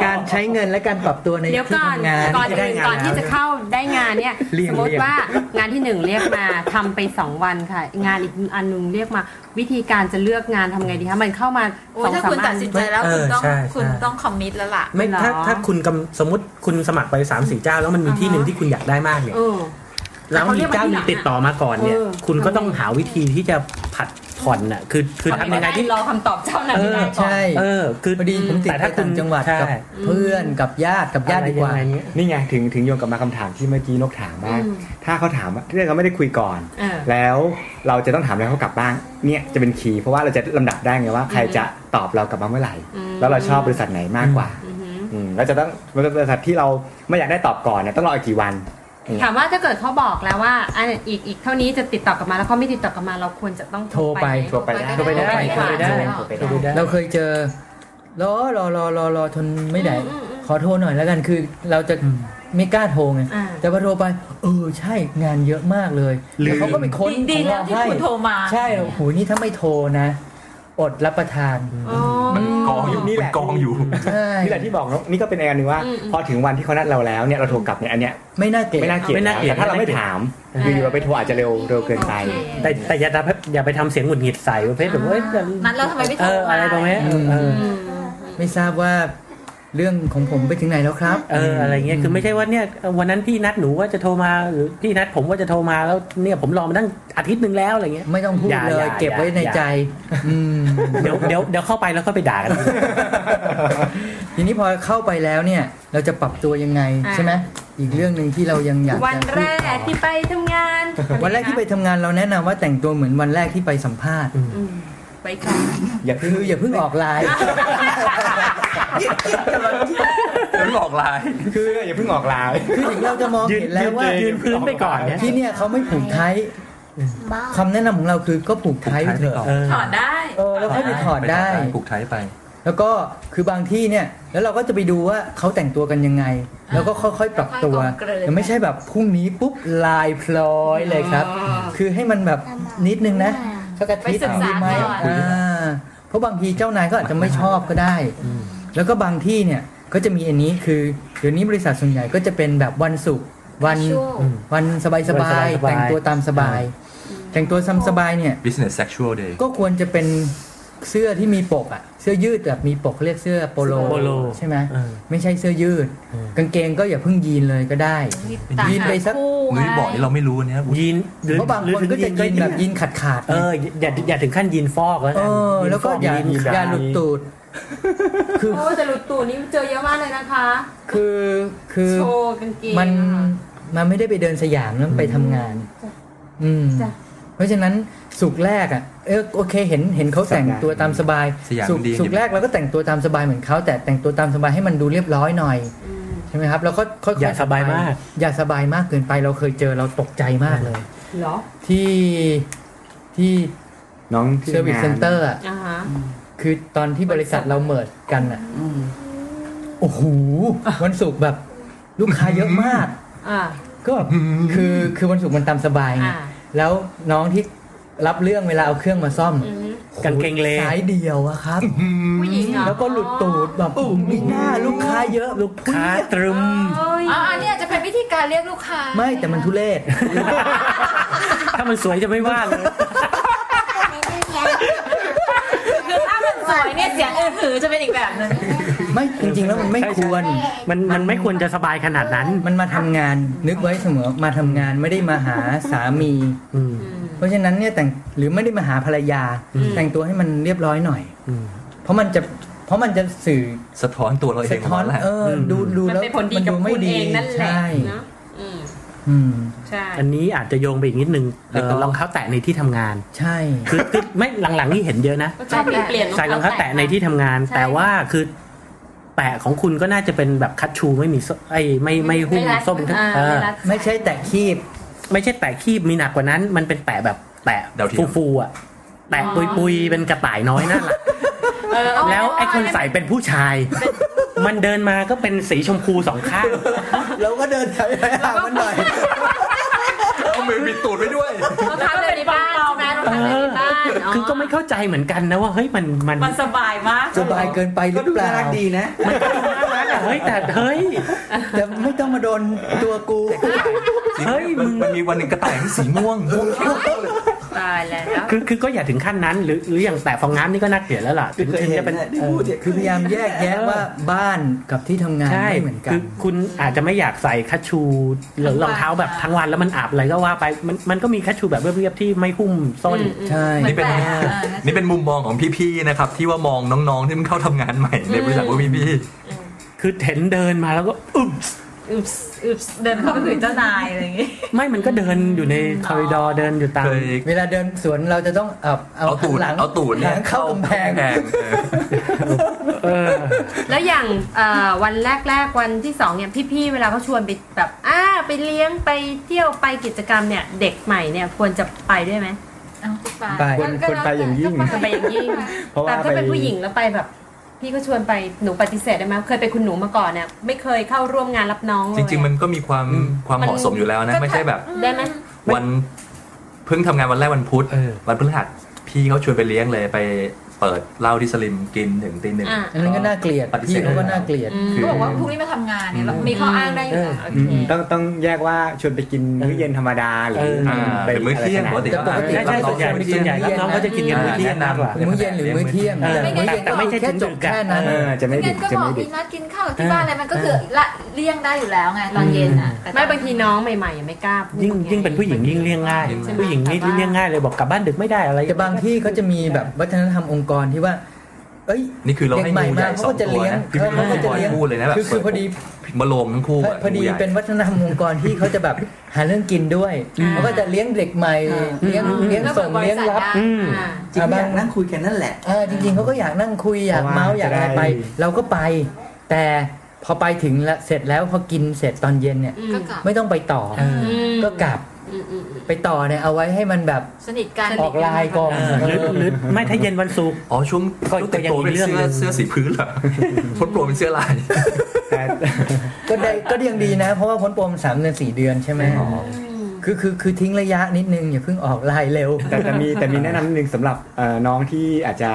Speaker 8: งการใช้เงินและการปรับตัวใน
Speaker 4: เดี๋ยว
Speaker 8: ที่
Speaker 4: ก่อน
Speaker 8: ทำงาน
Speaker 4: ก่อนอื่นก่อนที่จะเข้าได้งานเนี่ย
Speaker 8: เรียน
Speaker 4: สมมติ
Speaker 8: เรียน
Speaker 4: ว่างานที่หนึ่งเรียกมาทำไปสองวันค่ะ งานอีกอันหนึงเรียกมา วิธีการจะเลือกงานทำไงดีคะมันเข้ามา
Speaker 5: โอ้
Speaker 4: ส
Speaker 5: ย
Speaker 4: อง
Speaker 5: ถ้า
Speaker 4: สาม
Speaker 5: คุณ
Speaker 4: อั
Speaker 5: ตัด
Speaker 4: น
Speaker 5: สินใจแล้ว
Speaker 7: เออ
Speaker 5: คุณต้อง
Speaker 7: ใช่
Speaker 5: คุณ
Speaker 7: ใช่
Speaker 5: ต้องคอมมิตแล้วล่ะ
Speaker 7: ไม่ถ้า
Speaker 4: เหรอ
Speaker 7: ถ้าคุณกำสมมติคุณสมัครไป3ามสี่เจ้า แล้วมันมี
Speaker 4: อ่าฮะ
Speaker 7: ที่หนึ่งที่คุณอยากได้มากเนี่ย
Speaker 4: เออ
Speaker 7: แล้วมีเจ้าหนึ่งติดต่อมาก่อนเนี่ย
Speaker 4: เออ
Speaker 7: คุณก็ต้องหาวิธีที่จะผัดผ่อนน่ะคือคือทำยังไงที่
Speaker 5: รอคำตอบเจ้านั้น
Speaker 7: เออ
Speaker 5: ได้ก่อน
Speaker 8: ใช่
Speaker 7: เออ คือ
Speaker 8: พอดีผมติด
Speaker 7: แต่
Speaker 8: ไป
Speaker 7: ถ้าคุณ
Speaker 8: ต่างจังหวัด
Speaker 7: ใช่
Speaker 8: กับเพื่อนกับญาติกับญาติดีกว่า
Speaker 7: อะไรอย่างเงี้ย
Speaker 6: นี่ไงถึงถึงโยงกลับมาคำถามที่เมื่อกี้นกถามว่า
Speaker 4: อืม
Speaker 6: ถ้าเขาถามว่าเรื่องเขาไม่ได้คุยก่อน
Speaker 4: เออ
Speaker 6: แล้วเราจะต้องถามอะไรเขากลับบ้างเนี่ยจะเป็นคีย์เพราะว่าเราจะลำดับได้ไงว่าใครจะตอบเรากลับมาเมื่อไหร่ แล้วเราชอบบริษัทไหนมากกว่า
Speaker 4: อือหือ
Speaker 6: อืมแล้วจะต้องบริษัทที่เราไม่อยากได้ตอบก่อนเนี่ยต้องรออีกกี่วัน
Speaker 4: ถามว่าถ้าเกิดเขาบอกแล้วว่าอันอีกอีกเท่านี้จะติดต่อกลับมาแล้วเขาไม่ติดต่อกลับมาเราควรจะต้อง
Speaker 8: โทรไป
Speaker 4: หม
Speaker 6: โทรไปได้
Speaker 8: โทรไปได้โทรไปได้
Speaker 6: โทรไปได้
Speaker 8: เราเคยเจอรอรอรอรอรอทนไม่ได้
Speaker 4: อืมอืมอืม
Speaker 8: ขอโทรหน่อยแล้วกันคือเราจะไม่กล้าโทรไง
Speaker 4: อ่า
Speaker 8: แต่พอโทรไป เออใช่งานเยอะมากเลย
Speaker 6: ลืม
Speaker 8: แล้วเขาก็ไปค้น
Speaker 5: ดี
Speaker 8: ของ
Speaker 5: ดีแล้ว
Speaker 8: เรา
Speaker 5: ที่
Speaker 8: ให้
Speaker 5: คุณโทรมา
Speaker 8: ใช่โอ้โหนี่ถ้าไม่โทรนะ อดรับประทาน
Speaker 4: อ๋อ
Speaker 3: มันกองอยู่
Speaker 6: นี่
Speaker 3: นี่แห
Speaker 6: แหละ
Speaker 3: ละกองอยู่
Speaker 8: ใช่
Speaker 6: นี่แหละที่บอกนกนี่ก็เป็นอีกอันหนึ่งว่า
Speaker 4: อืมอืม
Speaker 6: พอถึงวันที่เขานัดเราแล้วเนี่ยเราโทรกลับเนี่ยอันเนี้ย
Speaker 8: ไม่น่าเกลียด
Speaker 6: ไม่น่าเกลียด
Speaker 7: ไม่น่าเกลียด
Speaker 6: แต่ถ้าเราไม่ถามอยู่ๆเราไปโทรอาจจะเร็วเร็วเกินไป
Speaker 7: แต่แต่อย่าทำให้อย่าไปทำเสียงหงุดหงิดใส่ประเภทแบบว่าเอ้ย
Speaker 5: นัดแล้วทำไมไม่โทร
Speaker 7: เออ
Speaker 5: มา
Speaker 7: อะไรประมาณเนี้ยเออเออ
Speaker 4: อืม
Speaker 8: ไม่ทราบว่าเรื่องของผมไปถึงไหนแล้วครับ
Speaker 7: เอออะไรเงี้ยคือไม่ใช่ว่าเนี่ยวันนั้นพี่นัดหนูว่าจะโทรมาหรือพี่นัดผมว่าจะโทรมาแล้วเนี่ยผมรอมาตั้งอาทิตย์หนึ่งแล้วอะไรเงี้ย
Speaker 8: ไม่ต้องพูด
Speaker 7: อย่า
Speaker 8: เล
Speaker 7: อย่าย
Speaker 8: เก็บไว้ใน
Speaker 7: อย่า
Speaker 8: ใจ อืม
Speaker 7: เดี๋ยวเดี๋ยวเดี๋ยวเข้าไปแล้วก็ไปด่ากัน
Speaker 8: ทีนี้พอเข้าไปแล้วเนี่ย เราจะปรับตัวยังไง
Speaker 4: อ่า
Speaker 8: ใช่ไหมอีกเรื่องหนึ่งที่เรายังอยากจะ
Speaker 4: วันแร
Speaker 8: พูดต่
Speaker 4: ก
Speaker 8: อ
Speaker 4: ที่ไปทำงาน
Speaker 8: วันแรกที่ไปทำงานเราแนะนำว่าแต่งตัวเหมือนวันแรกที่ไปสัมภาษณ์
Speaker 4: อืม ไว้ก่อน
Speaker 2: อย่าเพิ่ง
Speaker 8: คืออย่าเพิ่งออกไลน์
Speaker 3: เดี๋ยวหลอกลาย
Speaker 6: คืออย่าเพิ่งออกลาย
Speaker 8: คือถึงเราจะมองเห็นแล้วว่า
Speaker 7: ยืนพื้นไปก่อนเนี่ย
Speaker 8: ที่เนี่ยเขาไม่ผูกไทย
Speaker 1: บ้า
Speaker 8: คำแนะนำของเราคือก็ผูกไทยไปเถอะ
Speaker 3: เออ
Speaker 5: ถอดได้
Speaker 8: เออแล้วค่อยไปถอดได้
Speaker 3: ผูกไทยไป
Speaker 8: แล้วก็คือบางที่เนี่ยแล้วเราก็จะไปดูว่าเขาแต่งตัวกันยังไง แล้วก็ค่อยๆ ปรับตัวยังไม่ใช่แบบพรุ่งนี้ปุ๊บลายพลอยเลยครับ คือให้มันแบบนิดนึงนะสักอาทิตย์ดีไหมอ่าเพราะบางทีเจ้านายก็อาจจะไม่ชอบก็ได้ แล้วก็บางที่เนี่ยก็จะมีอันนี้คือเดี๋ยวนี้บริษัทส่วนใหญ่ก็จะเป็นแบบวันศุกร์วันวันสบายๆ
Speaker 7: วันสบายๆ
Speaker 8: แต่งตัวตามสบาย แต่งตัวซ้ำสบายเนี่ย
Speaker 3: business sexual day
Speaker 8: ก็ควรจะเป็นเสื้อที่มีปกอะเสื้อยืดแบบมีปกเขาเรียกเสื้อโปโล
Speaker 7: โปโล
Speaker 8: ใช่ไหม
Speaker 7: เออ
Speaker 8: ไม่ใช่เสื้อยืด กางเกงก็อย่าเพิ่งยีนเลยก็ได้
Speaker 5: ต่าง
Speaker 8: ยีน
Speaker 5: หา
Speaker 8: ไปสัก
Speaker 5: คู่
Speaker 3: อุ้ยบอกนี่เราไม่รู้เนี่ยอุ๊ย
Speaker 7: ยีนหรือ
Speaker 8: เพราะบาง
Speaker 7: หรือ
Speaker 8: คน
Speaker 7: ถึ
Speaker 8: ก็จะยีนแบบยีนขาดขาดๆ
Speaker 7: เอออย่าอย่าถึงขั้นยีนฟอกแล้ว
Speaker 8: เอ
Speaker 7: กัน
Speaker 8: อ
Speaker 7: ยีน
Speaker 8: แล้วก็
Speaker 7: ฟ
Speaker 8: อย่า
Speaker 7: ยีน
Speaker 8: อย่าหลุดตูด คือ
Speaker 4: โอ้แต่หลุดตูดนี่เจอเยอะมากเลยนะคะ
Speaker 8: คือคือ
Speaker 4: โชว์กางเกง
Speaker 8: มัน
Speaker 4: นะคะ
Speaker 8: มันไม่ได้ไปเดินสยามแล้วไปทำงาน อืม
Speaker 4: จ้ะ
Speaker 8: เพราะฉะนั้นสุกร์แรกอ่ะเออโอเคเห็นเห็นเขาแต่งตัวตามสบาย
Speaker 3: สยาม
Speaker 8: สุกร์
Speaker 3: ดี
Speaker 8: สุกร์แรกเราก็แต่งตัวตามสบายเหมือนเขาแต่แต่งตัวตามสบายให้มันดูเรียบร้อยหน่อย
Speaker 4: อืม
Speaker 8: ใช่ไหมครับแล้วก็ค่อยๆ
Speaker 7: อย่าสบายมาก
Speaker 8: อย่าสบายมากเกินไปเราเคยเจอเราตกใจมากเลย
Speaker 4: เหรอ
Speaker 8: ที่ที่
Speaker 6: น้องที่
Speaker 8: เซอร์วิส
Speaker 6: งาน
Speaker 8: เซ็นเตอร์อ่ะ
Speaker 4: อ่าฮะ
Speaker 8: คือตอนที่บริษัทเราเมิร์ดกันอ่ะโอ้โหวันศุกร์แบบลูกค้าเยอะมาก
Speaker 4: อ่า
Speaker 8: ก็แบบคือคือวันศุกร์มันตามสบายไง
Speaker 4: อ่า
Speaker 8: แล้วน้องที่รับเรื่องเวลาเอาเครื่องมาซ่อม
Speaker 4: อืม
Speaker 7: กางเกงเล
Speaker 8: สายเดียวอะครับ
Speaker 4: ผู้หญิงเหรอ
Speaker 8: แล้วก็หลุดตูดแบบโอ้ไม่น่าลูกค้าเยอะลูก
Speaker 7: ขาตรึม
Speaker 4: เอ้ย
Speaker 5: อ๋ออันเนี้ยจะเป็นวิธีการเรียกลูกค้า
Speaker 8: ไม่แต่มันทุเรศ
Speaker 7: ถ้ามันสวยจะไม่ว่าเลย
Speaker 5: คือถ้ามันสวยเนี่ยเสียงอื้อหือจะเป็นอีกแบบหนึง
Speaker 8: ไม่จริงๆแล้วมันไม่
Speaker 7: ใช่ใช่
Speaker 8: ควร
Speaker 7: มันมันไม่ควรจะสบายขนาดนั้น
Speaker 8: มันมาทำงานนึกไว้เสมอมาทำงานไม่ได้มาหาสามี
Speaker 7: อืม
Speaker 4: อืม
Speaker 8: เพราะฉะนั้นเนี่ยแต่งหรือไม่ได้มาหาภรรยา
Speaker 4: อืม
Speaker 8: แต่งตัวให้มันเรียบร้อยหน่อย
Speaker 7: อืม
Speaker 8: เพราะมันจะเพราะมันจะสื่อ
Speaker 3: สะท้อนตัวเราเอ
Speaker 8: สะ
Speaker 3: ง
Speaker 8: ท้อน
Speaker 3: มาแล้ว
Speaker 8: เอออ
Speaker 7: ม
Speaker 8: ดูดู
Speaker 4: มัน
Speaker 8: แล้ว
Speaker 4: เป็นผลดีกับ
Speaker 8: ไม่
Speaker 4: คุณเองนั่นแหละ
Speaker 8: ใช่
Speaker 4: เนอะอืม
Speaker 8: อืม
Speaker 4: ใช่
Speaker 7: อันนี้อาจจะโยงไปอีกนิดนึงเอ่อรองเท้าแตะในที่ทำงาน
Speaker 8: ใช่
Speaker 7: คือคือไม่หลังๆนี่เห็นเยอะนะ
Speaker 4: ก็ชอบมีเปลี่ยน
Speaker 7: ใส่รองเท้าแตะในที่ทำงาน
Speaker 5: ใช่
Speaker 7: แต่ว่าคือแตะของคุณก็น่าจะเป็นแบบคัตชูไม่มีส้ไอ้ไม่ไม่หุ้มส้มทั้ง
Speaker 4: อ่า
Speaker 7: เอ
Speaker 4: ไม่
Speaker 7: อ
Speaker 4: รัด
Speaker 8: ไม่ใช่แต่คีบ
Speaker 7: ไม่ใช่แตะคีบมีหนักกว่านั้น มันเป็นแตะแบบแตะฟูฟูๆอ่ะแตะ
Speaker 4: อ๋
Speaker 7: ปุย
Speaker 4: อ
Speaker 7: ๆเป็นกระต่ายน้อยน่ารัก
Speaker 4: เออเอา
Speaker 7: แล้วไอ้คนใส่เป็นผู้ชาย มันเดินมาก็เป็นสีชมพูสองข้าง
Speaker 8: เราก็เดินไปหามันหน่อย
Speaker 3: เอามือปิดตูดไปด้วย
Speaker 4: รองเท้าเดินในบ้านใช่ไหมรอง
Speaker 7: เอ
Speaker 4: เท้าเดิน
Speaker 7: อ
Speaker 4: ในบ้านเนอะ
Speaker 7: คือก็ไม่เข้าใจเหมือนกันนะว่าเฮ้ยมันมัน
Speaker 5: มันสบายมาก
Speaker 8: สบายเกินไปหรื
Speaker 9: ก็
Speaker 8: อ
Speaker 9: ดู
Speaker 8: เป
Speaker 9: น่า
Speaker 8: ล่า
Speaker 9: รักดีนะ
Speaker 7: มันก็ดูน่ารักอะเฮ้ยแต่เฮ้ย
Speaker 8: แต่ไม่ต้องมาโดนตัวกู
Speaker 7: เฮ้
Speaker 3: เฮ้
Speaker 7: ย
Speaker 3: ย
Speaker 7: มึ
Speaker 3: มึง
Speaker 7: ง
Speaker 3: มันมีวันหนึ่งกระต่ายมันสีม่ว งม่วงเข้ม
Speaker 4: ตายแล้ว
Speaker 7: คือคือก็อย่าถึงขั้นนั้น หรือหรืออย่างแต่ฟองน้ำนี่ก็น่าเกลียดแล้วล่ะถึง
Speaker 9: เคย
Speaker 7: ถึง
Speaker 9: เห็น
Speaker 7: จะเป็น
Speaker 9: นะที่พูดเนี่ย
Speaker 8: คือพยายามแยกแยะว่าบ้านกับที่ทำงาน
Speaker 7: ใช่
Speaker 8: ไม่เหมือนกั
Speaker 7: คื
Speaker 8: น
Speaker 7: อคุณอาจจะไม่อยากใส่คัชชูหรือรองเท้าแบบทั้งวันแล้วมันอาบอะไรก็ว่าไปมันมันก็มีคัชชูแบบเรียบๆที่ไม่หุ้มส้น
Speaker 4: อืมอืม
Speaker 8: ใช่
Speaker 3: นี่เป็น
Speaker 5: แปลกอ่ะ
Speaker 3: นี่เป็นมุมมองของพี่ๆนะครับ ที่ว่ามองน้องๆที่มันเข้าทำงานใหม่ในบริษัทพวกพี่
Speaker 7: คือเห็นเดินมาแล้วก็อึ๊บ
Speaker 4: อึบอึบ
Speaker 5: เดินเข้าไปคุยเจ้านายอะไรอย่างงี้
Speaker 7: ไม่มันก็เดินอยู่ในคอริดอร์เดินอยู่
Speaker 3: ๆ
Speaker 7: ตาม
Speaker 3: เคย
Speaker 8: เวลาเดินสวนเราจะต้องเอาเอา
Speaker 3: เอาตูด
Speaker 8: หลัง
Speaker 3: เอาตูด
Speaker 8: ห
Speaker 3: เนี่
Speaker 8: ลั
Speaker 3: ย
Speaker 8: งเข้ากำแพง
Speaker 3: แพงเออ
Speaker 7: เออ
Speaker 4: แล้วอย่างเอ่อวันแรกๆวันที่สองเนี่ยพี่ๆเวลาเขาชวนไปแบบอ่าไปเลี้ยงไปเที่ยวไปกิจกรรมเนี่ย เด็กใหม่เนี่ยควรจะไปด้วยไหม
Speaker 5: เอา
Speaker 8: ไป
Speaker 5: มันก็
Speaker 6: ควรไปอย่างยิ่ง
Speaker 5: ก็
Speaker 4: ควรไปอย่างยิ่ง
Speaker 6: เพราะ
Speaker 4: แต่
Speaker 6: ว่า
Speaker 4: ถ้าเป็น
Speaker 6: ไป
Speaker 4: ผู้หญิงแล้วไปแบบ พี่ก็ชวนไปหนูปฏิเสธได้ไหมเคยไปคุณหนูมาก่อนเนี่ยไม่เคยเข้าร่วมงานรับน้องเลย
Speaker 3: จริง ๆ มันก็มีความ
Speaker 7: อืม
Speaker 3: ความเหมาะสมอยู่แล้วนะ ไม่ใช่แบบ
Speaker 4: ได้ไหม
Speaker 3: วันเพิ่งทำงานวันแรกวันพุธ
Speaker 7: เออ
Speaker 3: วันพฤหัสพี่เขาชวนไปเลี้ยงเลยไปเปิดเหล้าที่สลิมกินถึงตีหนึ่ง
Speaker 4: อ่ะ
Speaker 8: อันนั้นก็น่าเกลียด
Speaker 3: ปฏิเสธ
Speaker 8: พี่เขาก็น่าเกลียด
Speaker 4: อืม
Speaker 5: ก็บอกว่าพรุ่งนี้มาทำงานเนี่ยเรามีข้ออ้างได้อยู่แล้ว
Speaker 4: โอ
Speaker 6: อื
Speaker 4: เค
Speaker 6: มต้องต้องแยกว่าชวนไปกินมื้อเย็นธรรมดาหรือ
Speaker 7: เออ
Speaker 6: า
Speaker 3: หรือมื้อเที่ยง
Speaker 6: ะ
Speaker 3: ป
Speaker 6: ไร
Speaker 3: ก
Speaker 6: ขนาด
Speaker 3: ติ
Speaker 6: นั้น
Speaker 8: แต่
Speaker 7: ใช่ใช่
Speaker 8: ปกติ
Speaker 7: ส่วนใหญ่ส่วนใหญ่รับน้องเขาจะกินกันมื้อเที่ยงมากกว่า
Speaker 8: มื้อเย็นหรือมื้อเที่ยง
Speaker 7: เออ
Speaker 8: แต่มื้อเย็น
Speaker 7: แต่
Speaker 8: ก็
Speaker 7: ไม่ใช่
Speaker 8: แค่จ
Speaker 7: ถึงดึ
Speaker 8: บ
Speaker 7: กอะ
Speaker 8: แค่นั้น
Speaker 6: เออจะไม่ดึ
Speaker 5: งั้
Speaker 6: ก
Speaker 5: นก็
Speaker 6: จะ
Speaker 5: บอก
Speaker 6: ไม่ดึ
Speaker 5: มี
Speaker 6: ก
Speaker 5: นัดกินข้าวที่บ้านอะไรมันก็คือละเลี่ยงได้อยู่แล้วไงตอนเย็นอ่ะแต่
Speaker 4: ไม่บางทีน้องใหม่ๆยังไม่กล้าพูด
Speaker 7: ยิ่งยิ่งเป็นผู้หญิงยิ่งเลี่ยงง่าย ผู้หญิงนี่เลี่ยงง่ายเลยบอกกลับบ้านดึกไม่ได้อะไร
Speaker 8: แต่บางที่เขาจะมีแบบวัฒนธรรมองค์กรที่ว่า
Speaker 7: เอ้ย
Speaker 3: นี่คือเราให้งูใหญ่สองตัวนะ
Speaker 7: เด็กใหม่มาเขาก็จะเลี้ยง
Speaker 3: พูดเลยนะแบบ
Speaker 7: คือคือพอดี
Speaker 3: มาโลมทั้งคู่ะ
Speaker 8: พอดี
Speaker 3: งูใหญ่
Speaker 8: เป็นวัฒนธรรมองค์กรที่เขาจะแบบหาเรื่องกินด้วยเขาก็จะเลี้ยงเด็กใหม่เลี้ยงเลี้ยงส่งเลี้ยงรับ
Speaker 4: อืม
Speaker 9: จริงๆอบ
Speaker 8: อ่ะาง
Speaker 9: ยากนั่งคุยกันนั่นแหละ
Speaker 8: เออจริงๆเขาก็อยากนั่งคุยอยากเมาส์อยากอะไรไป เราก็ไป แต่พอไปถึงละเสร็จแล้วพอกินเสร็จตอนเย็นเนี่ย
Speaker 5: ก็กลับ
Speaker 8: ไม่ต้องไปต่ออก็กลับ
Speaker 4: อืมอืม
Speaker 8: ไปต่อเนี่ยเอาไว้ให้มันแบบ
Speaker 5: สนิทกัน
Speaker 8: ออกลายก่อน
Speaker 4: เอ
Speaker 7: หรือหรือไม่ถ้าเย็นวันศุกร์
Speaker 3: อ๋อช่วง
Speaker 7: ก็
Speaker 3: รู้แต่ง
Speaker 7: ก็ยัง
Speaker 3: ตัว
Speaker 7: มี
Speaker 3: เป็น
Speaker 7: เรื่อง
Speaker 3: เสื้อ
Speaker 7: หนึ่ง
Speaker 3: เสื้อสีพื้นเหรอพ้นโปรเป็นเสื้อลาย
Speaker 6: แต่
Speaker 8: ก็ได้ก็ยังดีนะ เพราะว่าพ้นปมสามเดือนสี่เดือนใช่ไหม
Speaker 3: อ๋อ
Speaker 8: คือคือคือทิ้งระยะนิดนึงอย่าเพิ่งออกลายเร็ว
Speaker 6: แต่แต่มีแต่มีแนะนำนิดนึงสำหรับเอ่อน้องที่อาจจะ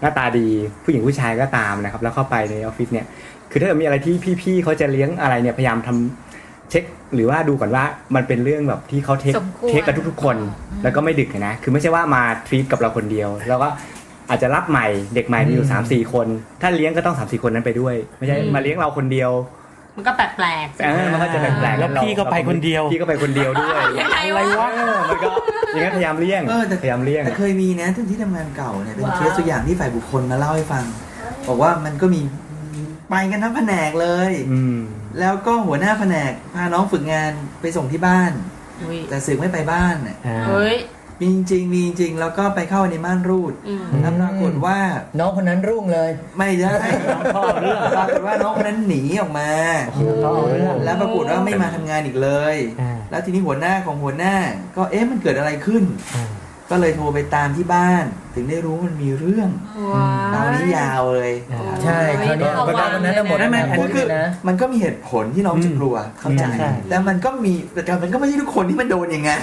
Speaker 6: หน้าตาดีผู้หญิงผู้ชายก็ตามนะครับ แล้วเข้าไปในออฟฟิศเนี่ย คือถ้าเกิดมีอะไรที่พี่ๆเขาจะเลี้ยงอะไรเนี่ยพยายามทำเช็ค หรือว่าดูก่อนว่ามันเป็นเรื่องแบบที่เขาเทค
Speaker 5: สมควร
Speaker 6: เทคกับทุกๆคน แล้วก็ไม่ดึกนะ คือไม่ใช่ว่ามาทรีตกับเราคนเดียว แล้วก็อาจจะรับใหม่เด็กใหม่มีอยู่สามสี่คน ถ้าเลี้ยงก็ต้องสามสี่คนนั้นไปด้วย ไม่ใช่มาเลี้ยงเราคนเดียว
Speaker 4: มันก็แปลกๆสิ
Speaker 6: เออมันก็จะแปลกๆ
Speaker 7: แล้วพี่ก็ไปคนเดียว
Speaker 6: พี่ก็ไปคนเดียวด้วย
Speaker 5: ยังไงวะ
Speaker 6: เออมันก็อย่างนั้นพยายามเลี่ยง
Speaker 9: เออแต่
Speaker 6: พยายามเลี่ยง
Speaker 9: แต่เคยมีนะที่ทำงานเก่าเนี่ยเป็นเคสตัวอย่างที่ฝ่ายบุคคลมาเล่าให้ฟัง บอกว่ามันก็มีไปกันทั้งแผนกเลย
Speaker 6: อืม
Speaker 9: แล้วก็หัวหน้าแผนกพาน้องฝึกงานไปส่งที่บ้าน
Speaker 4: อุ้ย
Speaker 9: แต่สึกไม่ไปบ้านน่ะ
Speaker 7: อ่า
Speaker 4: เฮ้ย
Speaker 9: มีจริงๆมีจริงแล้วก็ไปเข้าในม่านรูด
Speaker 4: อืม
Speaker 9: แล้วปรากฏว่า
Speaker 8: น้องคนนั้นรุ่งเลย
Speaker 9: ไม่ได้
Speaker 7: พ่อเรื่อง
Speaker 9: ปรากฏว่าน้องคนนั้นหนีออกมา
Speaker 7: พ่อเรื่อง
Speaker 9: แล้วปรากฏว่าไม่มาทำงานอีกเลย
Speaker 7: อ่า
Speaker 9: แล้วทีนี้หัวหน้าของหัวหน้า ก็เอ๊ะมันเกิดอะไรขึ้น ก็เลยโทรไปตามที่บ้าน ถึงได้รู้มันมีเรื่อง
Speaker 4: ว้า
Speaker 9: คราวนี้ยาวเลย
Speaker 8: ใช่คราวนี้
Speaker 4: ต้อ
Speaker 8: ค
Speaker 4: งะวั
Speaker 8: น
Speaker 4: ง
Speaker 8: นั้นน่ะหมด
Speaker 9: ไม่ไม่อัน
Speaker 8: หมด
Speaker 9: นี้คือ
Speaker 8: เลยนะ
Speaker 9: มันก็มีเหตุผลที่น้องจะกลัวเข้าใจ
Speaker 7: ใช่
Speaker 9: แต่มันก็มีแต่มันก็ไม่ใช่ทุกคนที่มันโดนอย่างนั้น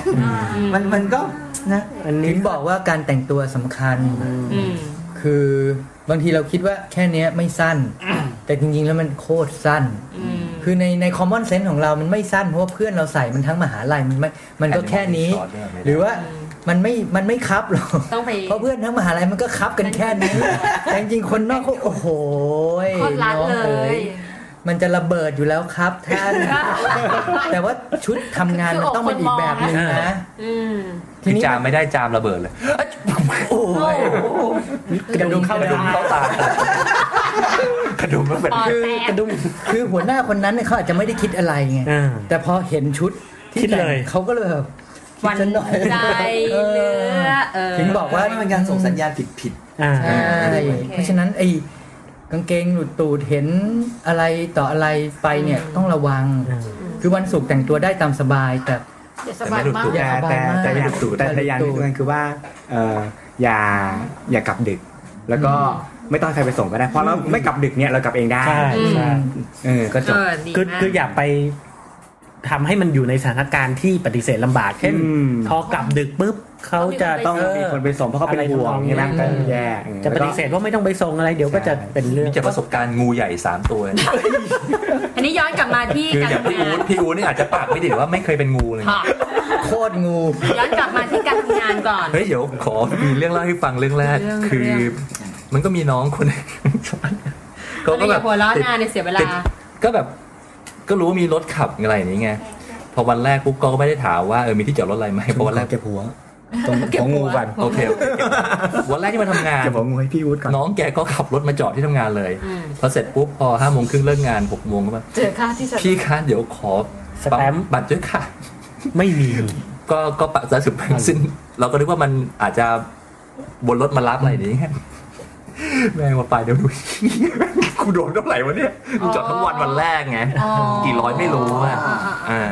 Speaker 9: มันมันก็นะ
Speaker 7: อันนี้
Speaker 8: ถึงบอกว่าการแต่งตัวสำคัญ
Speaker 4: อืม
Speaker 8: คือบางทีเราคิดว่าแค่เนี้ยไม่สั้น แต่จริงๆแล้วมันโคตรสั้น
Speaker 4: อืม
Speaker 8: คือในในคอมมอนเซนส์ของเรามันไม่สั้นเพราะว่าเพื่อนเราใส่มันทั้งมหาลัยมันไม่มันก็แค่นี้
Speaker 3: อันนี้มันเป็นช็อตด้วย
Speaker 8: หรือว่ามันไม่มันไม่ครับหรอก
Speaker 4: ต้องไป
Speaker 8: เพราะเพื่อนทั้งมหาลัยมันก็ครับกันแค่นี้ แต่จริงๆคนนอกเขาโอ้โห
Speaker 5: โคตรรัด
Speaker 8: น้อง
Speaker 5: เล
Speaker 8: อ๋
Speaker 5: ย
Speaker 8: มันจะระเบิดอยู่แล้วครับท่าน แต่ว่าชุดทำงานมันต้องเป็นอีกแบบหนึ่งนะ
Speaker 4: อืม
Speaker 8: ที
Speaker 3: ที่
Speaker 8: นี้
Speaker 3: จามไม่ได้จามระเบิดเลย
Speaker 8: โอ้ยกระดุมเข้า
Speaker 3: กระดุมเข้าตากระดุมแล้วเป็น
Speaker 8: คือกระดุมคือหัวหน้าคนนั้นเนี่ยเขาอาจจะไม่ได้คิดอะไรไง
Speaker 7: อ่า
Speaker 8: แต่พอเห็นชุดที่
Speaker 7: คิดเลย
Speaker 8: แต่งเขาก็เลยแบบคิด
Speaker 4: วัน
Speaker 8: ซะหน่อย
Speaker 4: ใจ
Speaker 8: เอ
Speaker 4: เนื้
Speaker 8: อ
Speaker 4: อเออ
Speaker 8: ถึงบอกว่า
Speaker 9: มันเป็นการส่งสัญญาณผิดผิด
Speaker 7: อ่า
Speaker 8: ใช่เพราะฉะนั้นไอ้กางเกงหลุดตูดเห็นอะไรต่ออะไรไปเนี่ยต้องระวัง
Speaker 7: อืม
Speaker 8: คือวันศุกร์แต่งตัวได้ตามสบายแต่
Speaker 5: อย่าสบายมาก
Speaker 6: แต่
Speaker 8: สบาย
Speaker 6: แต่
Speaker 8: มาก
Speaker 6: แต่อย่าง
Speaker 8: สูตร
Speaker 6: แต่แต่อย่าง
Speaker 8: สู
Speaker 6: ที่
Speaker 8: ตร
Speaker 6: สำคัญคือว่าเอออย่าอย่ากลับดึก แล้วก็ไม่ต้องให้ใครไปส่งก็ได้เพราะเราไม่กลับดึกเนี่ยเรากลับเองได้
Speaker 7: ใช่ใช่
Speaker 6: เออก็จ
Speaker 4: เอบ อดี
Speaker 7: คือ
Speaker 4: มาก
Speaker 7: คืออย่าไปทำให้มันอยู่ในสถานการณ์ที่ปฏิเสธลำบากเช่น
Speaker 6: อืม
Speaker 7: พอกลับดึกปุ๊บเขาจะ
Speaker 5: ต้
Speaker 6: ต้
Speaker 7: ต้
Speaker 6: อ
Speaker 7: อง ง
Speaker 5: ไปส่
Speaker 6: มีคนไปส่งเพราะเขาเป็น
Speaker 7: อะไร
Speaker 6: ห่วง
Speaker 7: ทำนอง
Speaker 6: ใช่ไหม
Speaker 7: นี้
Speaker 6: ก็แย่เออ
Speaker 7: จะป
Speaker 6: แล้วก็
Speaker 7: ฏิเสธว่าไม่ต้องไปส่งอะไรเดี๋ยวก็
Speaker 6: ใช่
Speaker 7: จะเป็นเรื่อง
Speaker 3: นี่จะประสบการณ์งูใหญ่สามตัวเนี่ย
Speaker 4: อันนี้ย้อนกลับมาที่
Speaker 3: คือ
Speaker 4: การ
Speaker 3: อย่าง
Speaker 4: ทำ
Speaker 3: พี่อู
Speaker 4: งาน
Speaker 3: ดพี่อูดนี่อาจจะปากไม่ดีแต่ว่าไม่เคยเป็นงูเลย
Speaker 4: ค่ะ
Speaker 8: โคตรงู
Speaker 4: ย้อนกลับมาที่การทำงานก่อน
Speaker 3: เฮ้ยเดี๋ยวขอมีเรื่องเล่าให้ฟังเรื่องแรก
Speaker 4: เรื่อง
Speaker 3: คือ
Speaker 4: เรื่อง
Speaker 3: มันก็มีน้องคนหนึ่ง
Speaker 4: ก็เลยอย่าหัวเร้อนนานในยเสียเวลา
Speaker 3: ติดก็แบบ ก็รู้ว่ามีรถขับอะไรอย่างนี้ไงพอวันแรกปุ๊บก็ไม่ได้ถามว่าเออมีที่จอดรถอะไรไหมพอวันแรก
Speaker 6: เก็บหัวตรงของงูก่อน
Speaker 3: โอเคโอเควันแรกที่มาทำงาน
Speaker 6: เก็บหัวงูให้พี่วุฒิก่อน
Speaker 3: น้องแกก็ขับรถมาจอดที่ทำงานเลย
Speaker 4: อืม
Speaker 3: พอเสร็จปุ๊บพอห้าโมงครึ่งเลิกงานหกโมงก็มา
Speaker 5: เจอค่าที่สุด
Speaker 3: พี่คะเดี๋ยวขอ
Speaker 7: สแตมป์
Speaker 3: บัตรด้วยค่ะ
Speaker 7: ไม่มี
Speaker 3: ก็ก็ปะจะสุดแปงสิ้นเราก็นึกว่ามันอาจจะบนรถมารับอะไรอย่าง นี้ แม่งมาไปเดี๋ยวดู กูโดนเท่าไหร่วะเนี่ยกูจอดทั้งวันวันแรกไงกี่ร้อยไม่รู้อ่ะอ่า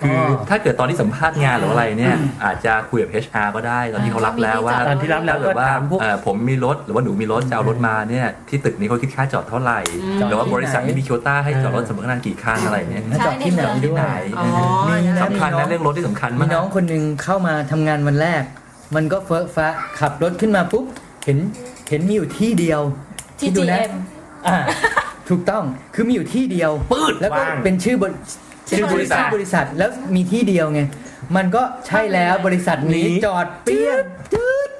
Speaker 3: คืออถ้าเกิดตอนที่สัมภาษณ์งานหรืออะไรเนี่ย อาจจะคุยกับ HR ก็ได้ตอนที่เขารับแล้วว่า
Speaker 7: ตอนที่รับแล้ว
Speaker 3: ถ้าเกิดว่า
Speaker 7: ก็ถามพวก
Speaker 3: เอ่อผมมีรถหรือว่าหนูมีรถจะเอารถมาเนี่ยที่ตึกนี้เขาคิดค่าจอดเท่าไหร่หรือว่าบริษัทนี้มีโควต้าให้จอดรถสำนักงานกี่คันอะไรอย่างเงี้ย
Speaker 8: มาจอดที่ไหนด้วย
Speaker 4: อ๋อ
Speaker 8: ใช่
Speaker 3: สำคัญนะเรื่องรถที่สำคัญ
Speaker 8: มี
Speaker 3: มาก
Speaker 8: น้องคนหนึ่งเข้ามาทำงานวันแรก มันก็เฟ้อฟ้าขับรถขึ้นมาปุ๊บ เห็นเห็นมีอยู่ที่เดียว
Speaker 5: ที่
Speaker 8: คิด
Speaker 5: จี
Speaker 8: ดูนะ
Speaker 5: เอ็ม
Speaker 8: อ่าถูกต้องคือมีอยู่ที่เดียวปืดแล้วก็เป็นชื่อบริ
Speaker 5: ชื่อบริษัท
Speaker 8: ชื่อบริษัทแล้วมีที่เดียวไง มันก็ใช่แล้วบริษัทนี้
Speaker 7: นี้
Speaker 8: จอดเปี้ยงจืด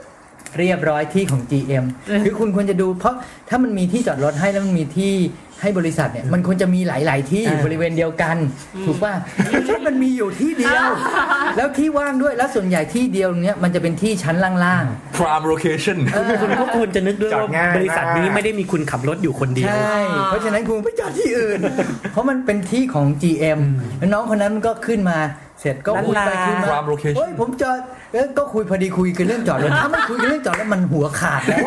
Speaker 8: เรียบร้อยที่ของ GM คือคุณควรจะดู เพราะถ้ามันมีที่จอดรถให้แล้วมันมีที่ให้บริษัทเนี่ยมันควรจะมีหลาย ๆ ที่
Speaker 10: อ่า
Speaker 8: บริเวณเดียวกัน ถูกป่ะไม่ใช่มันมีอยู่ที่เดียว แล้วที่ว่างด้วยแล้วส่วนใหญ่ที่เดียวเนี้ยมันจะเป็นที่ชั้นล่าง
Speaker 3: prime location
Speaker 7: คุณก็ควรจะนึกด้วย
Speaker 11: จอด
Speaker 7: ว่า
Speaker 11: ง่าย
Speaker 7: บริษัทนี้
Speaker 11: มาก
Speaker 7: ไม่ได้มีคุณขับรถอยู่คน
Speaker 8: ๆ
Speaker 7: เดียว
Speaker 8: ใช่ เพราะฉะนั้นคุณไปจอดที่อื่น เพราะมันเป็นที่ของ GM แล้วน้องคนนั้นก็ขึ้นมาเสร็จก็พูดไป
Speaker 7: นั่นล่ะ
Speaker 8: คุยมา
Speaker 3: prime location
Speaker 8: เฮ้ยผมจอดเอ้ยก็คุยพอดีคุยกันเรื่องจอดรถ ถ้ามันคุยกันเรื่องจอดรถมันหัวขาดแล้ว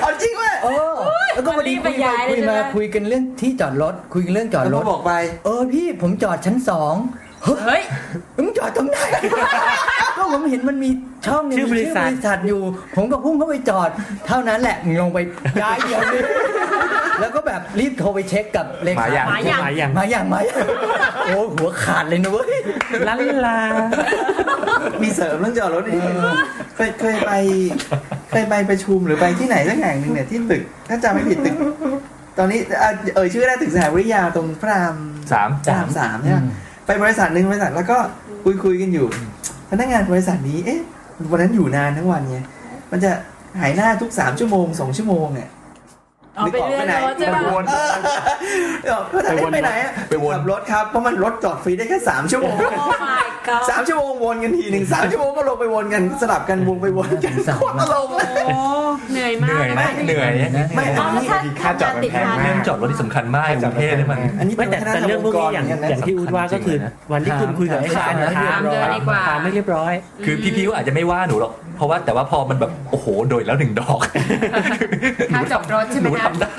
Speaker 2: เอาจริงเว้ย
Speaker 8: เออแล้วก็พอดีคุยไปคุยมาคุยกันเรื่องที่จอดรถ คุยกันเรื่องจอด
Speaker 2: แล้ว
Speaker 8: ร
Speaker 2: ก็
Speaker 8: ถ
Speaker 2: บอกไป
Speaker 8: เออพี่ผมจอดชั้นสอง
Speaker 5: เฮ้ย
Speaker 8: มึงจอดตรงไหน ก็ผมเห็นมันมีช่องเนี่ย
Speaker 7: ชื่อ
Speaker 8: มี
Speaker 7: บริษัท
Speaker 8: บริษัทอยู่ ผมก็พุ่งเข้าไปจอด เท่านั้นแหละมึงลงไปย้ายเดี๋ยวนี้แล้วก็แบบรีบโทรไปเช็คกับเลขา
Speaker 3: หมายัง
Speaker 4: หมายัง
Speaker 7: หมายอย่าง
Speaker 8: มาอย่างมายังโอ้หัวขาดเลยนะเว้ย
Speaker 7: ลันลา
Speaker 2: มีเสริมเรื่องจอดรถอีกเคยเคยไปเคยไปประชุมหรือไปที่ไหนสักแห่งหนึ่งเนี่ยที่ตึก ถ้าจำไม่ผิดตึก ตอนนี้เอ่อเอ่ยชื่อได้ตึกสหวิทยาตรงพระราม
Speaker 3: สาม
Speaker 2: พระรามสามเนี่ย
Speaker 8: อืม
Speaker 2: ไปบริษัทหนึ่งบริษัทแล้วก็คุยคุยกันอยู่ พนักงานบริษัทนี้ เอ๊ะวันนั้นอยู่นานทั้งวันไงมันจะหายหน้าทุกสามชั่วโมงสองชั่วโมงเนี่ย
Speaker 5: เอาไปเรื่อยรถใช่
Speaker 3: ไป
Speaker 5: ป่ะ
Speaker 3: วน
Speaker 2: เออเขาถามเอ๊ะไปไหนอะ
Speaker 3: ไปวน
Speaker 2: ขับรถครับ เพราะมันรถจอดฟรีได้แค่สามชั่วโมง
Speaker 5: Oh my god
Speaker 2: สามชั่วโมงวนกันทีหนึ่งสามชั่วโมงก็ลงไปวนกันสลับกันวงไปวนกัน
Speaker 8: สาม
Speaker 2: โคตรตลกเลย
Speaker 5: โอ้
Speaker 4: เหนื่อย
Speaker 3: เห
Speaker 4: มาก
Speaker 3: นื่อยนะเหนื่อย
Speaker 8: นะ
Speaker 2: ไม่
Speaker 5: อ๋อแล้วถ้า
Speaker 11: ค่าจอดมันแพงมา
Speaker 3: เรื่อง
Speaker 11: ก
Speaker 3: จอดรถที่สำคัญมากกรุงเทพนี่มัน
Speaker 2: อันนี้
Speaker 7: ไม่แต่
Speaker 2: ป็น
Speaker 7: แต่เรื่องพวกนี้อย่าง
Speaker 2: คณะทำงน
Speaker 7: อย่างที่อูดว่าก็คือ
Speaker 3: จริงๆนะ
Speaker 7: วันที่คุณคุยกับไอ้สารนะ
Speaker 4: ถามเดินดีกว่า
Speaker 7: ถามไม่เรียบร้อย
Speaker 3: คือพี่ๆก็อาจจะไม่ว่าหนูหรอก เพราะว่าแต่ว่าพอมันแบบ โอ้โห โดยแล้วหนึ่งด อก
Speaker 4: ถ้าจอดรถใช่ไห
Speaker 3: ห
Speaker 4: ม
Speaker 3: นู
Speaker 4: คะ
Speaker 3: ทำได้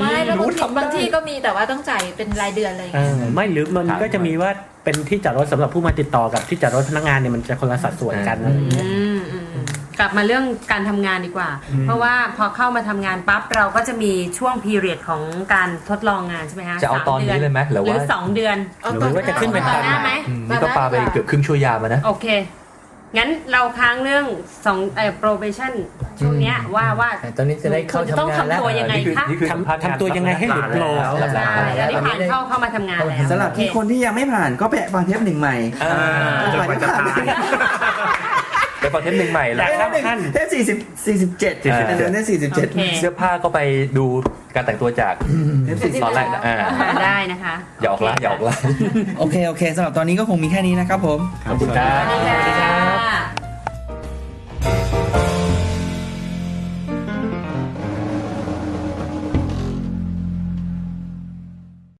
Speaker 5: ไม่แล้วบาง
Speaker 3: รู้
Speaker 5: ที
Speaker 3: ทำได้
Speaker 5: บางที่ก็มีแต่ว่าต้องจ่ายเป็นรายเดือนเลย
Speaker 7: เออไม่หรือมัน
Speaker 3: ครับ
Speaker 7: ก็จะมีว่าเป็นที่จอดรถสำหรับผู้มาติดต่อกับที่จอดรถพนักงานเนี่ยมันจะคนละสัดส่วนกันอะไรอย่างเงี้ย
Speaker 4: อืมอืมอืมกลับมาเรื่องการทำงานดีกว่า เพราะว่าพอเข้ามาทำงานปั๊บเราก็จะมีช่วงพีเรียดของการทดลองงานใช่ไหมคะ
Speaker 3: จะเอาตอน
Speaker 4: สดื
Speaker 3: นี้เลยไหมหรือ
Speaker 4: หรื
Speaker 3: ว่า
Speaker 4: อสองเดือน
Speaker 5: เอา
Speaker 7: หรือ
Speaker 5: ก่อน
Speaker 7: ว่าจะขึ้นไป
Speaker 5: ก่อน
Speaker 7: ทำ
Speaker 5: หน้าไหม
Speaker 3: อืมนี่ก็ปาไปเกือบครึ่งชั่วยามอะนะ
Speaker 4: โอเค งั้นเราค้างเรื่องสองเอ่อ probation ช่วงเนี้ยว่าว่า
Speaker 8: แต่ตอนนี้จะได้เข้า
Speaker 4: คุณจะ
Speaker 8: ทำ
Speaker 4: ต้อง
Speaker 8: งานแล้ว
Speaker 4: ทำตัวยังไง
Speaker 3: นี่คือ
Speaker 4: คะ
Speaker 3: นี่คือ
Speaker 7: ทำทำตัวยังไงให้หลุดโปร
Speaker 3: หลับ
Speaker 4: ใช่
Speaker 3: ตา
Speaker 4: แล้วได้ผ่านเข้าเข้ามาทำงานแล้ว
Speaker 2: สำหรับที่คนที่ยังไม่ผ่านก็แปะฟังเทปหนึ่งใหม่
Speaker 3: อ่า
Speaker 11: จนกว่าจะตาย
Speaker 3: ไปฟังเทปหนึ่งใหม่แล้
Speaker 2: เท
Speaker 3: ว
Speaker 2: ปหนึ่งเทปสี่สิบสี่สิบเจ็ด
Speaker 3: อ่า
Speaker 2: อันนั้นได้สี่สิบเจ็ด
Speaker 4: โอเค
Speaker 3: เสื้อผ้าก็ไปดูการแต่งตัวจาก
Speaker 2: เทปสี่สิบ
Speaker 3: ตอนแรกนะอ่า
Speaker 4: ได้นะคะ
Speaker 3: หยอกละหยอกละ
Speaker 10: โอเค โอเคสำหรับตอนนี้ก็คงมีแค่นี้นะครับผม
Speaker 4: สวัสดีค่ะ